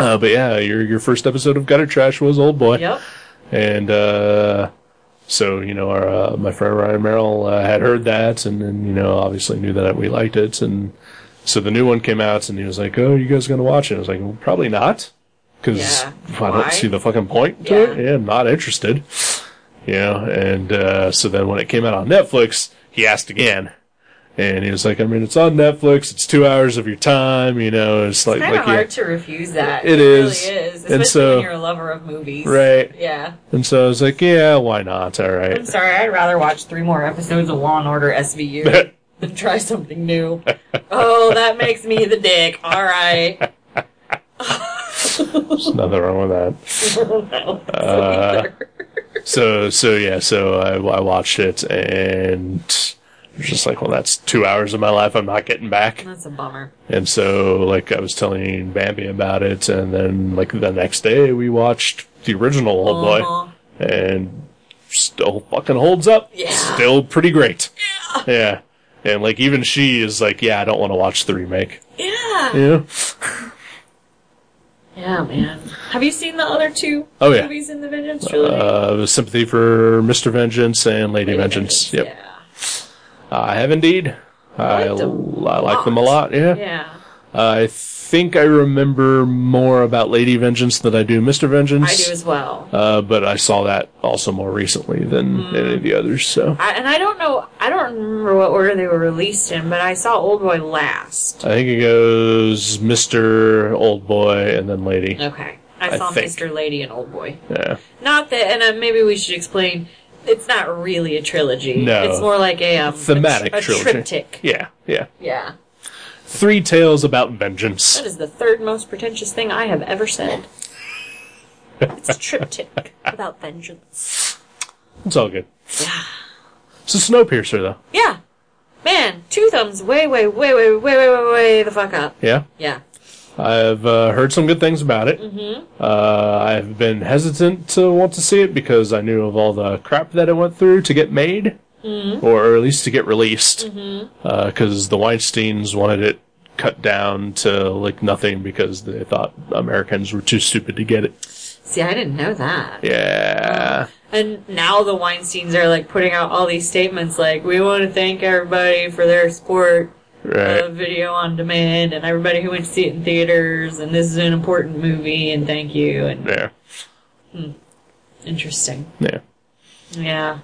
A: Uh, but yeah, your your first episode of Gutter Trash was Old Boy,
B: Yep.
A: and uh, so you know, our uh, my friend Ryan Merrill uh, had heard that, and then you know, obviously knew that we liked it, and so the new one came out, and he was like, "Oh, you guys gonna watch it?" I was like, well, "Probably not, because
B: Yeah.
A: I
B: Why?
A: don't see the fucking point to
B: Yeah.
A: it. Yeah, I'm not interested." Yeah, and uh, so then when it came out on Netflix, he asked again. And he was like, I mean, it's on Netflix. It's two hours of your time. You know, it's like,
B: Kind of
A: like
B: hard
A: yeah.
B: to refuse that.
A: It is.
B: really is, especially
A: And so-
B: when you're a lover of movies.
A: Right.
B: Yeah.
A: And so I was like, yeah, why not? All
B: I'm
A: right.
B: sorry. I'd rather watch three more episodes of Law and Order SVU than try something new. Oh, that makes me the dick. All right.
A: There's nothing wrong with Uh,
B: No,
A: that. So, so yeah, so I, I watched it and was just like, well, that's two hours of my life I'm not getting back.
B: That's a bummer.
A: And so, like, I was telling Bambi about it, and then, like, the next day we watched the original Old Boy,
B: Uh-huh.
A: and still fucking holds up.
B: Yeah.
A: Still pretty great. Yeah. And, like, even she is like, yeah, I don't want to watch the remake.
B: Yeah.
A: Yeah.
B: Yeah, man. Have you seen the other two
A: Oh, yeah.
B: movies in the Vengeance trilogy?
A: Uh, Sympathy for Mr. Vengeance and Lady,
B: Lady
A: Vengeance. Yep.
B: Yeah.
A: I have indeed. I,
B: like them
A: l- I like them a lot,
B: lot.
A: yeah.
B: Yeah.
A: I think I remember more about Lady Vengeance than I do Mr. Vengeance.
B: I do as well.
A: Uh, but I saw that also more recently than
B: Mm.
A: any of the others. So
B: I, and I don't know, I don't remember what order they were released in, but I saw Old Boy last.
A: I think it goes Mister Old Boy and then Lady.
B: Okay. I
A: I
B: saw
A: think.
B: Mr. Lady and Old Boy.
A: Yeah,
B: Not that, and uh, maybe we should explain. It's not really a trilogy.
A: No.
B: It's more like a um,
A: thematic
B: a, tr- a
A: trilogy.
B: triptych.
A: Yeah, yeah.
B: Yeah.
A: Three tales about vengeance.
B: That is the third most pretentious thing I have ever said. It's a triptych about vengeance.
A: It's all good.
B: Yeah.
A: It's a Snowpiercer, though.
B: Yeah. Man, two thumbs way, way, way, way, way, way, way, way the fuck up.
A: Yeah,
B: Yeah.
A: I've uh, heard some good things about it. Mm-hmm. Uh, I've been hesitant to want to see it because I knew of all the crap that it went through to get made,
B: Mm-hmm.
A: or at least to get released. Because the Weinstein's wanted it cut down to like nothing because they thought Americans were too stupid to get it.
B: See, I didn't know that.
A: Yeah.
B: Uh-huh. And now the Weinsteins are like putting out all these statements like, we want to thank everybody for their support
A: Right.
B: of video on demand and everybody who went to see it in theaters and this is an important movie and thank you and
A: yeah.
B: interesting.
A: Yeah.
B: Yeah.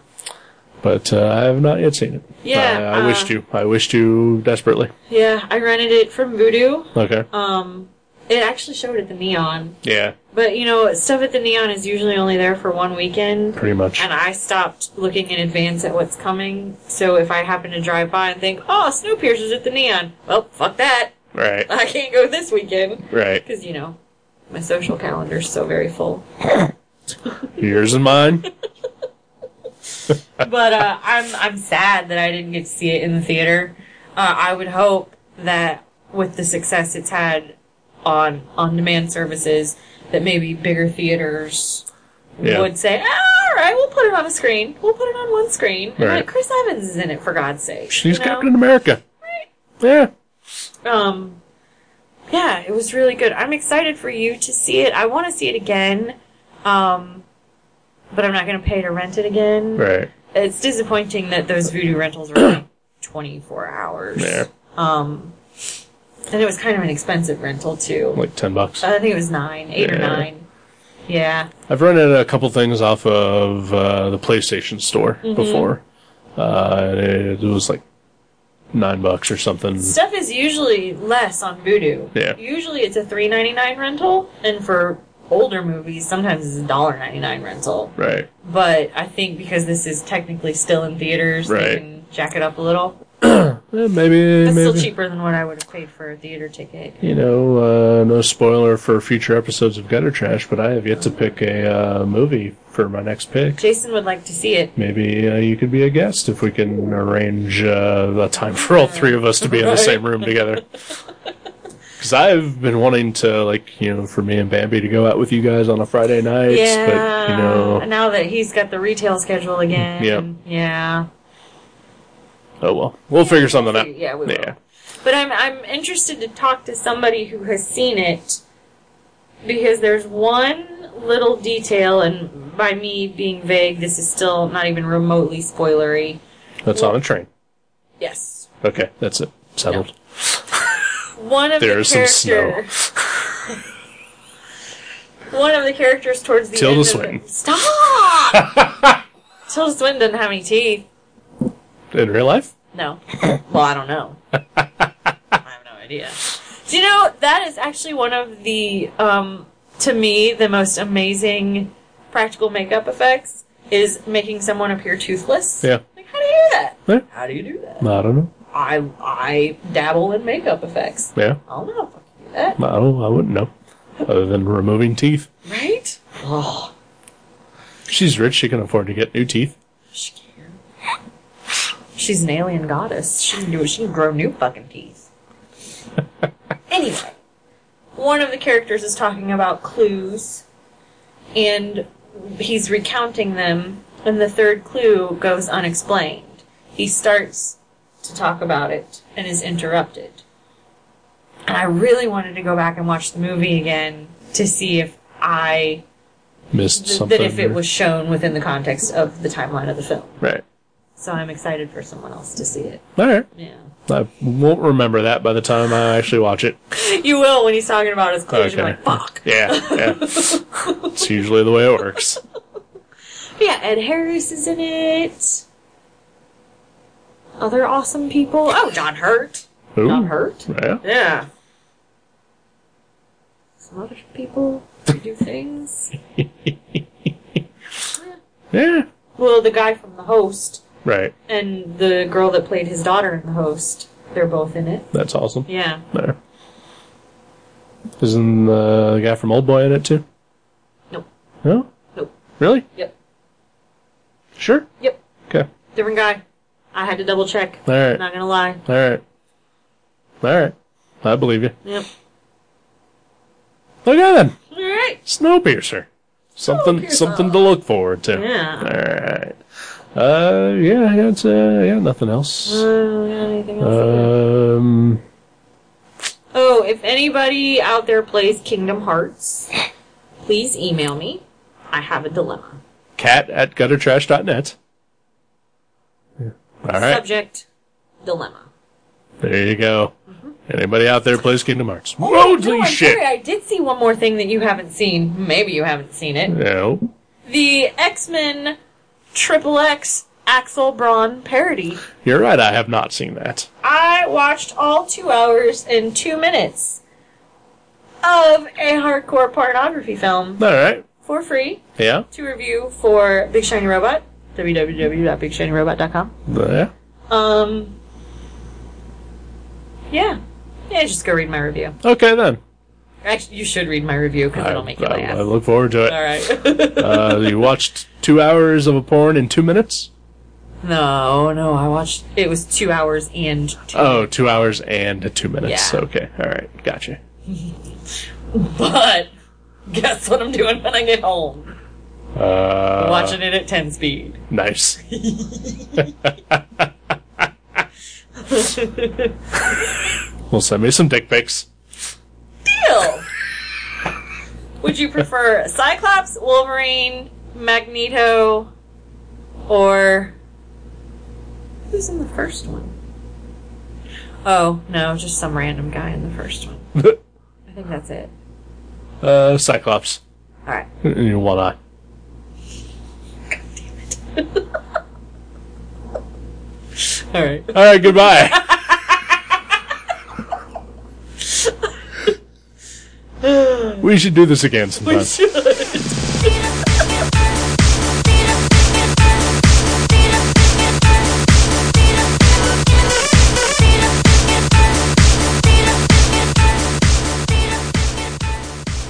A: But uh, I have not yet seen it.
B: Yeah,
A: I, I
B: uh,
A: wished you. I wished you desperately.
B: Yeah, I rented it from Voodoo.
A: Okay.
B: Um, it actually showed at the Neon.
A: yeah.
B: But you know, stuff at the Neon is usually only there for one weekend.
A: Pretty much.
B: And I stopped looking in advance at what's coming. So if I happen to drive by and think, "Oh, Snowpiercer's at the Neon," well, fuck that.
A: Right.
B: I can't go this weekend
A: Right.
B: because you know my social calendar's so very full.
A: Yours and mine.
B: but uh, I'm I'm sad that I didn't get to see it in the theater. Uh, I would hope that with the success it's had on on demand services, that maybe bigger theaters
A: Yeah.
B: would say, "Ah, "All right, we'll put it on a screen. We'll put it on one screen." And
A: Right.
B: like Chris Evans is in it for God's sake.
A: She's
B: you know?
A: Captain America. Yeah.
B: um yeah it was really good i'm excited for you to see it i want to see it again um but i'm not going to pay to rent it again
A: Right.
B: it's disappointing that those voodoo rentals were like 24 hours
A: Yeah.
B: um and it was kind of an expensive rental too
A: Like ten bucks.
B: i think it was nine eight or
A: Yeah.
B: nine yeah
A: I've rented a couple things off of uh, the PlayStation Store
B: Mm-hmm.
A: before. Uh, it, was like nine bucks or something.
B: stuff is usually less on voodoo
A: Yeah.
B: usually it's a 3.99 rental and for older movies sometimes it's a $1.99 rental
A: Right.
B: but I think because this is technically still in theaters, they
A: Right.
B: can jack it up a little.
A: Eh, maybe.
B: That's
A: maybe.
B: still cheaper than what I would have paid for a theater ticket.
A: You know, uh, no spoiler for future episodes of Gutter Trash, but I have yet to pick a uh, movie for my next pick.
B: Jason would like to see it.
A: Maybe uh, you could be a guest if we can arrange uh, a time for all three of us to be in the same room together. Because I've been wanting to, like, you know, for me and Bambi to go out with you guys on a Friday night,
B: yeah.
A: but, you know, Mm-hmm.
B: now that he's got the retail schedule again.
A: Yeah.
B: Yeah.
A: oh well. We'll figure something out.
B: Yeah, we will.
A: Yeah.
B: But I'm I'm interested to talk to somebody who has seen it because there's one little detail and by me being vague, this is still not even remotely spoilery.
A: That's on a train.
B: Yes.
A: Okay, that's it. Settled.
B: One of
A: There is
B: the
A: some
B: characters. one of the characters towards the
A: Tilda
B: end.
A: Swinton.
B: Of the, stop. Tilda Swinton doesn't have any teeth.
A: In real life?
B: No. Well, I don't know. I have no idea. Do you know that is actually one of the, um, to me, the most amazing practical makeup effects is making someone appear toothless.
A: Yeah.
B: Like, how do you do that?
A: Yeah.
B: How do you do that?
A: I don't know.
B: I I dabble in makeup effects.
A: Yeah.
B: I don't know if I can do that.
A: I don't. I wouldn't know. Other than removing teeth.
B: Right? Oh,
A: She's rich. She can afford to get new teeth.
B: she can. She's an alien goddess. She can do it. She can grow new fucking teeth. anyway, one of the characters is talking about clues, and he's recounting them, and the third clue goes unexplained. He starts to talk about it and is interrupted. And I really wanted to go back and watch the movie again to see if I
A: Missed
B: th-
A: something.
B: that if it
A: or-
B: was shown within the context of the timeline of the film.
A: right.
B: So I'm excited for someone else to see it.
A: All right.
B: Yeah.
A: I won't remember that by the time I actually watch it.
B: You will when he's talking about his clothes. You're
A: Okay.
B: like, fuck.
A: Yeah, yeah. it's usually the way it works.
B: But yeah, Ed Harris is in it. Other awesome people. Oh, John Hurt.
A: Ooh.
B: John Hurt.
A: Yeah.
B: Yeah. Some other people who do things.
A: Yeah.
B: Well, the guy from The Host
A: Right.
B: and the girl that played his daughter in The Host, they're both in it.
A: That's awesome.
B: Yeah.
A: There. Isn't the guy from Old Boy in it too?
B: Nope.
A: No?
B: Nope.
A: Really?
B: Yep.
A: Sure.
B: Yep.
A: Okay.
B: Different guy. I had to double check.
A: All right.
B: Not gonna lie.
A: All right. All right. I believe you.
B: Yep.
A: Look at him.
B: All right.
A: Snowpiercer. Something
B: Snowpiercer.
A: something to look forward to.
B: Yeah.
A: Alright. Uh yeah, yeah, it's uh yeah, nothing else.
B: Uh, anything else? Uh,
A: Um
B: oh, if anybody out there plays Kingdom Hearts, please email me. I have a dilemma.
A: cat at guttertrash.net. All right.
B: Subject: Dilemma.
A: There you go.
B: Mm-hmm.
A: Anybody out there plays Kingdom Hearts? Holy
B: No, I'm
A: shit!
B: sorry. I did see one more thing that you haven't seen. Maybe you haven't seen it.
A: No.
B: The X Men Triple X Axel Braun parody.
A: You're right, I have not seen that.
B: I watched all two hours and two minutes of a hardcore pornography film
A: All right.
B: for free
A: Yeah.
B: to review for Big Shiny Robot, www.bigshinyrobot.com.
A: Yeah.
B: Um, yeah. Yeah, just go read my review.
A: Okay, then.
B: Actually, you should read my review because it'll make you
A: I, I
B: laugh.
A: look forward to it.
B: All right.
A: Uh, you watched two hours of a porn in two minutes?
B: no, no, I watched. It was two hours and two.
A: Oh, two hours and two minutes.
B: Yeah.
A: Okay. All right. Gotcha.
B: But guess what I'm doing when I get home?
A: Uh,
B: Watching it at 10 speed.
A: Nice. well, send me some dick pics.
B: Deal. Would you prefer Cyclops, Wolverine, Magneto, or who's in the first one? Oh no, just some random guy in the first one. I think that's it.
A: uh, Cyclops.
B: All right.
A: In your one eye.
B: All right.
A: All right. Goodbye. we should do this again sometime.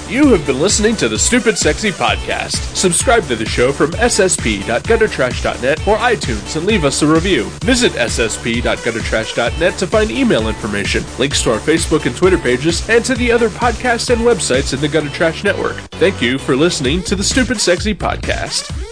A: You have been listening to the Stupid Sexy Podcast. Subscribe to the show from ssp.guttertrash.net or iTunes and leave us a review. Visit ssp.guttertrash.net to find email information, links to our Facebook and Twitter pages, and to the other podcasts and websites in the Gutter Trash Network. Thank you for listening to the Stupid Sexy Podcast.